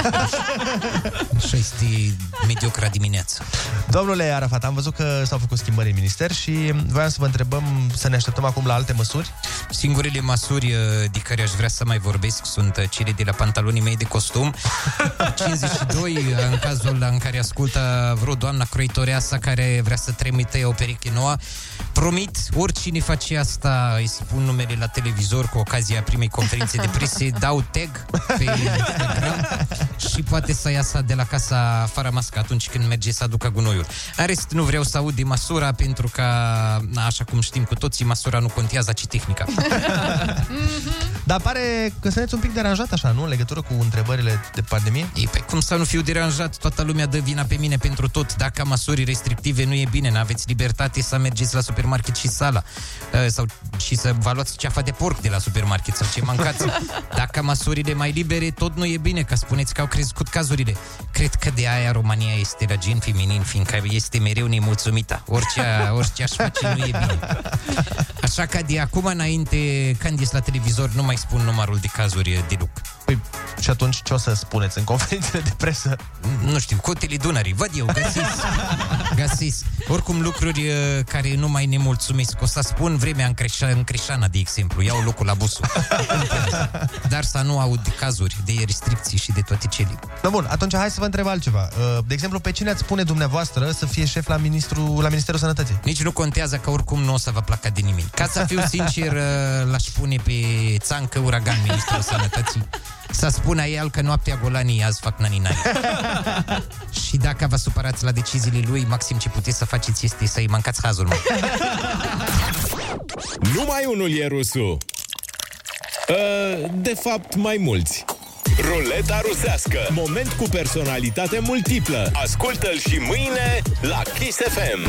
[SPEAKER 13] *laughs* așa este mediocra dimineață.
[SPEAKER 7] Domnule Arafat, am văzut că s-au făcut schimbări în minister și voiam să vă întrebăm să ne așteptăm acum la alte măsuri.
[SPEAKER 13] Singurele măsuri eh, de care aș vrea să mai vorbesc sunt eh, cele de la pantalonii mei de costum. 52, uh, în cazul în care ascultă vreo doamna croitoreasă care vrea să trimite o pereche nouă. Promit, oricine face asta, îi spun numele la televizor cu ocazia primei conferințe de presă, dau tag pe Instagram și poate să iasă de la casa fără mască atunci când merge să aducă gunoiul. În rest, nu vreau să aud de masura pentru că, na, așa cum știm cu toții, masura nu contează, ci tehnica.
[SPEAKER 7] Dar pare că sunteți un pic deranjat așa, nu? În legătură cu întrebările de pandemie?
[SPEAKER 13] Ei, pe cum să nu fiu deranjat? Toată lumea dă vina pe mine pentru tot. Dacă am măsuri restrictive, nu e bine. N-aveți libertate să mergeți la supermarket și sala. Eh, Sau și să vă luați ceafa de porc de la supermarket sau ce
[SPEAKER 7] *laughs*
[SPEAKER 13] mancați. Dacă am măsurile mai libere, tot nu e bine, că spuneți că au crescut cazurile. Cred că de aia România este la gen feminin, fiindcă este mereu nemulțumită. Orice, orice aș face nu e bine. Așa că de acum înainte, când ies la televizor, nu mai spun numărul de cazuri eh, de duc.
[SPEAKER 7] Păi, și atunci ce o să spuneți în conferințele de presă?
[SPEAKER 13] Mm, Nu știu, cotele Dunării, văd eu,
[SPEAKER 7] *laughs*
[SPEAKER 13] găsiți. găsiți. Oricum lucruri uh, care nu mai ne mulțumesc. O să spun vremea în, creșa, în creșană, de exemplu. Iau locul la
[SPEAKER 7] *laughs*
[SPEAKER 13] busul. Dar să nu aud de cazuri, de restricții și de toate cele.
[SPEAKER 7] No, bun, atunci hai să vă întreb altceva. Uh, De exemplu, pe cine ați pune dumneavoastră să fie șef la, ministru, la Ministerul Sănătății?
[SPEAKER 13] Nici nu contează că oricum nu o să vă placă de nimic. Ca să fiu sincer, uh, l-aș pune pe Țancă Uragan, Ministrul Sănătății. Să spună el că noaptea golanii azi fac naninai. Și dacă vă supărați la deciziile lui, maxim ce puteți să faceți este să-i mancați hazul, mă.
[SPEAKER 1] Numai unul e rusul. Uh, De fapt, mai mulți. Ruleta rusească. Moment cu personalitate multiplă. Ascultă-l și mâine la Kiss FM.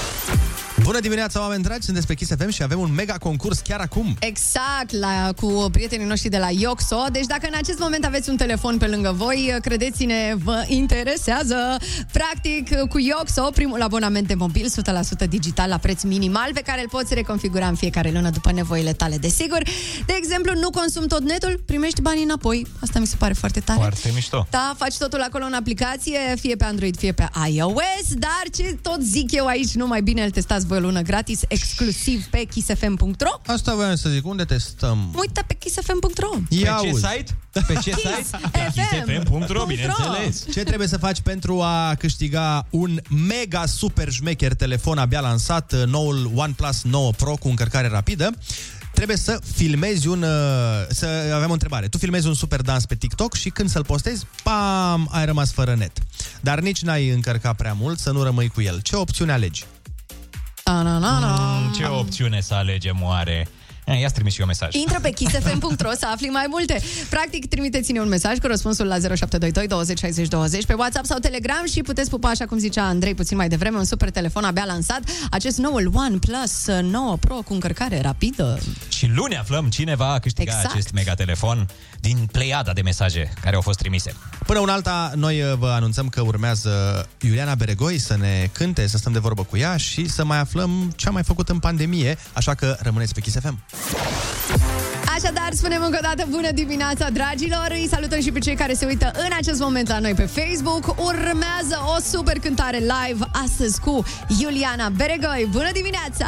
[SPEAKER 7] Bună dimineața, oameni dragi! Sunteți pe Kiss FM și avem un mega concurs chiar acum.
[SPEAKER 12] Exact, la, cu prietenii noștri de la Ioxo. Deci dacă în acest moment aveți un telefon pe lângă voi, credeți-ne, vă interesează. Practic, cu Ioxo, primul abonament de mobil 100% digital la preț minimal, pe care îl poți reconfigura în fiecare lună după nevoile tale, desigur. De exemplu, nu consumi tot netul, primești banii înapoi. Asta mi se pare foarte tare.
[SPEAKER 7] Foarte mișto.
[SPEAKER 12] Da, faci totul acolo în aplicație, fie pe Android, fie pe iOS, dar ce tot zic eu aici, nu mai bine îl testați voi o lună gratis, exclusiv pe kissfm.ro.
[SPEAKER 7] Asta voiam să zic, unde testăm?
[SPEAKER 12] Uite pe kissfm.ro.
[SPEAKER 7] auzi. Pe ce
[SPEAKER 12] Kiss
[SPEAKER 7] site?
[SPEAKER 12] FM.
[SPEAKER 7] kissfm.ro,
[SPEAKER 12] bineînțeles.
[SPEAKER 7] Ce trebuie să faci pentru a câștiga un mega super șmecher telefon abia lansat, uh, noul OnePlus 9 Pro cu încărcare rapidă? Trebuie să filmezi un... uh, Să avem o întrebare. Tu filmezi un super dans pe TikTok și când să-l postezi, pam, ai rămas fără net. Dar nici n-ai încărcat prea mult să nu rămâi cu el. Ce opțiune alegi?
[SPEAKER 12] Na, na, na, na.
[SPEAKER 6] Mm,
[SPEAKER 23] Ce opțiune să alegem oare? Eh, Ia-ți trimis și eu mesaj.
[SPEAKER 12] Intră pe kissfm.ro să afli mai multe. Practic, trimiteți-ne un mesaj cu răspunsul la 0722 20 60 20 pe WhatsApp sau Telegram și puteți pupa, așa cum zicea Andrei puțin mai devreme, un super telefon abia lansat, acest noul OnePlus 9 Pro cu încărcare rapidă.
[SPEAKER 23] Și luni aflăm cine va câștiga
[SPEAKER 12] Exact.
[SPEAKER 23] exact. acest megatelefon din pleiada de mesaje care au fost trimise.
[SPEAKER 7] Până un alta, noi uh, vă anunțăm că urmează Iuliana Beregoi să ne cânte, să stăm de vorbă cu ea și să mai aflăm ce a mai făcut în pandemie, așa că rămâneți pe Kiss FM.
[SPEAKER 12] Așadar, spunem încă o dată bună dimineața, dragilor! Îi salutăm și pe cei care se uită în acest moment la noi pe Facebook. Urmează o super cântare live astăzi cu Iuliana Beregoi. Bună dimineața!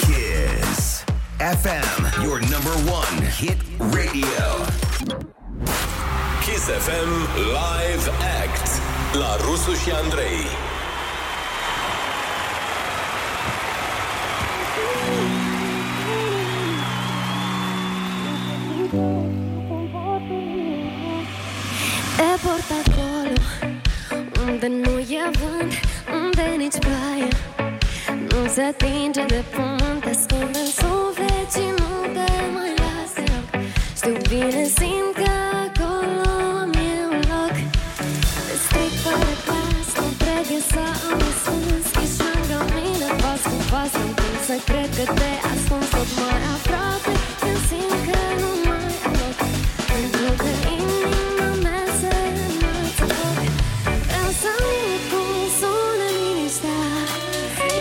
[SPEAKER 19] Kiss FM, your number one hit radio.
[SPEAKER 24] FM Live Act la Rusu și Andrei.
[SPEAKER 25] E port acolo Unde nu e vânt Unde nici ploaie Nu se atinge de pământ Ascunde în suflet și nu te mai las deloc Știu bine, simt că acolo am eu un loc Te stric fără pas Nu trebuie să am răspuns Ești lângă mine pas cu pas Am cum să cred că te ascunzi Tot mai aproape Când simt că nu mai am loc pentru că inima mea se înalță loc. Vreau să uit cum sună liniștea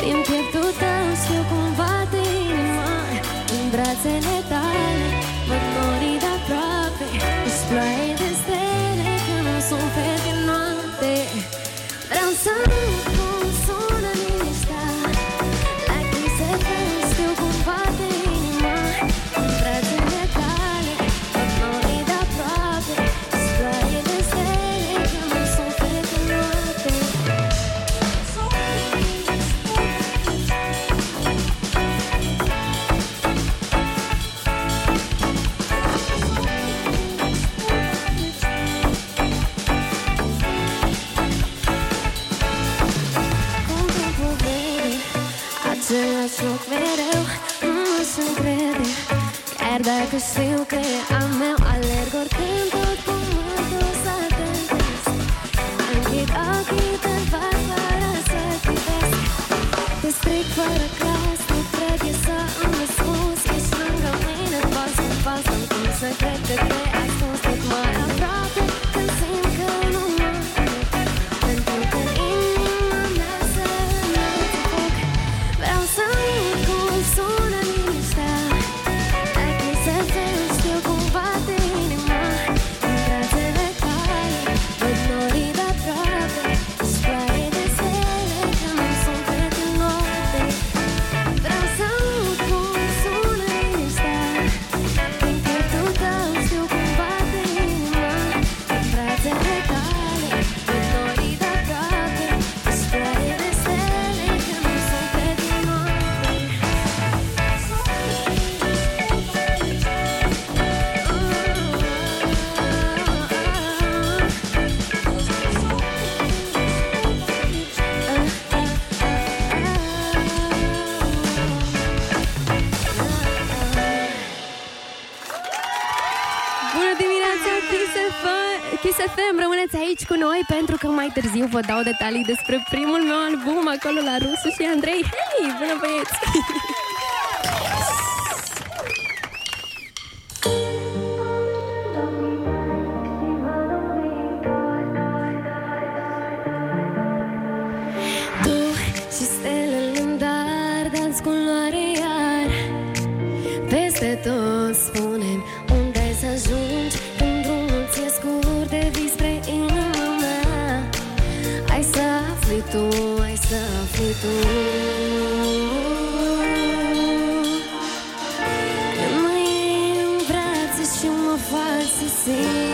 [SPEAKER 25] Din pieptul tău știu cum bate inima În brațele tale Mă mori de aproape Îți ploaie de stele Când un suflet din noapte Vreau să uit cum sună liniștea Lacrimi se vând, știu cum bate inima În brațele tale Același loc mereu Nu se crede Chiar dacă știu că e a meu Alerg oricând tot cu mântul să te gândesc. Închid ochii, te văd fără să privesc Te stric fără clas, nu trebuie să îmi răspunzi Ești lângă mine, pas în pas Am cum să cred că te ascunzi Tot mai aproape, când simt că nu mă Pentru că inima mea se înaltă foc Vreau să uit cum sună liniștea dacă se vede, știu cum bate inima În brațele tale Văd norii de aproape Și ploaie de stele Când îmi sunt pe din noapte Vreau să aud cum sună liniștea Din pieptul tău știu cum bate inima În brațele tale Văd norii de aproape Și ploaie de stele Când îmi sunt pe din noapte
[SPEAKER 26] Bună dimineața, Kiss FM! Kiss FM, rămâneți aici cu noi pentru că mai târziu vă dau detalii despre primul meu album acolo la Rusu și Andrei. Hei, bună băieți!
[SPEAKER 25] Tu și stelele în dar Dați culoare iar Peste tot spunem Unde ai să ajungi Când drumul ți-e scurt De vis spre inima mea Ai să afli tu Ai să afli tu Când mă iei în brațe Și mă fac să simt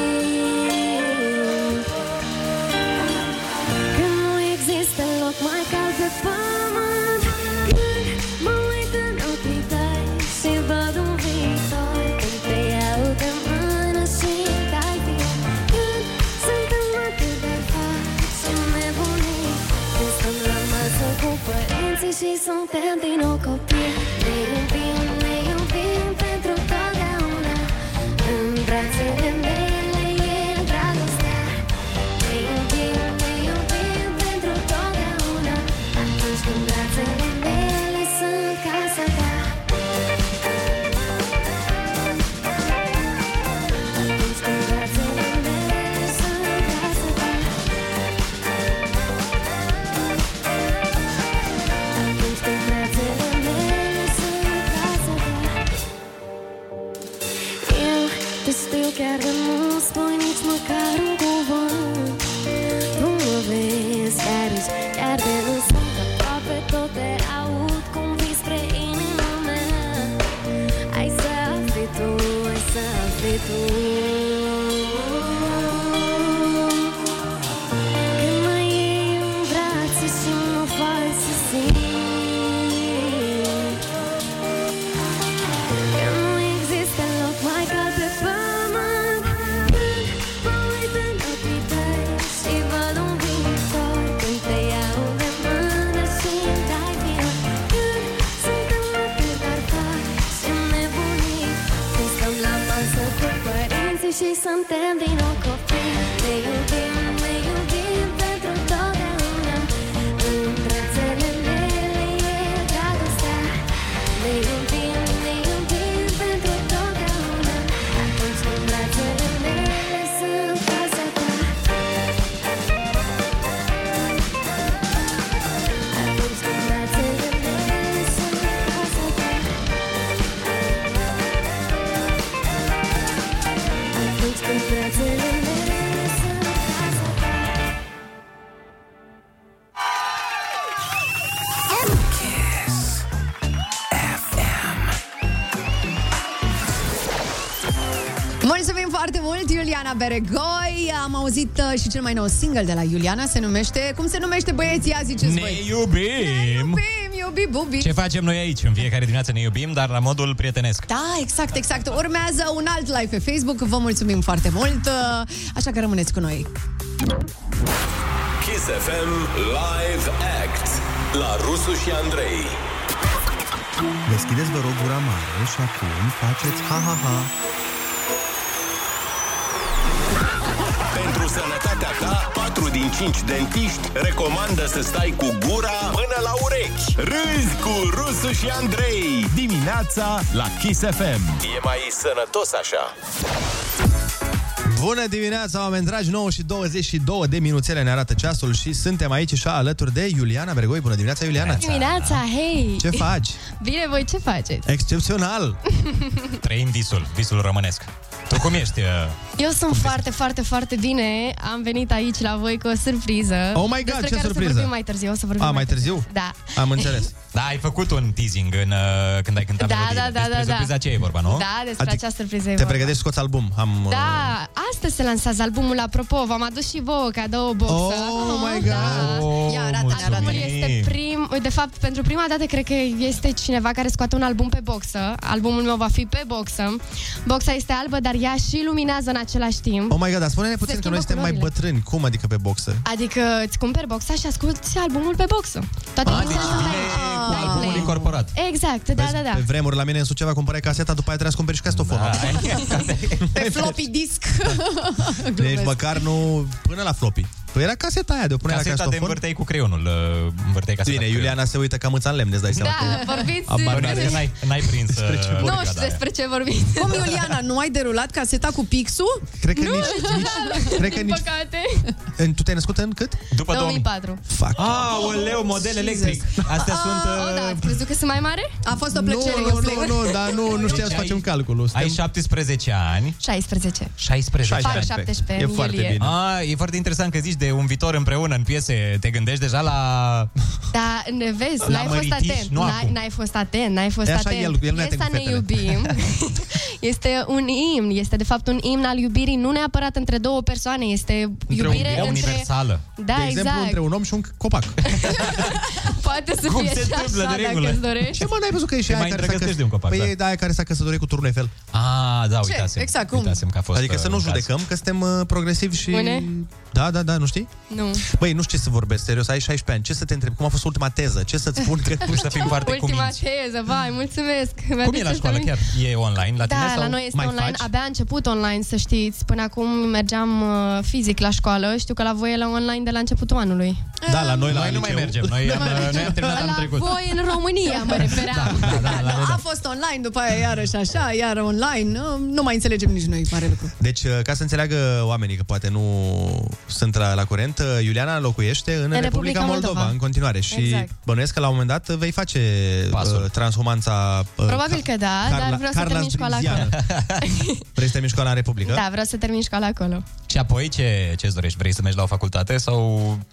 [SPEAKER 25] Că nu există loc mai cald pe pământ Când mă uit în ochii tăi Și văd un viitor Când te iau de mână și dai din Când suntem atât de faci și nebunii Când stăm la masă cu părinții Și suntem din nou copii Ne iubim, ne iubim pentru totdeauna În brațele mele e dragostea ne iubim, ne iubim pentru totdeauna Atunci când brațele mele sunt casa ta Atunci când brațele mele sunt casa ta Atunci când brațele mele sunt casa ta eu te știu chiar că nu spui nici măcar un cuvânt Nu mă vezi chiar ești, chiar de nu sunt aproape tot te aud cum vii spre inima mea Ai să afli tu, ai să afli tu um assim. și suntem din nou copii Ne iubim, ne iubim pentru totdeauna Între țele mele e dragostea Ne iubim, ne iubim pentru totdeauna Atunci când brațele mele sunt fața ta Atunci când brațele mele sunt fața ta Atunci când brațele mele sunt fața ta
[SPEAKER 12] Mulțumim foarte mult, Iuliana Beregoi. Am auzit uh, și cel mai nou single de la Iuliana, se numește... Cum se numește băieții? Ia ziceți
[SPEAKER 6] Ne
[SPEAKER 12] voi.
[SPEAKER 6] iubim!
[SPEAKER 12] Iubim, iubi, bubi.
[SPEAKER 6] Ce facem noi aici? În fiecare dimineață ne iubim, dar la modul prietenesc.
[SPEAKER 12] Da, exact, exact. Urmează un alt live pe Facebook. Vă mulțumim foarte mult, uh, așa că rămâneți cu noi.
[SPEAKER 1] Kiss FM Live Act la Rusu și Andrei.
[SPEAKER 27] Deschideți, vă rog, gura mare și acum faceți ha-ha-ha.
[SPEAKER 1] Pentru sănătatea ta, 4 din 5 dentiști recomandă să stai cu gura până la urechi. Râzi cu Rusu și Andrei. Dimineața
[SPEAKER 28] La Kiss FM.
[SPEAKER 1] e mai sănătos așa.
[SPEAKER 7] Bună dimineața, oameni dragi! 9 și 22 de minuțele ne arată ceasul și suntem aici și alături de Iuliana Bergoi. Bună dimineața, Iuliana!
[SPEAKER 26] Dimineața, hei!
[SPEAKER 7] Ce faci?
[SPEAKER 26] Bine, voi ce faceți?
[SPEAKER 7] Excepțional!
[SPEAKER 6] Trăim visul, visul românesc. Tu cum ești? uh,
[SPEAKER 26] Eu sunt foarte, foarte, foarte bine. Am venit aici la voi cu o surpriză.
[SPEAKER 6] Oh my God,
[SPEAKER 26] despre
[SPEAKER 6] ce
[SPEAKER 26] care
[SPEAKER 6] surpriză?
[SPEAKER 26] O să vorbim mai târziu, o să vorbim
[SPEAKER 6] A, mai târziu?
[SPEAKER 26] Da.
[SPEAKER 6] Am înțeles. Da, ai făcut un teasing în, uh, când ai cântat
[SPEAKER 26] Da,
[SPEAKER 6] melodiile.
[SPEAKER 26] da, da,
[SPEAKER 6] Despre
[SPEAKER 26] da, da.
[SPEAKER 6] surpriza aceea e vorba, nu?
[SPEAKER 26] Da, despre
[SPEAKER 7] Adică,
[SPEAKER 26] această surpriză e
[SPEAKER 7] Te
[SPEAKER 26] vorba.
[SPEAKER 7] pregătești scoți album. Am, uh,
[SPEAKER 26] Da, astăzi se lansează albumul, apropo, v-am adus și vouă cadou o boxă. Oh, my God! Da.
[SPEAKER 7] Ia, arată, ne
[SPEAKER 26] Albumul
[SPEAKER 7] arată.
[SPEAKER 26] este prim, de fapt, pentru prima dată cred că este cineva care scoate un album pe boxă. Albumul meu va fi pe boxă. Boxa este albă, dar ea și luminează în același timp.
[SPEAKER 7] Oh my god, dar spune-ne puțin că noi suntem mai bătrâni. Cum adică pe boxă?
[SPEAKER 26] Adică îți cumperi boxa și asculti albumul pe boxă. Toate ah, deci
[SPEAKER 7] Cu albumul incorporat.
[SPEAKER 26] Exact, da, da, da.
[SPEAKER 7] Pe vremuri, la mine în Suceava cumpărai caseta, după aia trebuia să cumperi și Deci castofonul.
[SPEAKER 12] Pe floppy disc.
[SPEAKER 7] Deci măcar nu... Până la floppy. Păi era caseta aia, de o puneai la
[SPEAKER 6] Caseta de
[SPEAKER 7] castofon.
[SPEAKER 6] învârteai cu creionul. uh, Învârteai caseta
[SPEAKER 7] Bine,
[SPEAKER 6] cu creionul.
[SPEAKER 7] Iuliana se uită cam în lemn, îți dai seama. că-
[SPEAKER 12] Da, vorbiți...
[SPEAKER 7] Abar
[SPEAKER 12] uh,
[SPEAKER 7] n-are.
[SPEAKER 6] N-ai, n-ai prins. uh, da.
[SPEAKER 7] Despre ce
[SPEAKER 12] Nu știu despre ce vorbiți. Cum, Iuliana, nu ai derulat caseta cu pixul?
[SPEAKER 7] Cred că
[SPEAKER 12] nu.
[SPEAKER 7] nici- nici- cred că
[SPEAKER 26] Din
[SPEAKER 7] nici-
[SPEAKER 26] păcate.
[SPEAKER 7] În- Tu te-ai născut în cât?
[SPEAKER 6] După
[SPEAKER 26] 2004.
[SPEAKER 7] Fuck.
[SPEAKER 6] Aoleu, model electric. Astea sunt... uh,
[SPEAKER 26] Oh, da, ați crezut că sunt mai mare?
[SPEAKER 12] A fost
[SPEAKER 7] nu, nu, nu, nu,
[SPEAKER 6] da,
[SPEAKER 7] dar nu, nu știam să facem calculul.
[SPEAKER 6] Ai 17 ani.
[SPEAKER 26] 16.
[SPEAKER 6] 16
[SPEAKER 26] Fac 17 în iulie.
[SPEAKER 6] A, Ah, e foarte interesant că zici de un viitor împreună în piese. Te gândești deja la...
[SPEAKER 26] Da, ne vezi,
[SPEAKER 6] La
[SPEAKER 26] n-ai fost
[SPEAKER 6] măritiș,
[SPEAKER 26] atent.
[SPEAKER 6] nu
[SPEAKER 26] N-ai,
[SPEAKER 6] acum.
[SPEAKER 26] n-ai fost atent, n-ai fost
[SPEAKER 6] E așa,
[SPEAKER 26] atent.
[SPEAKER 6] el- el nu e atent
[SPEAKER 26] Piesa
[SPEAKER 6] cu
[SPEAKER 26] ne
[SPEAKER 6] fetele.
[SPEAKER 26] iubim. *laughs* este un imn, este de fapt un imn al iubirii, nu neapărat între două persoane, este iubire între... Da,
[SPEAKER 7] de exemplu,
[SPEAKER 26] exact.
[SPEAKER 7] între un om și un copac.
[SPEAKER 26] Poate să
[SPEAKER 7] Cum
[SPEAKER 26] fie
[SPEAKER 7] se
[SPEAKER 26] și
[SPEAKER 7] întâmplă,
[SPEAKER 26] așa,
[SPEAKER 7] de Păi,
[SPEAKER 26] dacă
[SPEAKER 6] regulă?
[SPEAKER 26] îți dorești.
[SPEAKER 7] Ce mă, n-ai văzut că e și
[SPEAKER 6] Te
[SPEAKER 7] aia
[SPEAKER 6] mai
[SPEAKER 7] care s-a
[SPEAKER 6] îndrăgostești de un copac,
[SPEAKER 7] Păi
[SPEAKER 6] da.
[SPEAKER 7] e de aia care s-a căsătorit cu turnul Eiffel.
[SPEAKER 6] Ah, da,
[SPEAKER 7] Ce?
[SPEAKER 6] uitasem.
[SPEAKER 7] Exact, cum?
[SPEAKER 6] Uitasem că a fost,
[SPEAKER 7] Adică să
[SPEAKER 6] uh,
[SPEAKER 7] nu
[SPEAKER 6] un caz.
[SPEAKER 7] judecăm, că suntem uh, progresivi și...
[SPEAKER 26] Bune?
[SPEAKER 7] Da, da, da, nu știi?
[SPEAKER 26] Nu.
[SPEAKER 7] Băi, nu știu ce să vorbesc, serios, ai 16 ani, ce să te întreb? Cum a fost ultima teză? Ce
[SPEAKER 6] *laughs*
[SPEAKER 7] să-ți spun? Că
[SPEAKER 26] Cum *laughs* Ultima teză, vai, mulțumesc.
[SPEAKER 6] Cum e la școală chiar? E online la tine
[SPEAKER 26] Da,
[SPEAKER 6] sau
[SPEAKER 26] la noi este
[SPEAKER 6] mai
[SPEAKER 26] online.
[SPEAKER 6] faci?
[SPEAKER 26] Abia a început online, să știți. Până acum mergeam uh, fizic la școală. Știu că la voi e la online de la începutul anului.
[SPEAKER 7] Da, la noi, la
[SPEAKER 6] Noi nu mai
[SPEAKER 7] liceu.
[SPEAKER 6] mergem,
[SPEAKER 26] *laughs*
[SPEAKER 6] noi am, uh, noi am terminat anul
[SPEAKER 26] la
[SPEAKER 6] trecut.
[SPEAKER 26] voi în România, mă refeream.
[SPEAKER 6] Da, da, da,
[SPEAKER 12] Da, a fost online, după aia iarăși așa, iar online. Nu, nu mai înțelegem nici noi, mare lucru.
[SPEAKER 7] Deci, uh, ca să înțeleagă oamenii că poate nu sunt la, la curent, uh, Iuliana locuiește în, Republica, Moldova, în continuare și
[SPEAKER 26] Exact.
[SPEAKER 7] bănuiesc că la un moment dat uh, vei face Pasul. transhumanța uh,
[SPEAKER 26] Probabil că da,
[SPEAKER 7] Carla-
[SPEAKER 26] dar vreau să
[SPEAKER 7] Carla
[SPEAKER 26] termin școala acolo.
[SPEAKER 7] Striziană. Vrei să te miști la în Republică?
[SPEAKER 26] Da, vreau să termin școala acolo.
[SPEAKER 6] Și apoi ce, ce dorești? Vrei să mergi la o facultate sau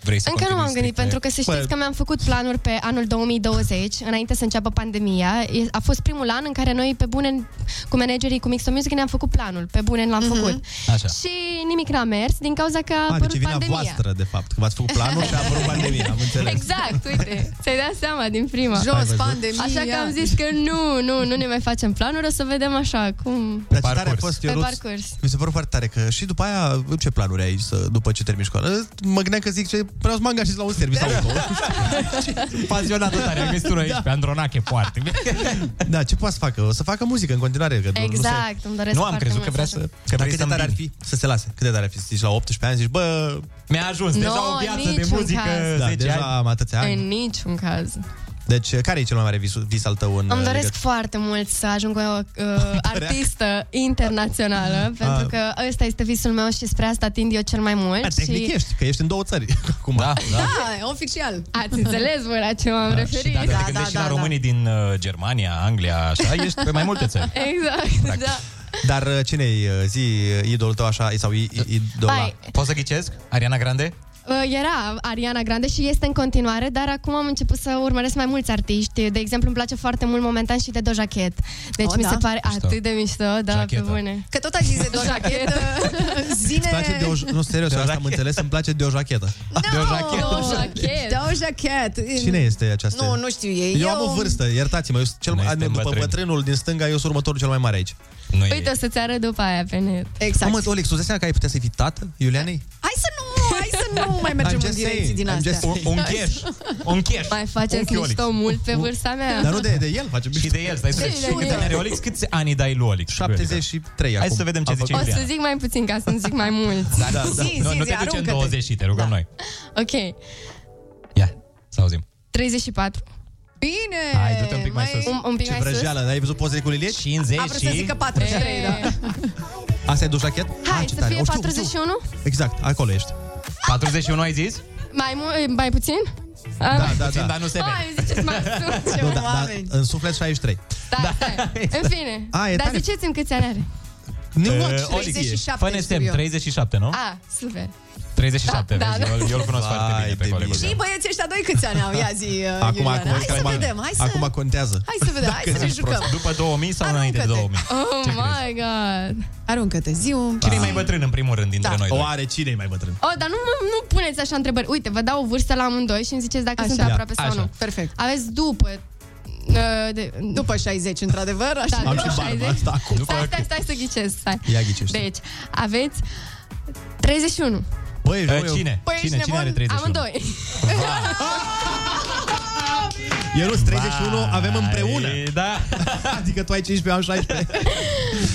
[SPEAKER 6] vrei să
[SPEAKER 26] Încă
[SPEAKER 6] continui Păi-
[SPEAKER 26] nu m-am gândit,
[SPEAKER 6] strict?
[SPEAKER 26] pentru că să
[SPEAKER 23] Păi,
[SPEAKER 26] știți că mi-am făcut planuri pe anul 2020, înainte să înceapă pandemia. E- A fost primul an în care noi, pe bune, cu managerii, cu Mixo Music, ne-am făcut planul. Pe bune l-am făcut.
[SPEAKER 7] Așa.
[SPEAKER 26] Și nimic n-a mers din cauza că a
[SPEAKER 7] A, deci
[SPEAKER 26] apărut
[SPEAKER 7] e vina
[SPEAKER 26] pandemia. *laughs*
[SPEAKER 7] voastră, de fapt, că v-ați făcut planul și a apărut pandemia, am înțeles.
[SPEAKER 26] Exact, uite, ți-ai dat seama din prima.
[SPEAKER 12] Jos, Ai văzut? pandemia.
[SPEAKER 26] Așa că am zis că nu, nu, nu ne mai facem planuri, o să vedem așa, cum...
[SPEAKER 7] Pe parcurs. Tare a fost,
[SPEAKER 26] Pe
[SPEAKER 7] Ionuț.
[SPEAKER 26] parcurs.
[SPEAKER 7] Mi se pare foarte tare că și după aia ce planuri ai să, după ce termin școală? Mă gândeam că zic ce vreau să mă angajez la un serviciu auto.
[SPEAKER 26] *laughs*
[SPEAKER 23] Pasionată tare, am găsit unul aici pe Andronache foarte.
[SPEAKER 7] da, ce poate să facă? O să facă muzică în continuare. Că nu- nu,
[SPEAKER 26] Exact,
[SPEAKER 7] se...
[SPEAKER 26] îmi doresc
[SPEAKER 7] nu am
[SPEAKER 26] foarte
[SPEAKER 7] crezut că
[SPEAKER 26] mult
[SPEAKER 7] vrea
[SPEAKER 26] să-
[SPEAKER 7] să... Că Dar cât de tare ar fi să se lase? Cât de tare ar fi? să Zici la 18 ani, zici, bă... Mi-a ajuns,
[SPEAKER 26] deja No, o viață în de niciun muzică, caz.
[SPEAKER 7] Da,
[SPEAKER 26] 10
[SPEAKER 7] deja
[SPEAKER 26] ani.
[SPEAKER 7] am atâția ani.
[SPEAKER 26] În niciun caz.
[SPEAKER 7] Deci, care e cel mai mare vis, vis al tău în uh,
[SPEAKER 26] Îmi
[SPEAKER 23] Adică
[SPEAKER 26] doresc
[SPEAKER 7] legătură-
[SPEAKER 26] foarte mult să ajung o
[SPEAKER 23] *laughs*
[SPEAKER 26] uh, artistă
[SPEAKER 23] Ah.
[SPEAKER 26] internațională, pentru că ăsta este visul meu și spre asta tind eu cel mai mult.
[SPEAKER 7] Ah, Tehnic
[SPEAKER 26] și...
[SPEAKER 7] ești, că ești în două țări. *laughs* Acum. Da,
[SPEAKER 26] *laughs*
[SPEAKER 12] Da, oficial.
[SPEAKER 26] Ați înțeles voi la ce m-am
[SPEAKER 23] Ah, Și
[SPEAKER 26] referit?
[SPEAKER 23] dacă te gândești și
[SPEAKER 26] da,
[SPEAKER 23] la românii din uh, Germania, Anglia, așa, da, ești pe mai multe țări.
[SPEAKER 26] *laughs* Exact,
[SPEAKER 23] Practic.
[SPEAKER 26] da.
[SPEAKER 7] Dar uh, cine e zi idolul tău așa sau i- i- idola?
[SPEAKER 26] Bai.
[SPEAKER 23] Poți să ghicesc? Ariana Grande?
[SPEAKER 26] Uh, Era Ariana Grande și este în continuare, dar acum am început să urmăresc mai mulți artiști. De exemplu, îmi place foarte mult momentan și de Doja Cat. Deci
[SPEAKER 12] Oh,
[SPEAKER 26] mi
[SPEAKER 12] da?
[SPEAKER 26] se pare
[SPEAKER 12] Mișto.
[SPEAKER 26] atât de mișto, da, pe bune.
[SPEAKER 12] Că tot ai zis de
[SPEAKER 26] *laughs*
[SPEAKER 12] Doja Cat, uh, zine...
[SPEAKER 7] Îți place de o, nu, serios, asta am înțeles, îmi place de o jachetă.
[SPEAKER 12] No! Doja Cat. Doja Cat.
[SPEAKER 7] Cine este aceasta?
[SPEAKER 12] Nu, nu știu ei.
[SPEAKER 7] Eu am o vârstă, iertați-mă, eu sunt cel mai, după bătrân. bătrânul din stânga, eu sunt următorul cel mai mare aici. Nu
[SPEAKER 26] Uite, o să-ți arăt după aia pe net.
[SPEAKER 7] Exact. Mă, Olex, tu îți dai seama că ai putea să fii tată, Iulianei?
[SPEAKER 12] Hai să nu, hai să nu mai mergem
[SPEAKER 7] I'm
[SPEAKER 12] în
[SPEAKER 7] just
[SPEAKER 12] direcții
[SPEAKER 7] saying,
[SPEAKER 12] din
[SPEAKER 7] I'm
[SPEAKER 12] astea.
[SPEAKER 7] just- un- un cash. Un cash.
[SPEAKER 26] Mai
[SPEAKER 23] Un
[SPEAKER 26] faceți
[SPEAKER 23] chiolix.
[SPEAKER 26] mișto mult pe vârsta mea.
[SPEAKER 23] Dar nu
[SPEAKER 7] de, de el facem
[SPEAKER 23] Și de el, stai să
[SPEAKER 26] De
[SPEAKER 23] vezi.
[SPEAKER 26] el.
[SPEAKER 23] Câte ani are Olix? Câți ani dai lui Olix?
[SPEAKER 7] 73
[SPEAKER 23] Hai
[SPEAKER 7] acum.
[SPEAKER 23] să vedem ce
[SPEAKER 7] A
[SPEAKER 23] zice
[SPEAKER 26] O să
[SPEAKER 23] Iuliana. Da,
[SPEAKER 26] zic mai puțin ca să nu zic mai mult.
[SPEAKER 23] Nu, nu te duce în 20 și te rugăm
[SPEAKER 26] Da.
[SPEAKER 23] noi.
[SPEAKER 26] Ok,
[SPEAKER 23] Să auzim.
[SPEAKER 26] 34.
[SPEAKER 12] Bine!
[SPEAKER 23] Hai, du-te un pic mai sus.
[SPEAKER 26] Un, un pic
[SPEAKER 7] Ce
[SPEAKER 26] mai Păi sus.
[SPEAKER 7] vrăjeală, dar ai văzut pozele cu Lilie? 50
[SPEAKER 12] A vrut să zică 43, da.
[SPEAKER 7] Asta e dușachet?
[SPEAKER 26] Hai, să fie
[SPEAKER 7] O știu,
[SPEAKER 26] 41?
[SPEAKER 7] știu. Exact, acolo ești. 41 ai zis?
[SPEAKER 26] Mai, mu- mai puțin?
[SPEAKER 7] Da, da, da. Puțin,
[SPEAKER 26] da.
[SPEAKER 7] dar nu se vede.
[SPEAKER 26] Mai ziceți mai
[SPEAKER 7] *laughs*
[SPEAKER 26] sus.
[SPEAKER 7] Nu, da, da, în suflet 63.
[SPEAKER 26] Da, stai. În fine.
[SPEAKER 23] Ah,
[SPEAKER 7] A, e
[SPEAKER 26] Dar
[SPEAKER 7] tare.
[SPEAKER 26] ziceți-mi câți ani are.
[SPEAKER 7] Nu,
[SPEAKER 23] Uh,
[SPEAKER 7] Olix.
[SPEAKER 23] Olix,
[SPEAKER 26] 37
[SPEAKER 23] Fă-ne
[SPEAKER 26] știu
[SPEAKER 23] semn,
[SPEAKER 26] eu.
[SPEAKER 23] 37, nu?
[SPEAKER 26] A, super.
[SPEAKER 23] 37,
[SPEAKER 26] Ah. Da,
[SPEAKER 23] vezi,
[SPEAKER 26] da.
[SPEAKER 23] eu- eu îl cunosc foarte bine pe colegul
[SPEAKER 12] Și băieții ăștia doi câți ani au? Ia zi, uh,
[SPEAKER 23] Acum,
[SPEAKER 12] Iuliana.
[SPEAKER 23] acum,
[SPEAKER 12] hai să
[SPEAKER 23] acum.
[SPEAKER 12] vedem, hai să...
[SPEAKER 23] Acum
[SPEAKER 7] contează.
[SPEAKER 12] Hai să vedem, hai să ne jucăm.
[SPEAKER 23] După 2000 sau înainte de
[SPEAKER 12] Aruncă-te.
[SPEAKER 23] 2000?
[SPEAKER 26] Oh my god.
[SPEAKER 12] Aruncă-te, zi un...
[SPEAKER 23] Cine e mai bătrân în primul rând dintre
[SPEAKER 26] Da.
[SPEAKER 23] noi? doi?
[SPEAKER 7] Oare cine e mai bătrân?
[SPEAKER 26] Oh, dar nu, mă- nu puneți așa întrebări. Uite, vă dau o vârstă la amândoi și îmi ziceți dacă sunt aproape sau nu.
[SPEAKER 12] Perfect.
[SPEAKER 26] Aveți după... uh, De,
[SPEAKER 12] După 60, într-adevăr, așa.
[SPEAKER 26] Da, Am după și barba 60. asta
[SPEAKER 7] acum.
[SPEAKER 26] Stai, stai, stai să ghicesc, stai.
[SPEAKER 7] Ia ghicește.
[SPEAKER 26] Deci, aveți 31.
[SPEAKER 7] Băi,
[SPEAKER 23] Uh, cine?
[SPEAKER 26] Păi
[SPEAKER 23] cine? Cine are 31?
[SPEAKER 26] Amândoi.
[SPEAKER 7] Ionuț, 31 avem împreună. Da. *laughs* adică tu ai 15, eu am 16.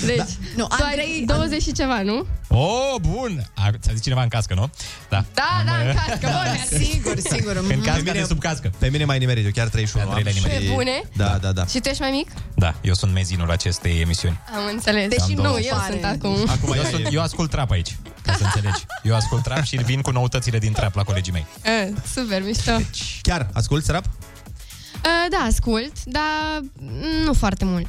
[SPEAKER 26] Deci,
[SPEAKER 12] Da.
[SPEAKER 26] nu, tu ai 20 și ceva, nu?
[SPEAKER 23] *laughs* Oh, bun! A, ți-a zis cineva în cască, nu? Da.
[SPEAKER 26] Da, da, în cască, bun,
[SPEAKER 12] sigur, sigur.
[SPEAKER 23] În cască de sub cască.
[SPEAKER 7] Pe mine mai nimerit, eu chiar 31 am.
[SPEAKER 23] nimerit.
[SPEAKER 26] Pe bune?
[SPEAKER 7] Da, da, da.
[SPEAKER 26] Și tu ești mai mic?
[SPEAKER 23] Da, eu sunt mezinul acestei emisiuni.
[SPEAKER 26] Am înțeles.
[SPEAKER 23] Am
[SPEAKER 26] Deși nu,
[SPEAKER 23] 20.
[SPEAKER 26] eu sunt acum.
[SPEAKER 23] Acum
[SPEAKER 7] Păi,
[SPEAKER 23] eu,
[SPEAKER 26] *laughs*
[SPEAKER 23] sunt, eu ascult trap aici, ca să înțelegi. Eu ascult trap și vin cu noutățile din trap la colegii mei.
[SPEAKER 26] Eh, Super, mișto. Uh,
[SPEAKER 23] Deci.
[SPEAKER 7] Chiar, asculti rap?
[SPEAKER 26] Da, ascult, dar nu foarte mult.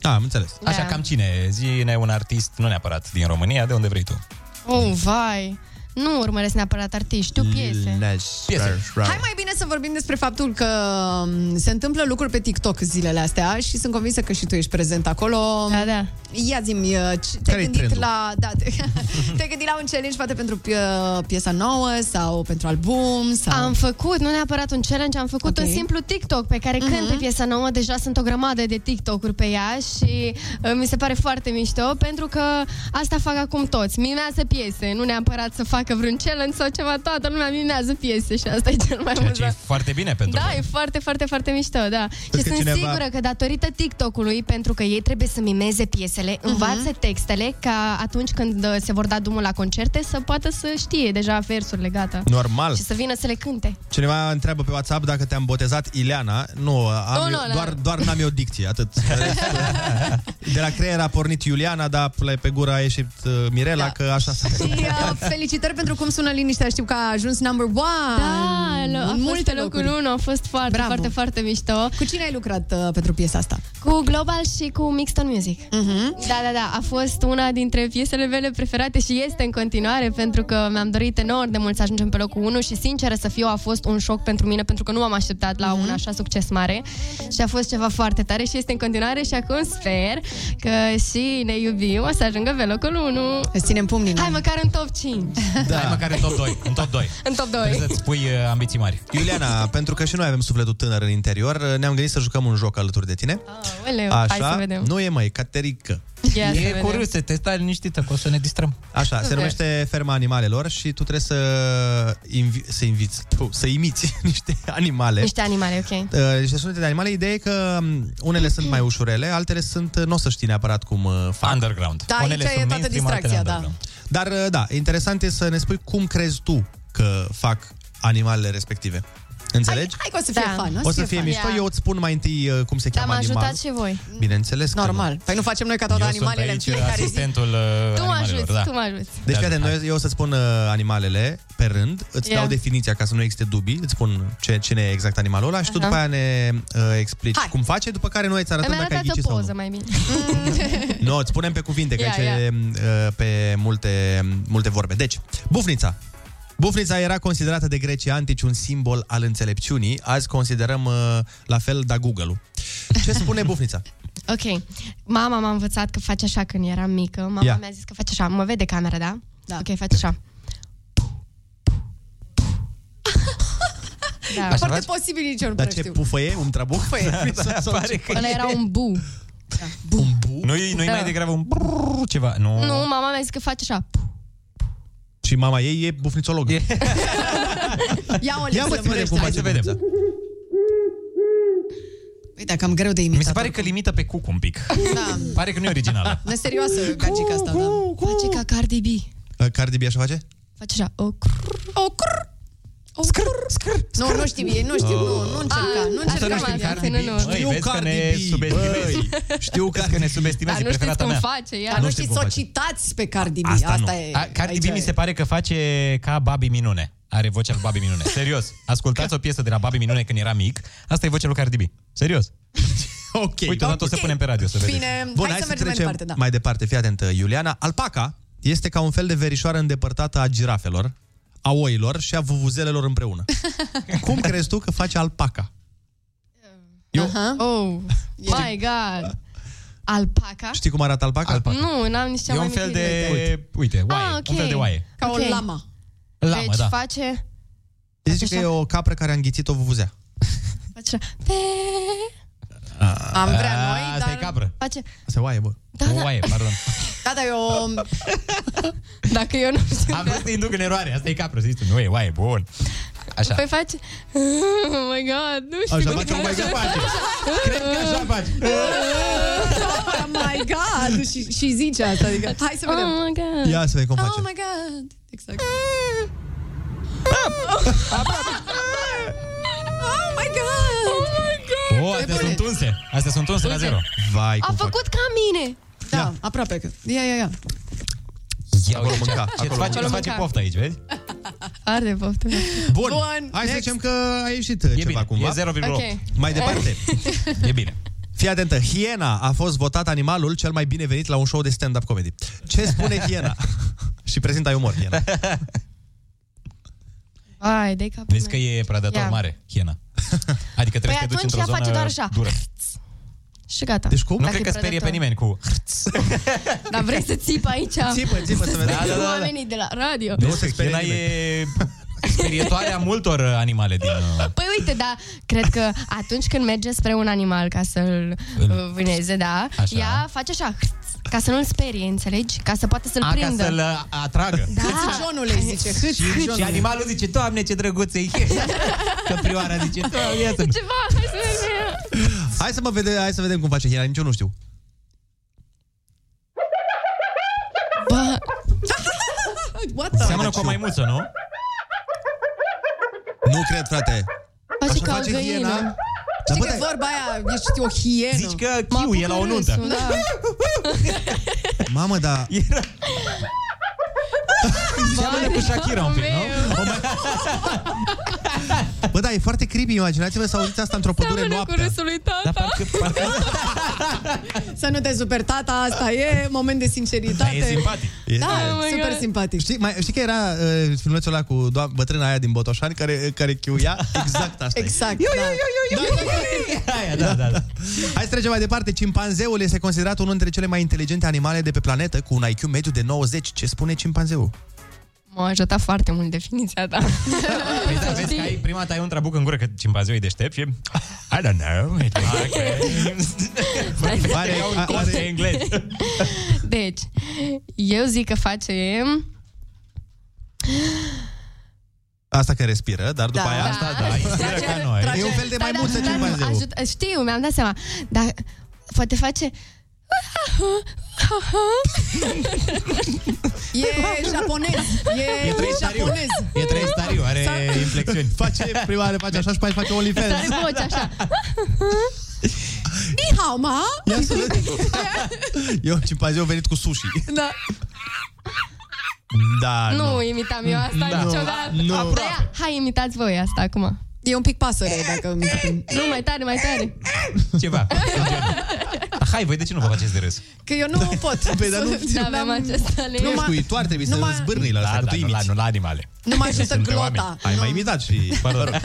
[SPEAKER 7] Da, am înțeles.
[SPEAKER 26] Da.
[SPEAKER 23] Așa, cam cine? Zine un artist, nu neapărat din România, de unde vrei tu.
[SPEAKER 26] Oh, vai. Nu urmăresc neapărat artiști, știu piese.
[SPEAKER 23] Piese.
[SPEAKER 12] Hai mai bine să vorbim despre faptul că um, se întâmplă lucruri pe TikTok zilele astea și sunt convinsă că și tu ești prezent acolo.
[SPEAKER 26] Da, da.
[SPEAKER 12] Ia zi-mi, uh, ce- te-ai
[SPEAKER 26] Care-i
[SPEAKER 12] gândit
[SPEAKER 26] trendul? *laughs*
[SPEAKER 12] la... Da, te, *laughs* te-ai gândit la un challenge poate pentru pie- piesa nouă sau pentru album sau...
[SPEAKER 26] Am făcut, nu neapărat un challenge, am făcut okay. un simplu TikTok pe care uh-huh.
[SPEAKER 12] Mhm.
[SPEAKER 26] cânt pe piesa nouă, deja sunt o grămadă de TikTok-uri pe ea și uh, mi se pare foarte mișto pentru că asta fac acum toți, mimează piese, nu neapărat să facă vreun challenge sau ceva, toată lumea mimează piese și asta e cel mai
[SPEAKER 23] Ceea
[SPEAKER 26] mult.
[SPEAKER 23] ce e foarte bine pentru
[SPEAKER 26] Da,
[SPEAKER 23] noi.
[SPEAKER 26] e foarte, foarte, foarte mișto, da.
[SPEAKER 23] Vezi
[SPEAKER 26] și
[SPEAKER 23] că
[SPEAKER 26] sunt
[SPEAKER 23] cineva-
[SPEAKER 26] sigură că datorită TikTok-ului, pentru că ei trebuie să mimeze piesele, învață textele ca atunci când uh, se vor da drumul la concerte să poată să știe deja versurile, gata.
[SPEAKER 7] Normal.
[SPEAKER 26] Și să vină să le cânte.
[SPEAKER 7] Cineva întreabă pe WhatsApp dacă te-am botezat Ileana. Nu, am
[SPEAKER 26] Nu,
[SPEAKER 7] eu,
[SPEAKER 26] nu, nu.
[SPEAKER 7] doar, doar n-am eu dicție,
[SPEAKER 26] *laughs*
[SPEAKER 7] atât. De la creier a pornit Iuliana, dar pe- pe gura a ieșit uh, Mirela, da. că așa s-a
[SPEAKER 12] Și uh, felicitări pentru cum sună liniștea, știu că a ajuns number one.
[SPEAKER 26] Da, lo- a
[SPEAKER 12] în
[SPEAKER 26] fost
[SPEAKER 12] multe
[SPEAKER 26] pe locul
[SPEAKER 12] locuri.
[SPEAKER 26] unu, a fost foarte,
[SPEAKER 12] Bravo.
[SPEAKER 26] foarte, foarte mișto.
[SPEAKER 12] Cu cine ai lucrat uh, pentru piesa asta? Mhm.
[SPEAKER 26] Cu Global și cu Mixed on Music. Uh-huh. Da, da, da. A fost una dintre piesele mele preferate și este în continuare pentru că mi-am dorit enorm de mult să ajungem pe locul 1 și sinceră să fiu, a fost un șoc pentru mine pentru că nu am așteptat
[SPEAKER 12] Mhm.
[SPEAKER 26] la un așa succes mare și a fost ceva foarte tare și este în continuare și acum sper că și ne iubim o să ajungă pe locul 1.
[SPEAKER 12] Îți ținem pumnii.
[SPEAKER 26] Hai măcar în top 5.
[SPEAKER 6] Da. Hai măcar în *laughs* top 2. În top 2.
[SPEAKER 26] *laughs* În top 2.
[SPEAKER 6] Trebuie să-ți pui uh, ambiții mari.
[SPEAKER 7] Iuliana, pentru că și noi avem sufletul tânăr în interior, uh, ne-am gândit să jucăm un joc alături de tine.
[SPEAKER 26] Aoleu, Ah. Hai să vedem.
[SPEAKER 7] nu e mai caterică.
[SPEAKER 26] Ia să vedem.
[SPEAKER 7] să te stai liniștită, poți să ne distrăm. Așa, se
[SPEAKER 26] Super.
[SPEAKER 7] numește ferma animalelor și tu trebuie să, invi- să inviți, tu, să imiți *laughs* niște animale.
[SPEAKER 26] Niște animale, ok.
[SPEAKER 7] Uh, niște sunete de animale. Ideea e că um, unele sunt mai ușurele, altele sunt, nu o să știi neapărat cum uh, fac. Underground.
[SPEAKER 12] Da, Unele aici sunt e toată mainstream, altele distracția, da. underground.
[SPEAKER 7] Dar, uh, da, interesant e să ne spui cum crezi tu că fac animalele respective. Înțelegi?
[SPEAKER 12] Hai că o să fie da. fan.
[SPEAKER 7] o să fie
[SPEAKER 12] fan.
[SPEAKER 7] mișto. Eu îți spun mai întâi uh, cum se
[SPEAKER 26] Te-am
[SPEAKER 7] cheamă animalul.
[SPEAKER 26] ajutat și voi.
[SPEAKER 7] Bineînțeles că
[SPEAKER 12] Normal. Păi nu facem noi ca toate
[SPEAKER 7] Eu sunt
[SPEAKER 12] animalele în
[SPEAKER 7] aici
[SPEAKER 12] fiecare zi.
[SPEAKER 7] asistentul,
[SPEAKER 12] uh,
[SPEAKER 26] Tu mă ajuți, tu mă ajuți.
[SPEAKER 7] Deci, fii atent, noi, eu o să spun uh, animalele pe rând, îți
[SPEAKER 26] Ia.
[SPEAKER 7] dau definiția ca să nu existe dubii, îți spun ce, cine e exact animalul ăla și tu
[SPEAKER 26] Aha.
[SPEAKER 7] după aia ne uh, explici
[SPEAKER 26] Hai.
[SPEAKER 7] cum face, după care noi îți arătăm
[SPEAKER 26] Îmi
[SPEAKER 7] dacă ai
[SPEAKER 26] arătat
[SPEAKER 7] ghici
[SPEAKER 26] o
[SPEAKER 7] sau nu. Mm.
[SPEAKER 26] poză mai bine. *laughs*
[SPEAKER 7] Nu, îți punem pe cuvinte, că
[SPEAKER 26] Ia,
[SPEAKER 7] aici e uh, pe multe, multe vorbe. Deci, bufnița. Bufnița era considerată de grecii antici un simbol al înțelepciunii. Azi considerăm uh, la fel, da Google-ul. Ce spune
[SPEAKER 26] *laughs*
[SPEAKER 7] bufnița?
[SPEAKER 26] Ok. Mama m-a învățat că face așa când eram mică. Mama
[SPEAKER 7] Ia.
[SPEAKER 26] mi-a zis că face așa. Mă vede camera, da? Da. Ok, face așa.
[SPEAKER 12] Da.
[SPEAKER 7] Așa
[SPEAKER 12] Foarte
[SPEAKER 7] faci?
[SPEAKER 12] posibil nici eu nu
[SPEAKER 7] Dar
[SPEAKER 12] prea
[SPEAKER 7] ce
[SPEAKER 12] știu.
[SPEAKER 7] pufă e? Un trabuc? *laughs* Da,
[SPEAKER 12] Pufăie.
[SPEAKER 26] Ăla era un bu.
[SPEAKER 6] Nu-i, nu-i
[SPEAKER 26] Da.
[SPEAKER 6] mai degrabă un brrr, ceva.
[SPEAKER 7] Ah.
[SPEAKER 6] Nu.
[SPEAKER 26] Nu, mama mi-a zis că face așa.
[SPEAKER 7] Și mama ei e
[SPEAKER 12] *laughs*
[SPEAKER 7] bufnițologă.
[SPEAKER 12] Ia o
[SPEAKER 7] Ia mă, ține cum
[SPEAKER 12] Hai să vedem.
[SPEAKER 7] vedem.
[SPEAKER 12] Uite, cam greu de imitat.
[SPEAKER 6] Mi se pare că limită pe cuc un pic.
[SPEAKER 12] Da.
[SPEAKER 6] Pare că nu e originală.
[SPEAKER 12] Ne serioasă gagica asta, da.
[SPEAKER 26] Face ca Cardi B.
[SPEAKER 7] Uh, Cardi B așa face?
[SPEAKER 26] Face așa. O crrr, o crrr. O crrr, scr,
[SPEAKER 12] Nu, nu știu, ei nu știu, nu, nu încerca, nu încerca.
[SPEAKER 26] Ah, nu știu Cardi B.
[SPEAKER 12] nu.
[SPEAKER 6] Băi, vezi că ne subestimezi. Știu că, că ne subestimezi,
[SPEAKER 26] Ah,
[SPEAKER 6] e
[SPEAKER 12] Dar nu știți
[SPEAKER 6] preferata
[SPEAKER 12] cum
[SPEAKER 6] mea.
[SPEAKER 12] face ea.
[SPEAKER 6] Nu
[SPEAKER 12] Dar nu
[SPEAKER 6] știu
[SPEAKER 12] știți
[SPEAKER 6] cum
[SPEAKER 12] să o
[SPEAKER 6] face.
[SPEAKER 12] citați pe Cardi B.
[SPEAKER 6] Asta,
[SPEAKER 12] Asta,
[SPEAKER 6] nu.
[SPEAKER 12] e.
[SPEAKER 6] A, Cardi B mi
[SPEAKER 12] aici
[SPEAKER 6] se pare că face ca Babi Minune. Are vocea lui Babi Minune. Serios. Ascultați o piesă de la Babi Minune când era mic. Asta e vocea lui Cardi B. Serios.
[SPEAKER 7] ok.
[SPEAKER 6] Uite, odată o să
[SPEAKER 7] Ok.
[SPEAKER 6] punem pe radio să vedeți.
[SPEAKER 12] Bine,
[SPEAKER 7] Bun,
[SPEAKER 12] hai să mergem mai
[SPEAKER 7] trecem
[SPEAKER 12] departe, da.
[SPEAKER 26] *laughs*
[SPEAKER 7] Mai departe, fii atentă, Iuliana. Alpaca este ca un fel de verișoară îndepărtată a girafelor, a oilor și a vuvuzelelor
[SPEAKER 12] *laughs*
[SPEAKER 7] împreună. Cum crezi tu că face alpaca? Eu-
[SPEAKER 26] Uh-huh. Oh, my God. Alpaca?
[SPEAKER 7] Știi cum arată alpaca? alpaca.
[SPEAKER 26] Nu, n-am nici cea
[SPEAKER 6] E
[SPEAKER 26] mai
[SPEAKER 6] un fel
[SPEAKER 26] mică
[SPEAKER 6] de...
[SPEAKER 26] idee.
[SPEAKER 6] Uite, oaie.
[SPEAKER 26] Ah, ok.
[SPEAKER 6] Un fel de oaie.
[SPEAKER 12] Ca
[SPEAKER 26] Ok.
[SPEAKER 12] o lama.
[SPEAKER 6] Lamă,
[SPEAKER 26] deci
[SPEAKER 6] da.
[SPEAKER 26] face...
[SPEAKER 7] Zice că e o capră care a înghițit o vuvuzea.
[SPEAKER 26] Face așa. Pe...
[SPEAKER 12] Am vrea
[SPEAKER 7] Ah,
[SPEAKER 12] noi,
[SPEAKER 6] Ah, Asta
[SPEAKER 12] dar-
[SPEAKER 6] e capră.
[SPEAKER 26] Face...
[SPEAKER 7] Asta e oaie, bă.
[SPEAKER 26] Da, da.
[SPEAKER 6] Oaie, pardon.
[SPEAKER 12] Da, da, eu...
[SPEAKER 26] Dacă eu nu știu.
[SPEAKER 6] *laughs* Am vrut să te induc în eroare. Asta e capră, zici tu. Nu e oaie, bun. Așa.
[SPEAKER 26] Păi face... Oh my God, nu știu.
[SPEAKER 6] Așa face,
[SPEAKER 26] cum
[SPEAKER 6] oh my God, face.
[SPEAKER 26] Cred că
[SPEAKER 6] așa faci.
[SPEAKER 12] Oh my
[SPEAKER 26] Da,
[SPEAKER 12] god! Și, și zice asta, adică... Hai să vedem.
[SPEAKER 26] Oh my god!
[SPEAKER 7] Ia să vedem cum
[SPEAKER 12] oh
[SPEAKER 7] face.
[SPEAKER 12] my god! Exact. Oh my god! Oh my
[SPEAKER 6] O, oh, astea sunt tunse. Astea sunt tunse la zero.
[SPEAKER 7] Vai,
[SPEAKER 26] A făcut ca mine!
[SPEAKER 12] Da, aproape că... Ia, ia, ia.
[SPEAKER 6] Ia acolo mânca.
[SPEAKER 7] acolo
[SPEAKER 6] Ce-ți face,
[SPEAKER 7] mânca.
[SPEAKER 6] ce-ți face pofta aici, vezi?
[SPEAKER 26] Arde poftă.
[SPEAKER 7] Bun.
[SPEAKER 12] Bun,
[SPEAKER 7] Hai să
[SPEAKER 12] next.
[SPEAKER 7] zicem că a ieșit e ceva
[SPEAKER 6] bine,
[SPEAKER 7] cumva.
[SPEAKER 6] e 0,8.
[SPEAKER 26] Ok.
[SPEAKER 7] Mai
[SPEAKER 26] *laughs*
[SPEAKER 7] departe.
[SPEAKER 6] E bine.
[SPEAKER 7] Fii atentă, Hiena a fost votat animalul cel mai bine venit la un show de stand-up comedy. Ce spune Hiena? *laughs* Și prezint ai umor, Hiena.
[SPEAKER 26] Ai, de capul
[SPEAKER 6] Vezi că
[SPEAKER 26] meu.
[SPEAKER 6] e predator
[SPEAKER 26] Ia.
[SPEAKER 6] mare, hiena. *laughs* Adică trebuie să te
[SPEAKER 26] Păi
[SPEAKER 6] duci
[SPEAKER 26] atunci
[SPEAKER 6] într-o
[SPEAKER 26] ea
[SPEAKER 6] zonă
[SPEAKER 26] face doar așa.
[SPEAKER 6] dură.
[SPEAKER 26] Și gata.
[SPEAKER 6] Deci cum? Nu
[SPEAKER 26] Dacă
[SPEAKER 6] cred
[SPEAKER 26] e
[SPEAKER 6] că sperie pe
[SPEAKER 26] prădător.
[SPEAKER 6] nimeni cu...
[SPEAKER 26] Dar vrei să țip aici?
[SPEAKER 7] Țipă, țipă, să vedem.
[SPEAKER 6] Da, da, da, da.
[SPEAKER 26] Oamenii de la radio.
[SPEAKER 6] Vezi că hiena e sperietoare a multor uh, animale din... uh,
[SPEAKER 26] Păi uite, da, cred că atunci când merge spre un animal ca să-l uh, vâneze, da,
[SPEAKER 6] Așa.
[SPEAKER 26] ea face așa, ca să nu-l sperie, înțelegi? Ca să poată să-l
[SPEAKER 6] A, ca
[SPEAKER 26] prindă.
[SPEAKER 6] să-l uh, atragă.
[SPEAKER 26] Da.
[SPEAKER 12] Hâționule, îi zice, hâționule.
[SPEAKER 6] Și animalul zice, Doamne, ce drăguț e *laughs* Căprioara zice, Doamne, ia să-mi-"
[SPEAKER 26] Ceva, hai să
[SPEAKER 7] *laughs*
[SPEAKER 26] mergem.
[SPEAKER 7] Hai să, mă vede, hai să vedem cum face Hiena, nici eu nu știu.
[SPEAKER 26] Bă,
[SPEAKER 12] *laughs* What the?
[SPEAKER 6] Seamănă cu o maimuță, nu?
[SPEAKER 7] Nu cred, frate.
[SPEAKER 26] face
[SPEAKER 7] Așa
[SPEAKER 26] ca o
[SPEAKER 7] face hiena?
[SPEAKER 26] găină.
[SPEAKER 12] Știi că vorba aia, ești o hienă.
[SPEAKER 6] Zici că chiu e la o nuntă.
[SPEAKER 26] Râsul, da.
[SPEAKER 7] Mamă, da...
[SPEAKER 6] *laughs*
[SPEAKER 7] *laughs*
[SPEAKER 6] Era... Seamănă cu Shakira un pic, nu?
[SPEAKER 7] Bă, da, e foarte creepy, imaginați-vă să auziți asta într-o pădure
[SPEAKER 26] Seamănă cu
[SPEAKER 7] noaptea.
[SPEAKER 26] râsul lui tata.
[SPEAKER 12] Să nu te super, tata, asta e moment de sinceritate.
[SPEAKER 6] E simpatic.
[SPEAKER 12] Da,
[SPEAKER 26] Oh my
[SPEAKER 12] super
[SPEAKER 26] God.
[SPEAKER 12] simpatic.
[SPEAKER 7] Știi, mai, știi că era uh, filmulețul ăla cu doam- bătrâna aia din Botoșani care, uh, care chiuia? Exact *laughs* asta e.
[SPEAKER 12] Exact. da.
[SPEAKER 6] Aia, da, da, da.
[SPEAKER 7] Hai să trecem mai departe. Cimpanzeul este considerat unul dintre cele mai inteligente animale de pe planetă, cu un IQ mediu de 90. Ce spune cimpanzeul?
[SPEAKER 26] M-a ajutat foarte mult definiția ta.
[SPEAKER 23] Păi da, vezi că ai, prima ta ai un trabuc în gură, că cimpanzeul e deștept și... I don't know. Ah,
[SPEAKER 7] Păi,
[SPEAKER 23] Pare ca un cod de englez.
[SPEAKER 26] *laughs* Deci, eu zic că face...
[SPEAKER 7] Asta că respiră, dar după
[SPEAKER 26] Da.
[SPEAKER 7] aia asta, da, inspiră ca noi.
[SPEAKER 26] Trage-
[SPEAKER 7] E un fel de
[SPEAKER 26] Stai,
[SPEAKER 7] maimuță
[SPEAKER 26] dar- dar Da, nu,
[SPEAKER 7] cimpanzeu.
[SPEAKER 26] ajut- Știu, mi-am dat seama. Dar poate
[SPEAKER 7] *laughs*
[SPEAKER 26] face...
[SPEAKER 12] E japonez. E,
[SPEAKER 7] E trei stariu.
[SPEAKER 12] japonez.
[SPEAKER 23] E trei stariu, are inflexiuni.
[SPEAKER 7] *laughs* Face prima oară face așa și mai face OnlyFans. *laughs*
[SPEAKER 12] Stai voce așa. Ni hao ma.
[SPEAKER 7] Ia să vedem. Eu, cimpanzeu, a venit cu sushi.
[SPEAKER 26] Da.
[SPEAKER 7] Da,
[SPEAKER 26] nu, imitam eu asta
[SPEAKER 7] Da.
[SPEAKER 26] niciodată.
[SPEAKER 7] Nu.
[SPEAKER 26] De aia, hai, imitați voi asta acum.
[SPEAKER 12] E un pic pasăre, dacă
[SPEAKER 26] Nu, mai tare, mai tare.
[SPEAKER 23] Ceva. Ah, Hai, voi de ce nu vă faceți de râs?
[SPEAKER 12] Că eu nu pot.
[SPEAKER 7] Păi, dar nu-
[SPEAKER 26] *laughs* Da, avem acest
[SPEAKER 7] Nu ești cuitoar, trebuie să
[SPEAKER 12] numai-
[SPEAKER 7] zbârni la asta,
[SPEAKER 23] Da,
[SPEAKER 7] că
[SPEAKER 23] da,
[SPEAKER 7] tu
[SPEAKER 23] nu la,
[SPEAKER 7] imiți.
[SPEAKER 23] nu la animale.
[SPEAKER 12] Nu mai ajută
[SPEAKER 7] Suntem
[SPEAKER 12] glota.
[SPEAKER 7] oameni. Ai mai imitat și mă rog. *laughs*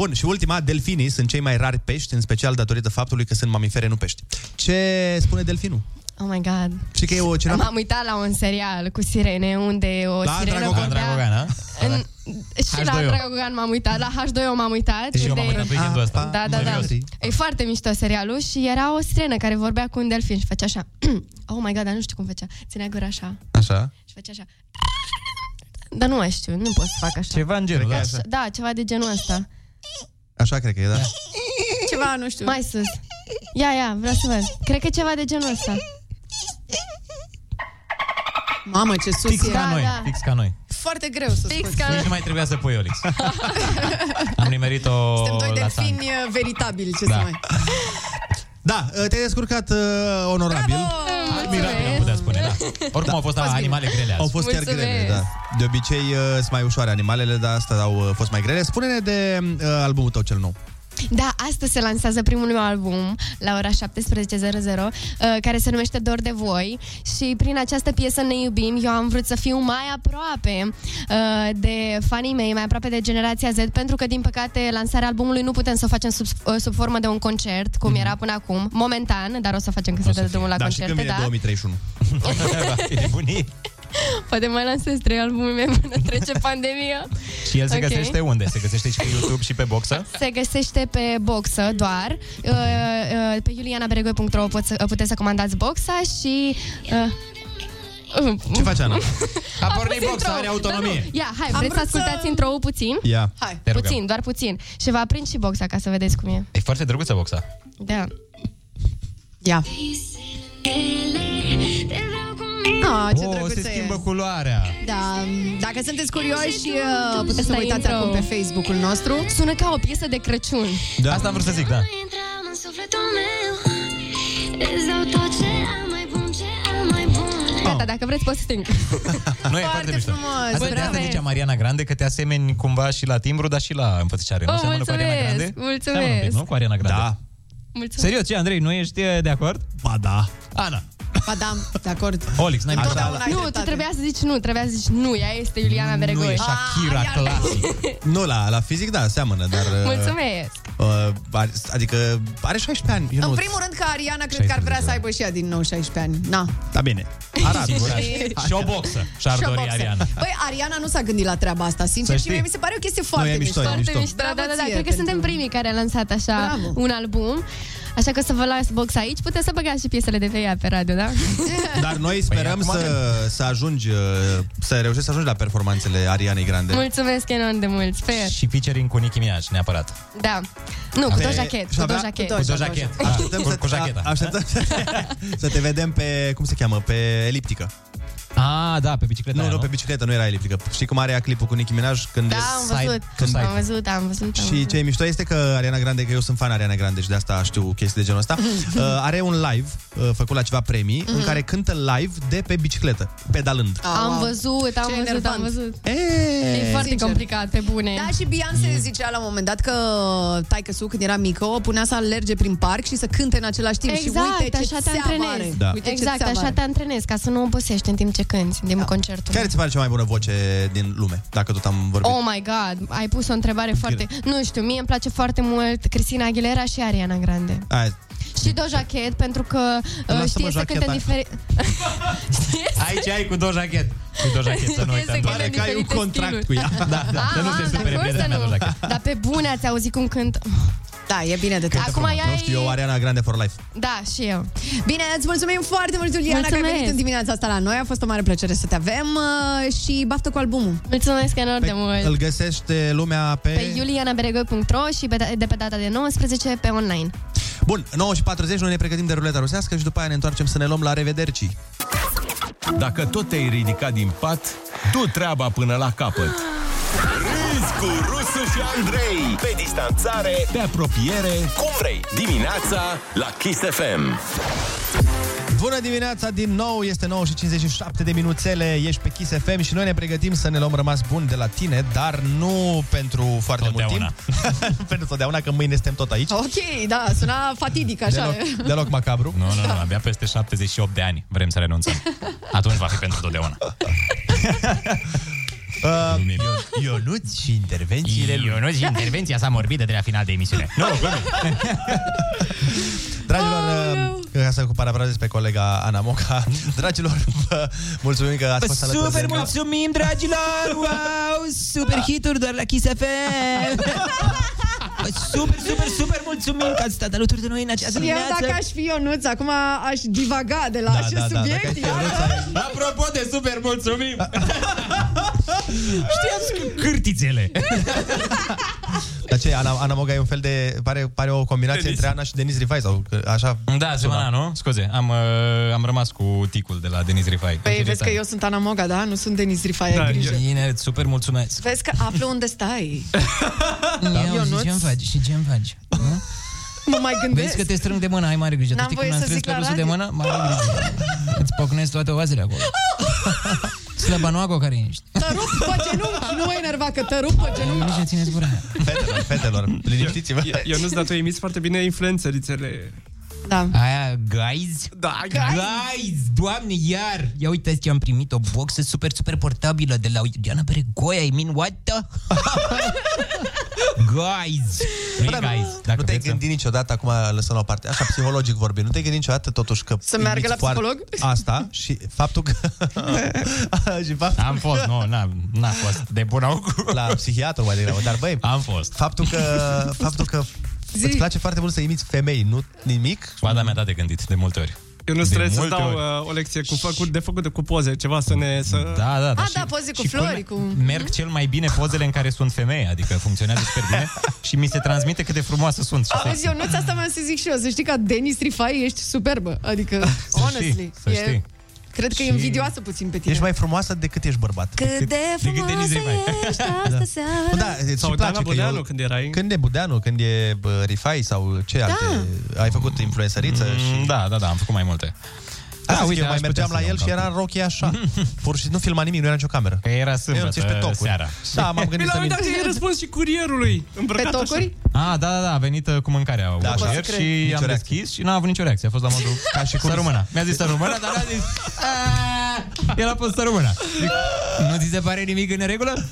[SPEAKER 7] Bun, și ultima, delfinii sunt cei mai rari pești, în special datorită faptului că sunt mamifere, nu pești. Ce spune delfinul?
[SPEAKER 26] Oh my god.
[SPEAKER 7] Știi că e o cerapă?
[SPEAKER 26] M-am uitat la un serial cu sirene unde o
[SPEAKER 7] La
[SPEAKER 26] sirenă
[SPEAKER 7] Dragogan,
[SPEAKER 26] vorbea-
[SPEAKER 7] Dragogan, a?
[SPEAKER 26] În, și la
[SPEAKER 7] H2O.
[SPEAKER 26] Dragogan m-am uitat, la H2O m-am uitat.
[SPEAKER 7] Deci
[SPEAKER 23] Și eu
[SPEAKER 26] unde-
[SPEAKER 23] m-am uitat
[SPEAKER 12] Ah,
[SPEAKER 23] weekendul ăsta.
[SPEAKER 26] Da, da, da.
[SPEAKER 23] Serios.
[SPEAKER 26] E foarte mișto serialul și era o sirenă care vorbea cu un delfin și făcea așa. *clears throat* oh my god, dar nu știu cum făcea. Ținea gura așa
[SPEAKER 7] Așa.
[SPEAKER 26] și făcea așa. Dar nu mai știu, nu pot să fac așa.
[SPEAKER 23] Ceva în genul, da.
[SPEAKER 26] Așa, da, ceva de genul ăsta.
[SPEAKER 7] Așa cred că e, da.
[SPEAKER 12] Ceva, nu știu.
[SPEAKER 26] Mai sus. Ia, ia, vreau să văd. Cred că e ceva de genul ăsta.
[SPEAKER 12] Mamă, ce Da, sus
[SPEAKER 23] Fix
[SPEAKER 12] e.
[SPEAKER 23] ca noi, fix ca noi.
[SPEAKER 12] Foarte greu să Fix spui.
[SPEAKER 23] Nici nu mai trebuia să pui
[SPEAKER 12] *laughs*
[SPEAKER 23] Olix. Am nimerit-o
[SPEAKER 12] Suntem doi
[SPEAKER 23] la tank.
[SPEAKER 12] delfini uh, veritabili, ce
[SPEAKER 23] Da.
[SPEAKER 12] să mai...
[SPEAKER 7] Da, te-ai descurcat uh, onorabil.
[SPEAKER 12] Oh,
[SPEAKER 23] Admirabil, am putea spune, da. Oricum au fost animale grele azi.
[SPEAKER 7] Au fost chiar
[SPEAKER 23] Mulțumesc.
[SPEAKER 7] grele, da. De obicei uh, sunt mai ușoare animalele, dar asta au uh, fost mai grele. Spune-ne de uh, albumul tău cel nou.
[SPEAKER 26] Da, astăzi se lansează primul meu album la ora 17.00, uh, care se numește Dor de voi și prin această piesă Ne iubim, eu am vrut să fiu mai aproape uh, de fanii mei, mai aproape de generația Z, pentru că, din păcate, lansarea albumului nu putem să o facem sub, uh, sub formă de un concert, cum era până acum, momentan, dar o să facem când se dă drumul la
[SPEAKER 7] da, și
[SPEAKER 26] concerte,
[SPEAKER 7] când vine
[SPEAKER 26] da.
[SPEAKER 7] 2031.
[SPEAKER 23] E bunii.
[SPEAKER 26] Poate mai lansez trei albume până trece pandemia.
[SPEAKER 23] Și el se
[SPEAKER 26] Ok.
[SPEAKER 23] găsește unde? Se găsește și pe YouTube și pe boxă?
[SPEAKER 26] Se găsește pe boxă doar. Uh, uh, Pe julianaberegoi.ro pot să- puteți să comandați boxa și... uh, uh,
[SPEAKER 7] Ce face Ana?
[SPEAKER 26] A
[SPEAKER 23] pornit
[SPEAKER 26] pus
[SPEAKER 23] boxa,
[SPEAKER 26] intro-ul.
[SPEAKER 23] are autonomie.
[SPEAKER 26] Da, nu. Ia, hai,
[SPEAKER 12] Am
[SPEAKER 26] vreți să
[SPEAKER 12] vrut să-
[SPEAKER 26] ascultați intro puțin?
[SPEAKER 23] Ia.
[SPEAKER 26] Hai,
[SPEAKER 23] Te rugăm.
[SPEAKER 26] puțin, doar puțin. Și vă aprind și boxa ca să vedeți cum e.
[SPEAKER 23] E foarte drăguță boxa.
[SPEAKER 26] Da.
[SPEAKER 12] Ia. Ah, ce
[SPEAKER 23] Oh, se
[SPEAKER 12] drăguț
[SPEAKER 23] schimbă culoarea.
[SPEAKER 12] Da, dacă sunteți curioși, uh, puteți să
[SPEAKER 26] Ăsta
[SPEAKER 12] vă
[SPEAKER 26] e
[SPEAKER 12] uitați
[SPEAKER 26] intro.
[SPEAKER 12] acum pe Facebook-ul nostru.
[SPEAKER 26] Sună ca o piesă de Crăciun.
[SPEAKER 23] Da. Asta am vrut să zic, da.
[SPEAKER 25] în sufletul meu Îți dau tot ce am mai bun, ce am mai bun
[SPEAKER 26] Gata, dacă vreți poți să sting.
[SPEAKER 23] Nu e foarte mișto.
[SPEAKER 26] frumos,
[SPEAKER 23] Asta, de asta
[SPEAKER 26] bravo.
[SPEAKER 23] zicea Mariana Grande, că te asemeni cumva și la timbru, dar și la înfățișare. Nu
[SPEAKER 26] Oh,
[SPEAKER 23] seamănă cu Ariana
[SPEAKER 26] mulțumesc,
[SPEAKER 23] Grande?
[SPEAKER 26] mulțumesc.
[SPEAKER 23] Seamănă un pic, nu? Cu Ariana Grande. Da.
[SPEAKER 26] Mulțumesc.
[SPEAKER 23] Serios, ce, Andrei, nu ești eh, de acord?
[SPEAKER 7] Ba da.
[SPEAKER 23] Ana.
[SPEAKER 12] Ba da, de acord.
[SPEAKER 23] Olix, n-ai
[SPEAKER 12] Așa,
[SPEAKER 23] mișto.
[SPEAKER 12] Ana. Ai
[SPEAKER 26] Nu, tu
[SPEAKER 12] dreptate.
[SPEAKER 26] trebuia să zici nu, trebuia să zici nu, ea este Iuliana Beregoi.
[SPEAKER 23] Nu e Shakira
[SPEAKER 26] Ah,
[SPEAKER 23] clasic.
[SPEAKER 7] Nu, la, la fizic, da, seamănă, dar... uh,
[SPEAKER 26] Mulțumesc.
[SPEAKER 7] Uh, are- adică are 16 ani, eu
[SPEAKER 12] În
[SPEAKER 7] nu...
[SPEAKER 12] primul rând că Ariana cred că ar vrea să aibă și ea din nou 16 ani. Na.
[SPEAKER 7] Da, bine.
[SPEAKER 12] *laughs*
[SPEAKER 7] Arată. da.
[SPEAKER 12] Sigur.
[SPEAKER 23] Și o boxă. Și-ar
[SPEAKER 12] Și o
[SPEAKER 23] dori
[SPEAKER 12] boxă.
[SPEAKER 23] Ariana.
[SPEAKER 12] Păi, Ariana nu s-a gândit la treaba asta,
[SPEAKER 23] Să
[SPEAKER 12] sincer, și
[SPEAKER 23] știi.
[SPEAKER 12] mie mi se pare o chestie foarte
[SPEAKER 23] e mișto,
[SPEAKER 12] mișto.
[SPEAKER 23] e
[SPEAKER 26] Foarte mișto. Da,
[SPEAKER 12] Bravo
[SPEAKER 26] da, da, da.
[SPEAKER 12] ție
[SPEAKER 26] Cred că
[SPEAKER 12] pentru-
[SPEAKER 26] suntem primii care a lansat așa
[SPEAKER 12] Bravo.
[SPEAKER 26] un album. Așa că o să vă las box aici, puteți să băgați și piesele de pe ea pe radio,
[SPEAKER 23] *laughs*
[SPEAKER 26] da?
[SPEAKER 7] Dar noi sperăm
[SPEAKER 23] Păi, acum
[SPEAKER 7] să, să ajungi, uh, să reușești să ajungi la performanțele Arianei Grande.
[SPEAKER 26] Mulțumesc enorm de mult, sper.
[SPEAKER 23] Și featuring cu Nicki Minaj, neapărat.
[SPEAKER 26] Da. Nu, cu
[SPEAKER 23] Pe-
[SPEAKER 26] Doja Cat,
[SPEAKER 7] și
[SPEAKER 26] cu
[SPEAKER 7] avea-
[SPEAKER 26] Doja Cat.
[SPEAKER 23] Cu Doja Cat. da.
[SPEAKER 7] Așteptăm
[SPEAKER 23] Cu-
[SPEAKER 7] să,
[SPEAKER 23] Cu jacheta.
[SPEAKER 7] *laughs* Așteptăm să, să te vedem pe, cum se cheamă, pe eliptică.
[SPEAKER 23] A, da, pe bicicletă.
[SPEAKER 7] Nu, nu, pe bicicletă, nu era eliptică. Știi cum are ea clipul cu Nicki Minaj? Când
[SPEAKER 26] Da, am văzut,
[SPEAKER 7] Când
[SPEAKER 26] am văzut, am văzut, am
[SPEAKER 7] Și
[SPEAKER 26] văzut.
[SPEAKER 7] ce e mișto este că Ariana Grande, că eu sunt fan Ariana Grande și de asta știu chestii de
[SPEAKER 26] *laughs*
[SPEAKER 7] genul ăsta, uh, are un live uh, făcut la ceva premii în
[SPEAKER 26] Mhm.
[SPEAKER 7] care cântă live de pe bicicletă, pedalând.
[SPEAKER 26] Am văzut, am
[SPEAKER 12] Ce
[SPEAKER 26] văzut, am
[SPEAKER 12] enervant.
[SPEAKER 26] văzut.
[SPEAKER 7] E,
[SPEAKER 26] E foarte
[SPEAKER 12] Sincer.
[SPEAKER 26] complicat, pe bune.
[SPEAKER 12] Da, și Beyoncé zicea la un moment dat că taică su când era mică, o punea să alerge prin parc și să cânte în același timp. și
[SPEAKER 26] Exact,
[SPEAKER 12] uite ce
[SPEAKER 26] așa te
[SPEAKER 12] țeavă are.
[SPEAKER 26] antrenezi.
[SPEAKER 23] Da.
[SPEAKER 12] Uite
[SPEAKER 26] Exact,
[SPEAKER 12] ce țeavă
[SPEAKER 26] așa
[SPEAKER 12] are.
[SPEAKER 26] te antrenezi, ca să nu obosești în timp ce cânti, în
[SPEAKER 23] Da.
[SPEAKER 26] timpul concertului.
[SPEAKER 7] Care ți se pare cea mai bună voce din lume, dacă tot am vorbit?
[SPEAKER 26] Oh my god, ai pus o întrebare foarte... Nu știu, mie îmi place foarte mult Cristina Aguilera și Ariana Grande.
[SPEAKER 7] Aia,
[SPEAKER 26] Și Doja Cat, pentru că uh,
[SPEAKER 6] Lasă-mă
[SPEAKER 26] știe să cânte
[SPEAKER 6] jacheta.
[SPEAKER 26] în *laughs* diferit...
[SPEAKER 6] Aici ai cu Doja Cat. Cu Doja Cat, să nu
[SPEAKER 26] Știe să
[SPEAKER 6] uităm.
[SPEAKER 26] cânte în diferite stiluri. Ah,
[SPEAKER 6] Da, da, să nu
[SPEAKER 26] Aha,
[SPEAKER 6] se supere
[SPEAKER 26] cum
[SPEAKER 6] prietena
[SPEAKER 26] să
[SPEAKER 6] mea
[SPEAKER 26] nu?
[SPEAKER 6] Doja Cat.
[SPEAKER 26] Dar pe bune ați auzit cum cânt.
[SPEAKER 12] Da, e bine de
[SPEAKER 26] tot. Acum ea
[SPEAKER 7] Nu știu eu,
[SPEAKER 26] e...
[SPEAKER 7] Ariana Grande for life.
[SPEAKER 26] Da, și eu.
[SPEAKER 12] Bine, îți mulțumim foarte mult, Iuliana, că ai
[SPEAKER 26] Mulțumesc.
[SPEAKER 12] venit în dimineața asta la noi. A fost o mare plăcere să te avem uh, și baftă cu albumul.
[SPEAKER 26] Mulțumesc enorm de mult.
[SPEAKER 7] Păi, Îl găsește lumea pe...
[SPEAKER 26] Pe julianaberegoi.ro și pe, da- de pe data de 19 pe online.
[SPEAKER 7] Bun, 9 și 40, noi ne pregătim de ruleta rusească și după aia ne întoarcem să ne luăm la revederci.
[SPEAKER 29] Dacă tot te-ai ridicat din pat, tu treaba până la capăt.
[SPEAKER 1] Râzi cu Rusu și Andrei. Pe distanțare,
[SPEAKER 29] Pe apropiere,
[SPEAKER 1] cum vrei. Dimineața la Kiss FM.
[SPEAKER 7] Bună dimineața din nou, este 9 și 57 de minuțele, ești pe Kiss FM și noi ne pregătim să ne luăm rămas bun de la tine, dar nu pentru foarte mult timp. *laughs* pentru totdeauna, că mâine suntem tot aici.
[SPEAKER 12] Ok, da, suna fatidic așa.
[SPEAKER 7] Deloc, deloc macabru.
[SPEAKER 6] Nu, nu, nu, abia peste 78 de ani vrem să renunțăm. Atunci va fi pentru totdeauna.
[SPEAKER 7] Uh, Ionuț și intervențiile lui.
[SPEAKER 6] Ionuț și intervenția sa morbidă de la final de emisiune. Nu,
[SPEAKER 7] Dragilor, uh, ca să parafrazez pe colega Ana Moca, *laughs* dragilor, vă mulțumim că ați fost alături
[SPEAKER 13] Super
[SPEAKER 7] de noi.
[SPEAKER 13] mulțumim, dragilor! Wow! Super hituri doar la Kiss FM! Super, super, super mulțumim că ați stat alături de noi în această
[SPEAKER 12] Și eu
[SPEAKER 13] dimineață.
[SPEAKER 12] dacă aș fi Ionuț, acum aș divaga de la da, acest da, subiect. Da,
[SPEAKER 6] Apropo de super mulțumim! Știați că *laughs* cârtițele!
[SPEAKER 7] Dar ce, Ana, Ana Moga e un fel de... Pare, pare o combinație
[SPEAKER 6] Denis.
[SPEAKER 7] între Ana și Denis Rifai sau că- așa...
[SPEAKER 6] Da, semana, nu? Scuze, am, uh, am rămas cu ticul de la Denis Rifai.
[SPEAKER 12] Păi vezi că eu sunt Ana Moga, da? Nu sunt Denis Rifaie, da,
[SPEAKER 6] Da,
[SPEAKER 12] grijă.
[SPEAKER 6] bine, super mulțumesc.
[SPEAKER 12] Vezi că află unde *laughs* stai.
[SPEAKER 7] Da,
[SPEAKER 13] Ia uzi, ce-mi faci? Și ce-mi faci?
[SPEAKER 12] *laughs*
[SPEAKER 13] Nu?
[SPEAKER 12] Mă mai gândesc.
[SPEAKER 13] da? Vezi că te strâng de mână, ai mare grijă. Tu
[SPEAKER 12] N-am
[SPEAKER 13] știi
[SPEAKER 12] voie
[SPEAKER 13] când am
[SPEAKER 12] să
[SPEAKER 13] strâns
[SPEAKER 12] zic
[SPEAKER 13] pe
[SPEAKER 12] la
[SPEAKER 13] rusul de
[SPEAKER 12] radio.
[SPEAKER 13] mână, mare grijă. Îți pocnesc toate oazele
[SPEAKER 12] *laughs*
[SPEAKER 13] acolo. Slăbanoago care ești.
[SPEAKER 12] Te rup pe genunchi, nu mă enerva că te rup pe genunchi. Nu
[SPEAKER 13] țineți gura
[SPEAKER 7] Fetelor,
[SPEAKER 8] *laughs*
[SPEAKER 7] fetelor, liniștiți-vă.
[SPEAKER 8] Eu nu dar tu emiți foarte bine influențărițele.
[SPEAKER 12] Da.
[SPEAKER 13] Aia, guys?
[SPEAKER 12] Da,
[SPEAKER 8] guys.
[SPEAKER 13] Guys, doamne, iar! Ia uitați ce am primit, o boxă super, super portabilă de la Diana Beregoia, I mean, what the? *laughs* guys!
[SPEAKER 7] Bă, Păi, dar nu- nu te-ai gândit niciodată, acum lăsăm la o parte, așa psihologic vorbind, nu te-ai gândit niciodată totuși că...
[SPEAKER 12] Să meargă
[SPEAKER 7] imiți
[SPEAKER 12] la
[SPEAKER 7] foarte-
[SPEAKER 12] psiholog?
[SPEAKER 7] Asta și faptul
[SPEAKER 12] *laughs*
[SPEAKER 7] că... *laughs* și faptul
[SPEAKER 6] Am fost, nu, n-am, n-a fost. De bun augur.
[SPEAKER 7] La psihiatru mai degrabă, dar băi...
[SPEAKER 6] Am fost.
[SPEAKER 7] Faptul
[SPEAKER 6] *laughs*
[SPEAKER 7] că... Faptul că
[SPEAKER 12] Zi.
[SPEAKER 7] Îți place foarte mult să imiți femei, nu nimic?
[SPEAKER 6] Coada mi-a dat de gândit, de multe ori.
[SPEAKER 8] Eu nu trebuie să
[SPEAKER 6] multe
[SPEAKER 8] dau
[SPEAKER 6] ori.
[SPEAKER 8] uh, o lecție cu făcut, de făcut cu poze, ceva să ne... Să...
[SPEAKER 6] Da, da, da.
[SPEAKER 12] A, da, poze cu flori, cu...
[SPEAKER 7] Mm.
[SPEAKER 6] Merg cel mai bine pozele în care sunt femeie, adică funcționează super
[SPEAKER 7] *laughs*
[SPEAKER 6] bine și mi se transmite cât de frumoasă sunt. și
[SPEAKER 12] Auzi, eu nu asta m-am să zic și eu. Să știi că Denis Rifai ești superbă. Adică,
[SPEAKER 7] știi,
[SPEAKER 12] honestly.
[SPEAKER 7] să știi.
[SPEAKER 12] Cred că e
[SPEAKER 7] Și-
[SPEAKER 12] invidioasă puțin pe tine.
[SPEAKER 7] Ești mai frumoasă decât ești bărbat.
[SPEAKER 12] Cât de frumoasă *laughs*
[SPEAKER 7] ești
[SPEAKER 12] asta seară.
[SPEAKER 7] Da, îți
[SPEAKER 8] Sau
[SPEAKER 7] și
[SPEAKER 8] Dana
[SPEAKER 7] place că
[SPEAKER 8] Budeanu
[SPEAKER 7] eu-
[SPEAKER 8] când erai.
[SPEAKER 7] Când e Budeanu, când e bă, Rifai sau ce da. alte... Ai făcut influențăriță și...
[SPEAKER 6] Da, da, da, am făcut mai multe.
[SPEAKER 7] Da,
[SPEAKER 6] Da,
[SPEAKER 7] da,
[SPEAKER 6] uite,
[SPEAKER 7] uite, eu
[SPEAKER 6] aș
[SPEAKER 7] mai
[SPEAKER 6] putea
[SPEAKER 7] mergeam
[SPEAKER 6] să
[SPEAKER 7] la
[SPEAKER 6] dau
[SPEAKER 7] el și
[SPEAKER 6] capul.
[SPEAKER 7] era în rochie așa. Pur și nu filma nimic, nu era nicio cameră.
[SPEAKER 6] Că era
[SPEAKER 7] Eu țin
[SPEAKER 6] sâmbătă,
[SPEAKER 7] pe tocuri.
[SPEAKER 6] seara.
[SPEAKER 7] Da, m-am gândit
[SPEAKER 8] Mi
[SPEAKER 7] să
[SPEAKER 8] l-am uitat că
[SPEAKER 7] mint.
[SPEAKER 8] i-ai răspuns și curierului. Îmbrăcat
[SPEAKER 12] tocuri?
[SPEAKER 6] A, da, da, da, a venit uh, cu mâncarea da,
[SPEAKER 7] așa.
[SPEAKER 6] așa.
[SPEAKER 7] Să
[SPEAKER 6] și
[SPEAKER 7] cred. Nicio
[SPEAKER 6] am
[SPEAKER 7] reacție.
[SPEAKER 6] deschis și n-a avut nicio reacție. A fost la modul ca și cum română. Mi-a
[SPEAKER 7] *laughs*
[SPEAKER 6] zis să română, dar a zis el a fost să română. Zic, nu ți se pare nimic în regulă?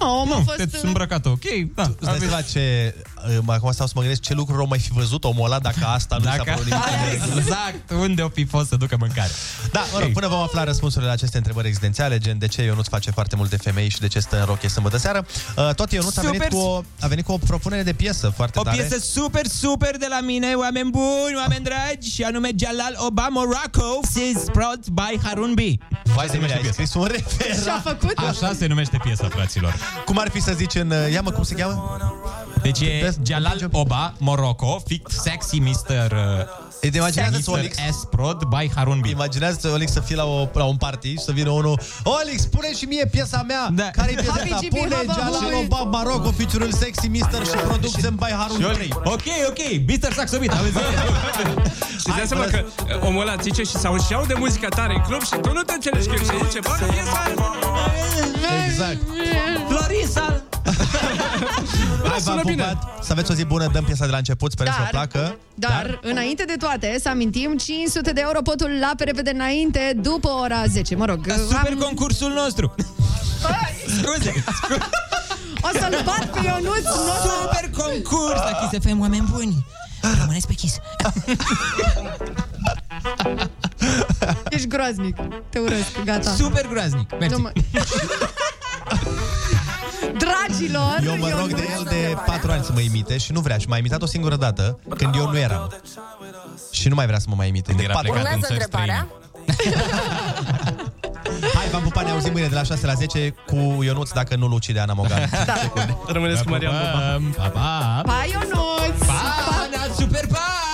[SPEAKER 12] Nu,
[SPEAKER 6] nu, te-ți îmbrăcat ok, da.
[SPEAKER 7] Îți dai seama ce... uh, mă, Acum stau să mă gândesc ce lucru rău mai fi văzut omul ăla dacă asta nu s-a
[SPEAKER 6] Dacă
[SPEAKER 7] părut nimic. în regulă.
[SPEAKER 6] exact unde o fi fost să ducă mâncare.
[SPEAKER 7] Da, mă rog, până vom afla răspunsurile la aceste întrebări existențiale, gen de ce eu nu-ți face foarte multe femei și de ce stă în rochie sâmbătă seară, uh, tot eu nu a venit,
[SPEAKER 13] Super.
[SPEAKER 7] cu o, a venit cu o propunere de piesă foarte
[SPEAKER 13] O
[SPEAKER 7] tare.
[SPEAKER 13] piesă super, super de la mine, oameni buni, oameni dragi, și anume Jalal Obama Rocco, is brought by Harun B.
[SPEAKER 7] Vai de mine, ai scris un refer.
[SPEAKER 12] Și-a făcut?
[SPEAKER 6] Așa se numește piesa, fraților.
[SPEAKER 7] Cum ar fi să zici în... uh, Ia mă, cum se cheamă?
[SPEAKER 6] Deci e Jalal Oba, Morocco, fit sexy Mr.
[SPEAKER 7] Uh, imaginează-ți
[SPEAKER 6] Mr.
[SPEAKER 7] Olix.
[SPEAKER 6] S-Prod by Harun B.
[SPEAKER 7] Imaginează-ți Olix să fie la, o, la un party și să vină unul Olix, spune și mie piesa mea! Da. Care-i piesa
[SPEAKER 13] Happy
[SPEAKER 7] ta?
[SPEAKER 13] GB,
[SPEAKER 7] Pune
[SPEAKER 13] Haba
[SPEAKER 7] Jalal
[SPEAKER 13] Bui.
[SPEAKER 7] Obab Maroc, feature Sexy Mister și Production by Harun Bey.
[SPEAKER 6] Ok, ok, Mr. Saxobit, aveți
[SPEAKER 7] *laughs*
[SPEAKER 8] Și îți dai seama că uh, omul ăla zice și sau și iau de muzica tare în club și tu nu te înțelegi că și zice, bă, piesa aia,
[SPEAKER 7] Exact.
[SPEAKER 13] Florisa!
[SPEAKER 7] Hai, v-am pupat. Să aveți o zi bună, dăm piesa de la început, sperăm să vă
[SPEAKER 12] Dar-
[SPEAKER 7] placă.
[SPEAKER 12] Dar, înainte de toate, să amintim 500 de euro potul la pe repede înainte, după ora 10. Mă rog,
[SPEAKER 13] Super concursul nostru!
[SPEAKER 23] *laughs*
[SPEAKER 13] Scuze!
[SPEAKER 12] o să-l bat pe Ionuț. nu o să-
[SPEAKER 13] Super concurs la Kiss FM, oameni buni! Rămâneți pe chis.
[SPEAKER 12] Ești groaznic. Te urăsc, gata.
[SPEAKER 23] Super groaznic. Mersi.
[SPEAKER 12] Nu mă- Dragilor,
[SPEAKER 7] Eu mă rog
[SPEAKER 12] nu-
[SPEAKER 7] de el de patru ani să mă imite și nu vrea. Și m-a imitat o singură dată, când eu nu eram. Și nu mai vrea să mă mai imite. De patru ani.
[SPEAKER 2] Urmează întrebarea.
[SPEAKER 7] Hai, v-am pupat, ne auzim mâine de la 6 la 10 cu Ionuț, dacă nu-l ucide Ana Mogan. *laughs*
[SPEAKER 12] Da.
[SPEAKER 7] Rămâneți cu Maria Pa, pa!
[SPEAKER 12] Pa, Ionuț! Pa,
[SPEAKER 23] super, pa!